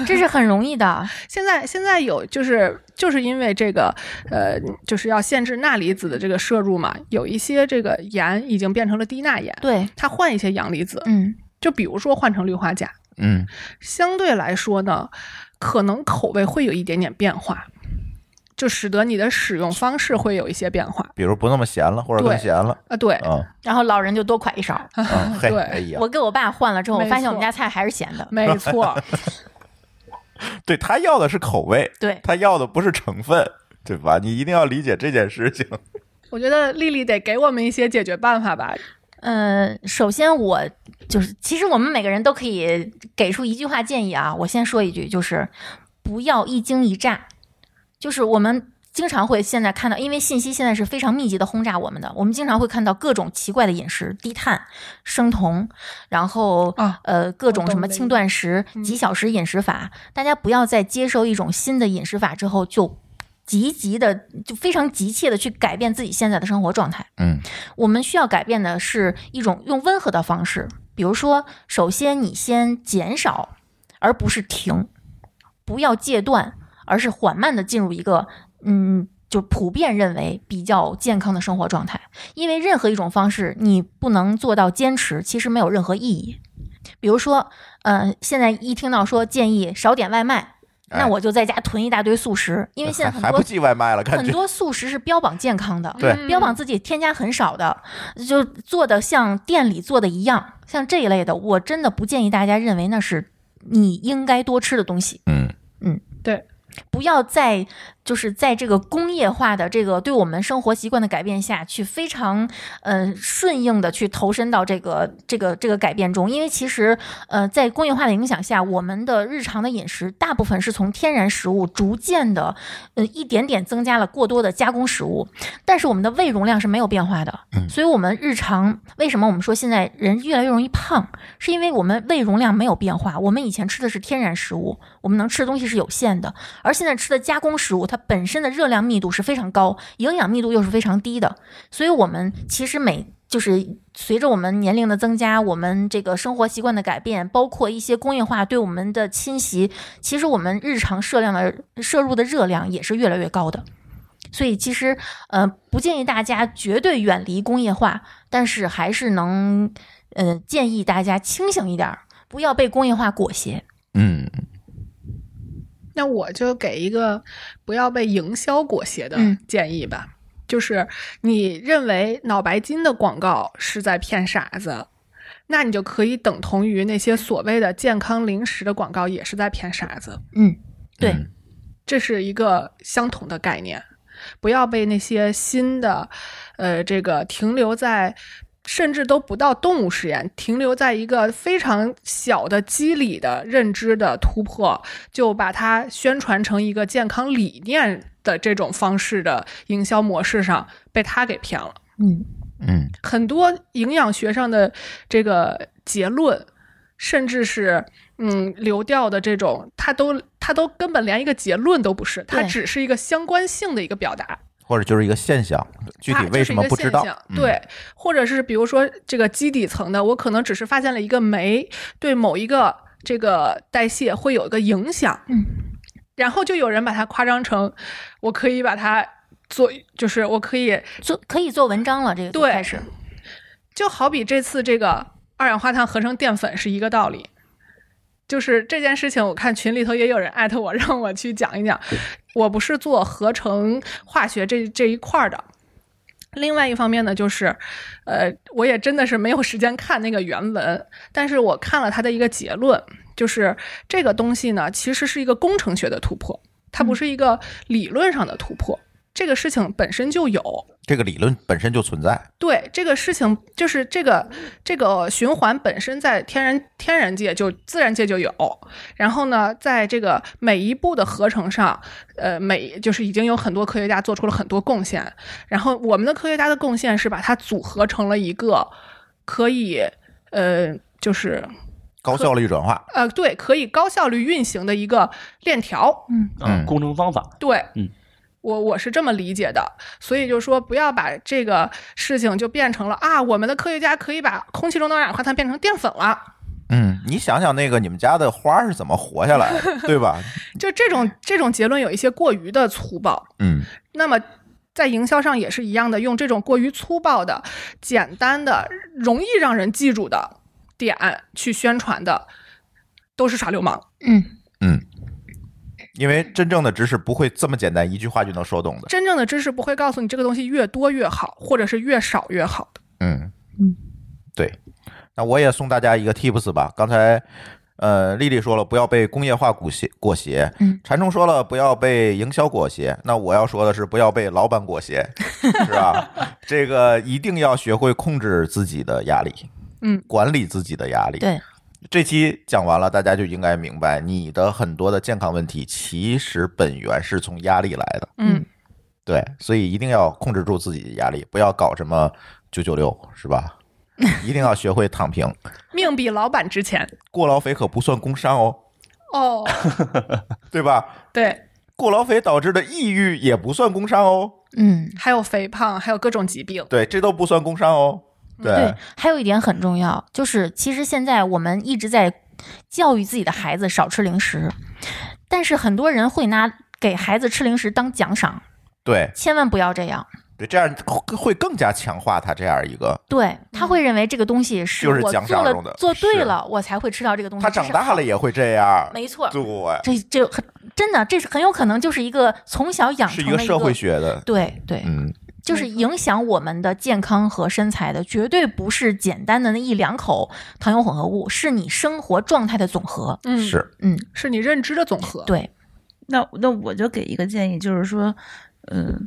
Speaker 3: 这是很容易的。
Speaker 5: 现在现在有就是就是因为这个呃，就是要限制钠离子的这个摄入嘛，有一些这个盐已经变成了低钠盐，
Speaker 3: 对，
Speaker 5: 它换一些阳离子，
Speaker 3: 嗯
Speaker 5: 就比如说换成氯化钾，
Speaker 2: 嗯，
Speaker 5: 相对来说呢，可能口味会有一点点变化，就使得你的使用方式会有一些变化
Speaker 2: 比如不那么咸了，或者更
Speaker 5: 对
Speaker 2: 咸了，
Speaker 5: 啊。对，
Speaker 2: 嗯
Speaker 3: 然后老人就多㧟一勺。
Speaker 5: [LAUGHS]
Speaker 2: 嗯，嘿，
Speaker 5: 对
Speaker 2: 哎呀，
Speaker 3: 我给我爸换了之后，我
Speaker 5: 没
Speaker 3: 发现我们
Speaker 5: 错
Speaker 3: 家菜还是咸的。
Speaker 5: 没错，
Speaker 2: 对他要的是口味，
Speaker 3: 对，
Speaker 2: 他要的不是成分，对吧？你一定要理解这件事情。
Speaker 5: 我觉得丽丽得给我们一些解决办法吧。
Speaker 3: 嗯，首先我就是，其实我们每个人都可以给出一句话建议啊。我先说一句，就是不要一惊一乍，就是我们。经常会现在看到，因为信息现在是非常密集的轰炸我们的，我们经常会看到各种奇怪的饮食，低碳、生酮，然后、
Speaker 5: 啊
Speaker 3: 呃各种
Speaker 5: 懂
Speaker 3: 什么
Speaker 5: 那
Speaker 3: 轻
Speaker 5: 个
Speaker 3: 断食、
Speaker 5: 嗯
Speaker 3: 几小时饮食法。大家不要在接受一种新的饮食法之后就积极的、就非常急切的去改变自己现在的生活状态。
Speaker 2: 嗯
Speaker 3: 我们需要改变的是一种用温和的方式，比如说，首先你先减少，而不是停，不要戒断，而是缓慢的进入一个嗯。就普遍认为比较健康的生活状态，因为任何一种方式你不能做到坚持，其实没有任何意义。比如说，呃，现在一听到说建议少点外卖，
Speaker 2: 哎
Speaker 3: 那我就在家囤一大堆速食，因为现在
Speaker 2: 还
Speaker 3: 很
Speaker 2: 还
Speaker 3: 多
Speaker 2: 不寄外卖了，感
Speaker 3: 很
Speaker 2: 觉
Speaker 3: 多素食是标榜健康的，
Speaker 2: 对
Speaker 5: 嗯
Speaker 3: 标榜自己添加很少的，就做的像店里做的一样，像这一类的，我真的不建议大家认为那是你应该多吃的东西。
Speaker 2: 嗯
Speaker 3: 不要在就是在这个工业化的这个对我们生活习惯的改变下去，非常呃顺应的去投身到这个这个这个改变中，因为其实呃在工业化的影响下，我们的日常的饮食大部分是从天然食物逐渐的呃一点点增加了过多的加工食物，但是我们的胃容量是没有变化的，
Speaker 2: 嗯
Speaker 3: 所以我们日常为什么我们说现在人越来越容易胖，是因为我们胃容量没有变化，我们以前吃的是天然食物，我们能吃的东西是有限的，而现在吃的加工食物，它本身的热量密度是非常高，营养密度又是非常低的，所以我们其实每就是随着我们年龄的增加，我们这个生活习惯的改变，包括一些工业化对我们的侵袭，其实我们日常摄量的摄入的热量也是越来越高的。所以其实，呃，不建议大家绝对远离工业化，但是还是能，呃，建议大家清醒一点儿，不要被工业化裹挟。
Speaker 2: 嗯，
Speaker 5: 那我就给一个不要被营销裹挟的
Speaker 3: 嗯
Speaker 5: 建议吧，就是你认为脑白金的广告是在骗傻子，那你就可以等同于那些所谓的健康零食的广告也是在骗傻子，
Speaker 3: 嗯，对，
Speaker 2: 嗯
Speaker 5: 这是一个相同的概念。不要被那些新的，呃，这个停留在。甚至都不到动物实验，停留在一个非常小的机理的认知的突破，就把它宣传成一个健康理念的这种方式的营销模式上，被他给骗了。
Speaker 3: 嗯，
Speaker 2: 嗯，
Speaker 5: 很多营养学上的这个结论，甚至是嗯流调的这种，它都它都根本连一个结论都不是，它
Speaker 3: 对
Speaker 5: 只是一个相关性的一个表达。
Speaker 2: 或者就是一个现象，具
Speaker 5: 它
Speaker 2: 体为什么不知道嗯
Speaker 5: 这是一个现？象对，或者是比如说这个基底层的，我可能只是发现了一个酶对某一个这个代谢会有一个影响，
Speaker 3: 嗯，
Speaker 5: 然后就有人把它夸张成，我可以把它做，就是我可以
Speaker 3: 做可以做文章了，这个就
Speaker 5: 对
Speaker 3: 开始，
Speaker 5: 就好比这次这个二氧化碳合成淀粉是一个道理，就是这件事情，我看群里头也有人艾特我，让我去讲一讲。我不是做合成化学这这一块儿的。另外一方面呢，就是，呃，我也真的是没有时间看那个原文，但是我看了他的一个结论，就是这个东西呢，其实是一个工程学的突破，它不是一个理论上的突破。这个事情本身就有，
Speaker 2: 这个理论本身就存在，
Speaker 5: 对这个事情，就是这个这个循环本身在天然天然界就自然界就有，然后呢，在这个每一步的合成上，呃，每就是已经有很多科学家做出了很多贡献，然后我们的科学家的贡献是把它组合成了一个可以呃就是
Speaker 2: 高效率转化。
Speaker 5: 呃对可以高效率运行的一个链条，
Speaker 3: 嗯，
Speaker 6: 啊
Speaker 2: 嗯，
Speaker 6: 工程方法，
Speaker 5: 对，
Speaker 6: 嗯，
Speaker 5: 我我是这么理解的，所以就说不要把这个事情就变成了啊，我们的科学家可以把空气中的二氧化碳变成淀粉了，
Speaker 2: 嗯，你想想那个你们家的花是怎么活下来的，对
Speaker 3: [LAUGHS]
Speaker 2: 吧？
Speaker 5: 就这种这种结论有一些过于的粗暴。
Speaker 2: 嗯，
Speaker 5: 那么在营销上也是一样的，用这种过于粗暴的、简单的、容易让人记住的点去宣传的，都是耍流氓。
Speaker 3: 嗯，
Speaker 2: 因为真正的知识不会这么简单，一句话就能说懂的。
Speaker 5: 真正的知识不会告诉你这个东西越多越好，或者是越少越好的。
Speaker 2: 嗯
Speaker 3: 嗯，
Speaker 2: 对。那我也送大家一个 tips 吧。刚才呃，丽丽说了不要被工业化裹挟裹挟，
Speaker 3: 嗯，
Speaker 2: 馋虫说了不要被营销裹挟。那我要说的是不要被老板裹挟，是吧？这个一定要学会控制自己的压力，
Speaker 5: 嗯，
Speaker 2: 管理自己的压力。
Speaker 3: 对，
Speaker 2: 这期讲完了，大家就应该明白，你的很多的健康问题其实本源是从压力来的。
Speaker 5: 嗯
Speaker 2: 对，所以一定要控制住自己的压力，不要搞什么九九六，是吧？一定要学会躺平，
Speaker 5: 命比老板值钱
Speaker 2: 过劳肥可不算工伤哦，
Speaker 5: 哦，
Speaker 2: 对吧？
Speaker 5: 对。
Speaker 2: 过劳肥导致的抑郁也不算工伤哦，
Speaker 3: 嗯，
Speaker 5: 还有肥胖，还有各种疾病。
Speaker 2: 对，这都不算工伤哦。对，
Speaker 3: 嗯对，还有一点很重要，就是其实现在我们一直在教育自己的孩子少吃零食，但是很多人会拿给孩子吃零食当奖赏，
Speaker 2: 对
Speaker 3: 千万不要这样。
Speaker 2: 对，这样会更加强化他这样一个，
Speaker 3: 对他会认为这个东西是
Speaker 2: 就是
Speaker 3: 我
Speaker 2: 奖
Speaker 3: 做
Speaker 2: 赏
Speaker 3: 了
Speaker 2: 用的
Speaker 3: 做对
Speaker 2: 是
Speaker 3: 了，我才会吃到这个东西。
Speaker 2: 他
Speaker 3: 这
Speaker 2: 长
Speaker 3: 嗯是
Speaker 2: 大
Speaker 3: 好
Speaker 2: 了也会这样，
Speaker 3: 没错，
Speaker 2: 对，
Speaker 3: 这这很真的，这是很有可能就是一个从小养
Speaker 2: 是
Speaker 3: 成
Speaker 2: 一
Speaker 3: 的
Speaker 2: 个社会学的，
Speaker 3: 对对，
Speaker 2: 嗯，
Speaker 3: 就是影响我们的健康和身材的，绝对不是简单的那一两口糖油混合物，是你生活状态的总和。
Speaker 5: 嗯，
Speaker 2: 是，
Speaker 3: 嗯，
Speaker 5: 是你认知的总和。
Speaker 3: 对，
Speaker 4: 那那我就给一个建议，就是说，嗯，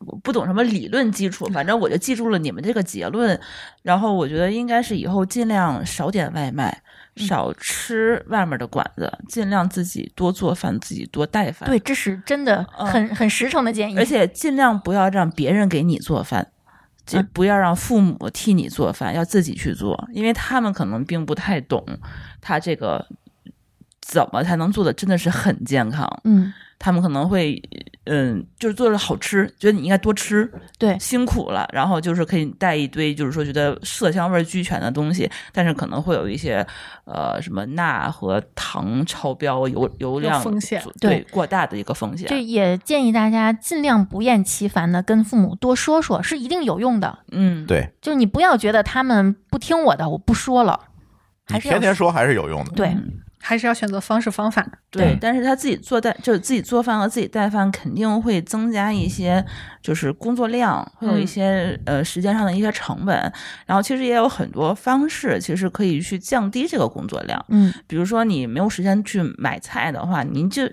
Speaker 4: 我不懂什么理论基础，反正我就记住了你们这个结论。然后我觉得应该是以后尽量少点外卖，
Speaker 3: 嗯
Speaker 4: 少吃外面的馆子，尽量自己多做饭，自己多带
Speaker 2: 哎
Speaker 4: 饭。
Speaker 3: 对，，这是真的
Speaker 4: 嗯
Speaker 3: 很、很实诚的建议。
Speaker 4: 而且尽量不要让别人给你做饭。这
Speaker 3: 嗯
Speaker 4: 不要让父母替你做饭，要自己去做，因为他们可能并不太懂，他这个怎么才能做的真的是很健康。
Speaker 3: 嗯，
Speaker 4: 他们可能会，嗯，就是做的好吃，觉得你应该多吃，
Speaker 3: 对
Speaker 4: 辛苦了，然后就是可以带一堆，就是说觉得色香味俱全的东西，但是可能会有一些，呃，什么钠和糖超标、油油量
Speaker 5: 风险
Speaker 4: 对
Speaker 3: 对
Speaker 4: 过大的一个风险。
Speaker 3: 就也建议大家尽量不厌其烦的跟父母多说说，是一定有用的。
Speaker 4: 嗯，
Speaker 2: 对，
Speaker 3: 就你不要觉得他们不听我的，我不说了，还
Speaker 2: 你
Speaker 3: 是要
Speaker 2: 天天说还是有用的，
Speaker 3: 对，
Speaker 4: 嗯
Speaker 5: 还是要选择方式方法。
Speaker 4: 对
Speaker 2: 嗯，
Speaker 4: 但是他自己做带，就是自己做饭和自己带饭，肯定会增加一些，就是工作量，会有一
Speaker 5: 嗯
Speaker 4: 些、呃时间上的一些成本。然后其实也有很多方式，其实可以去降低这个工作量。
Speaker 3: 嗯
Speaker 4: 比如说你没有时间去买菜的话，您就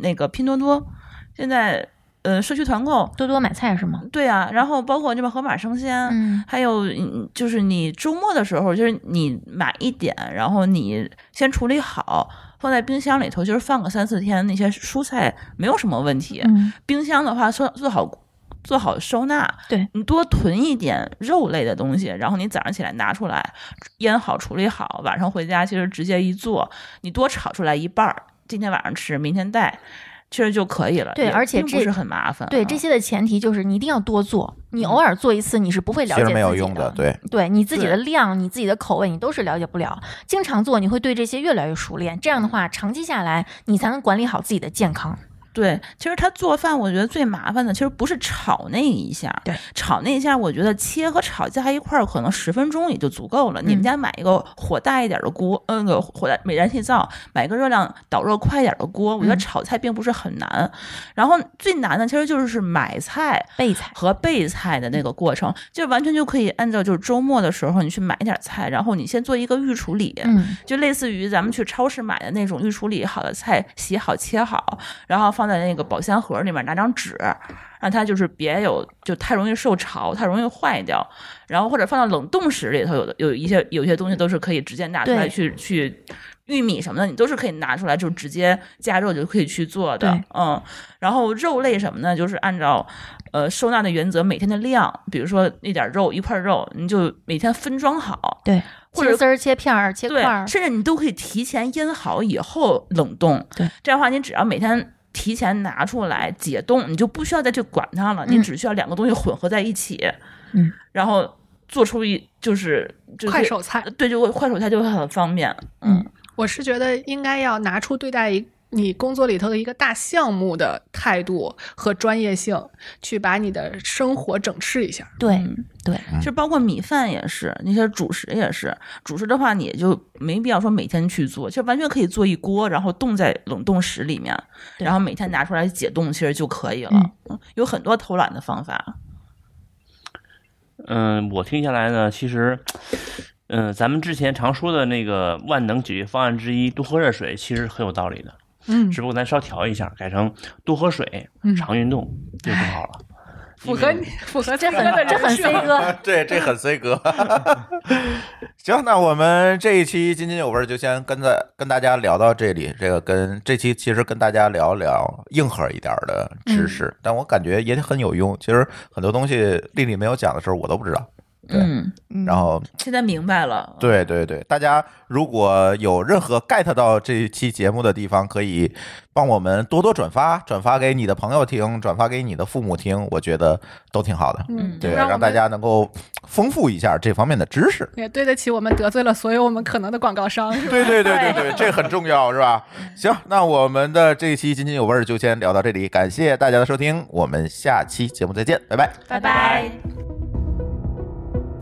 Speaker 4: 那个拼多多现在呃社区团购，
Speaker 3: 多多买菜是吗？
Speaker 4: 对啊，然后包括这边盒马生鲜，
Speaker 3: 嗯
Speaker 4: 还有嗯就是你周末的时候，就是你买一点，然后你先处理好，放在冰箱里头，就是放个三四天，那些蔬菜没有什么问题。
Speaker 3: 嗯，
Speaker 4: 冰箱的话，做做好做好收纳，
Speaker 3: 对
Speaker 4: 你多囤一点肉类的东西，然后你早上起来拿出来腌好处理好，晚上回家其实直接一做，你多炒出来一半儿，今天晚上吃，明天带，其实就可以了。
Speaker 3: 对
Speaker 4: 也
Speaker 3: 而且
Speaker 4: 并
Speaker 3: 这
Speaker 4: 不是很麻烦啊。
Speaker 3: 对，这
Speaker 2: 嗯
Speaker 3: 些的前提就是你一定要多做，你偶尔做一次你是不会了
Speaker 2: 其
Speaker 3: 解
Speaker 2: 实没有
Speaker 3: 自己
Speaker 2: 用的，
Speaker 3: 的
Speaker 2: 对，
Speaker 3: 对你自己
Speaker 4: 对
Speaker 3: 的量、你自己的口味，你都是了解不了。经常做，你会对这些越来越熟练。这样
Speaker 4: 嗯
Speaker 3: 的话，长期下来，你才能管理好自己的健康。
Speaker 4: 对，其实他做饭，我觉得最麻烦的其实不是炒那一下，
Speaker 3: 对，
Speaker 4: 炒那一下，我觉得切和炒加一块儿，可能十分钟也就足够了。你
Speaker 3: 嗯
Speaker 4: 们家买一个火大一点的锅，嗯，那个火大美燃气灶，买一个热量导热快一点的锅，我觉得
Speaker 3: 嗯
Speaker 4: 炒菜并不是很难。然后最难的其实就是买菜，
Speaker 3: 备菜，
Speaker 4: 和备菜的那个过程，就完全就可以按照就是周末的时候你去买点菜，然后你先做一个预处理，
Speaker 3: 嗯，
Speaker 4: 就类似于咱们去超市买的那种预处理好的菜，洗好切好，然后放在那个保鲜盒里面，拿张纸，让它就是别有就太容易受潮，太容易坏掉，然后或者放到冷冻室里头，有的有一些有一些东西都是可以直接拿出来
Speaker 3: 对
Speaker 4: 去去。玉米什么的，你都是可以拿出来，就直接加热就可以去做的
Speaker 3: 对，
Speaker 4: 嗯。然后肉类什么呢，就是按照呃收纳的原则，每天的量，比如说那点肉一块肉，你就每天分装好，
Speaker 3: 对，
Speaker 4: 或者
Speaker 3: 切丝儿、切片儿、切块
Speaker 4: 对，
Speaker 3: 儿，
Speaker 4: 甚至你都可以提前腌好以后冷冻。
Speaker 3: 对，
Speaker 4: 这样的话，你只要每天提前拿出来解冻，你就不需要再去管它了，你
Speaker 3: 嗯
Speaker 4: 只需要两个东西混合在一起，
Speaker 3: 嗯，
Speaker 4: 然后做出一就是就是
Speaker 5: 快手菜，
Speaker 4: 对，就会快手它就会很方便。嗯，
Speaker 5: 我是觉得应该要拿出对待一你工作里头的一个大项目的态度和专业性，去把你的生活整治一下。
Speaker 3: 对
Speaker 4: 嗯
Speaker 3: 对，
Speaker 4: 其实包括米饭也是，那些主食也是。主食的话，你也就没必要说每天去做，其实完全可以做一锅，然后冻在冷冻室里面，
Speaker 3: 对
Speaker 4: 然后每天拿出来解冻，其实就可以了。嗯有很多偷懒的方法。
Speaker 6: 嗯，我听下来呢，其实，嗯、咱们之前常说的那个万能解决方案之一，多喝热水，其实很有道理的。
Speaker 5: 嗯
Speaker 6: 只不过咱稍调一下，改成多喝水、常运动，这就更好了。
Speaker 5: 符合你符合这
Speaker 3: 这很这很 C
Speaker 5: 嗯
Speaker 3: 哥， [LAUGHS]
Speaker 2: [LAUGHS] 对，这很 C 哥。行，那我们这一期津津有味儿就先跟大跟大家聊到这里。这个跟这期其实跟大家聊聊硬核一点儿的知识，但我感觉也很有用。其实很多东西丽丽没有讲的时候，我都不知道。对
Speaker 4: 嗯，
Speaker 2: 然后，
Speaker 4: 现在明白了。
Speaker 2: 对对对，大家如果有任何 get 到这一期节目的地方，可以帮我们多多转发，转发给你的朋友听，转发给你的父母听，我觉得都挺好的。
Speaker 5: 嗯，
Speaker 2: 对，
Speaker 5: 让我
Speaker 2: 让大
Speaker 5: 们
Speaker 2: 家能够丰富一下这方面的知识。
Speaker 5: 也对得起我们得罪了所有我们可能的广告商。
Speaker 2: [LAUGHS] 对对对对对，这很重要，是 [LAUGHS] 吧？行，那我们的这一期津津有味儿就先聊到这里，感谢大家的收听，我们下期节目再见，拜拜。
Speaker 5: 拜
Speaker 4: 拜。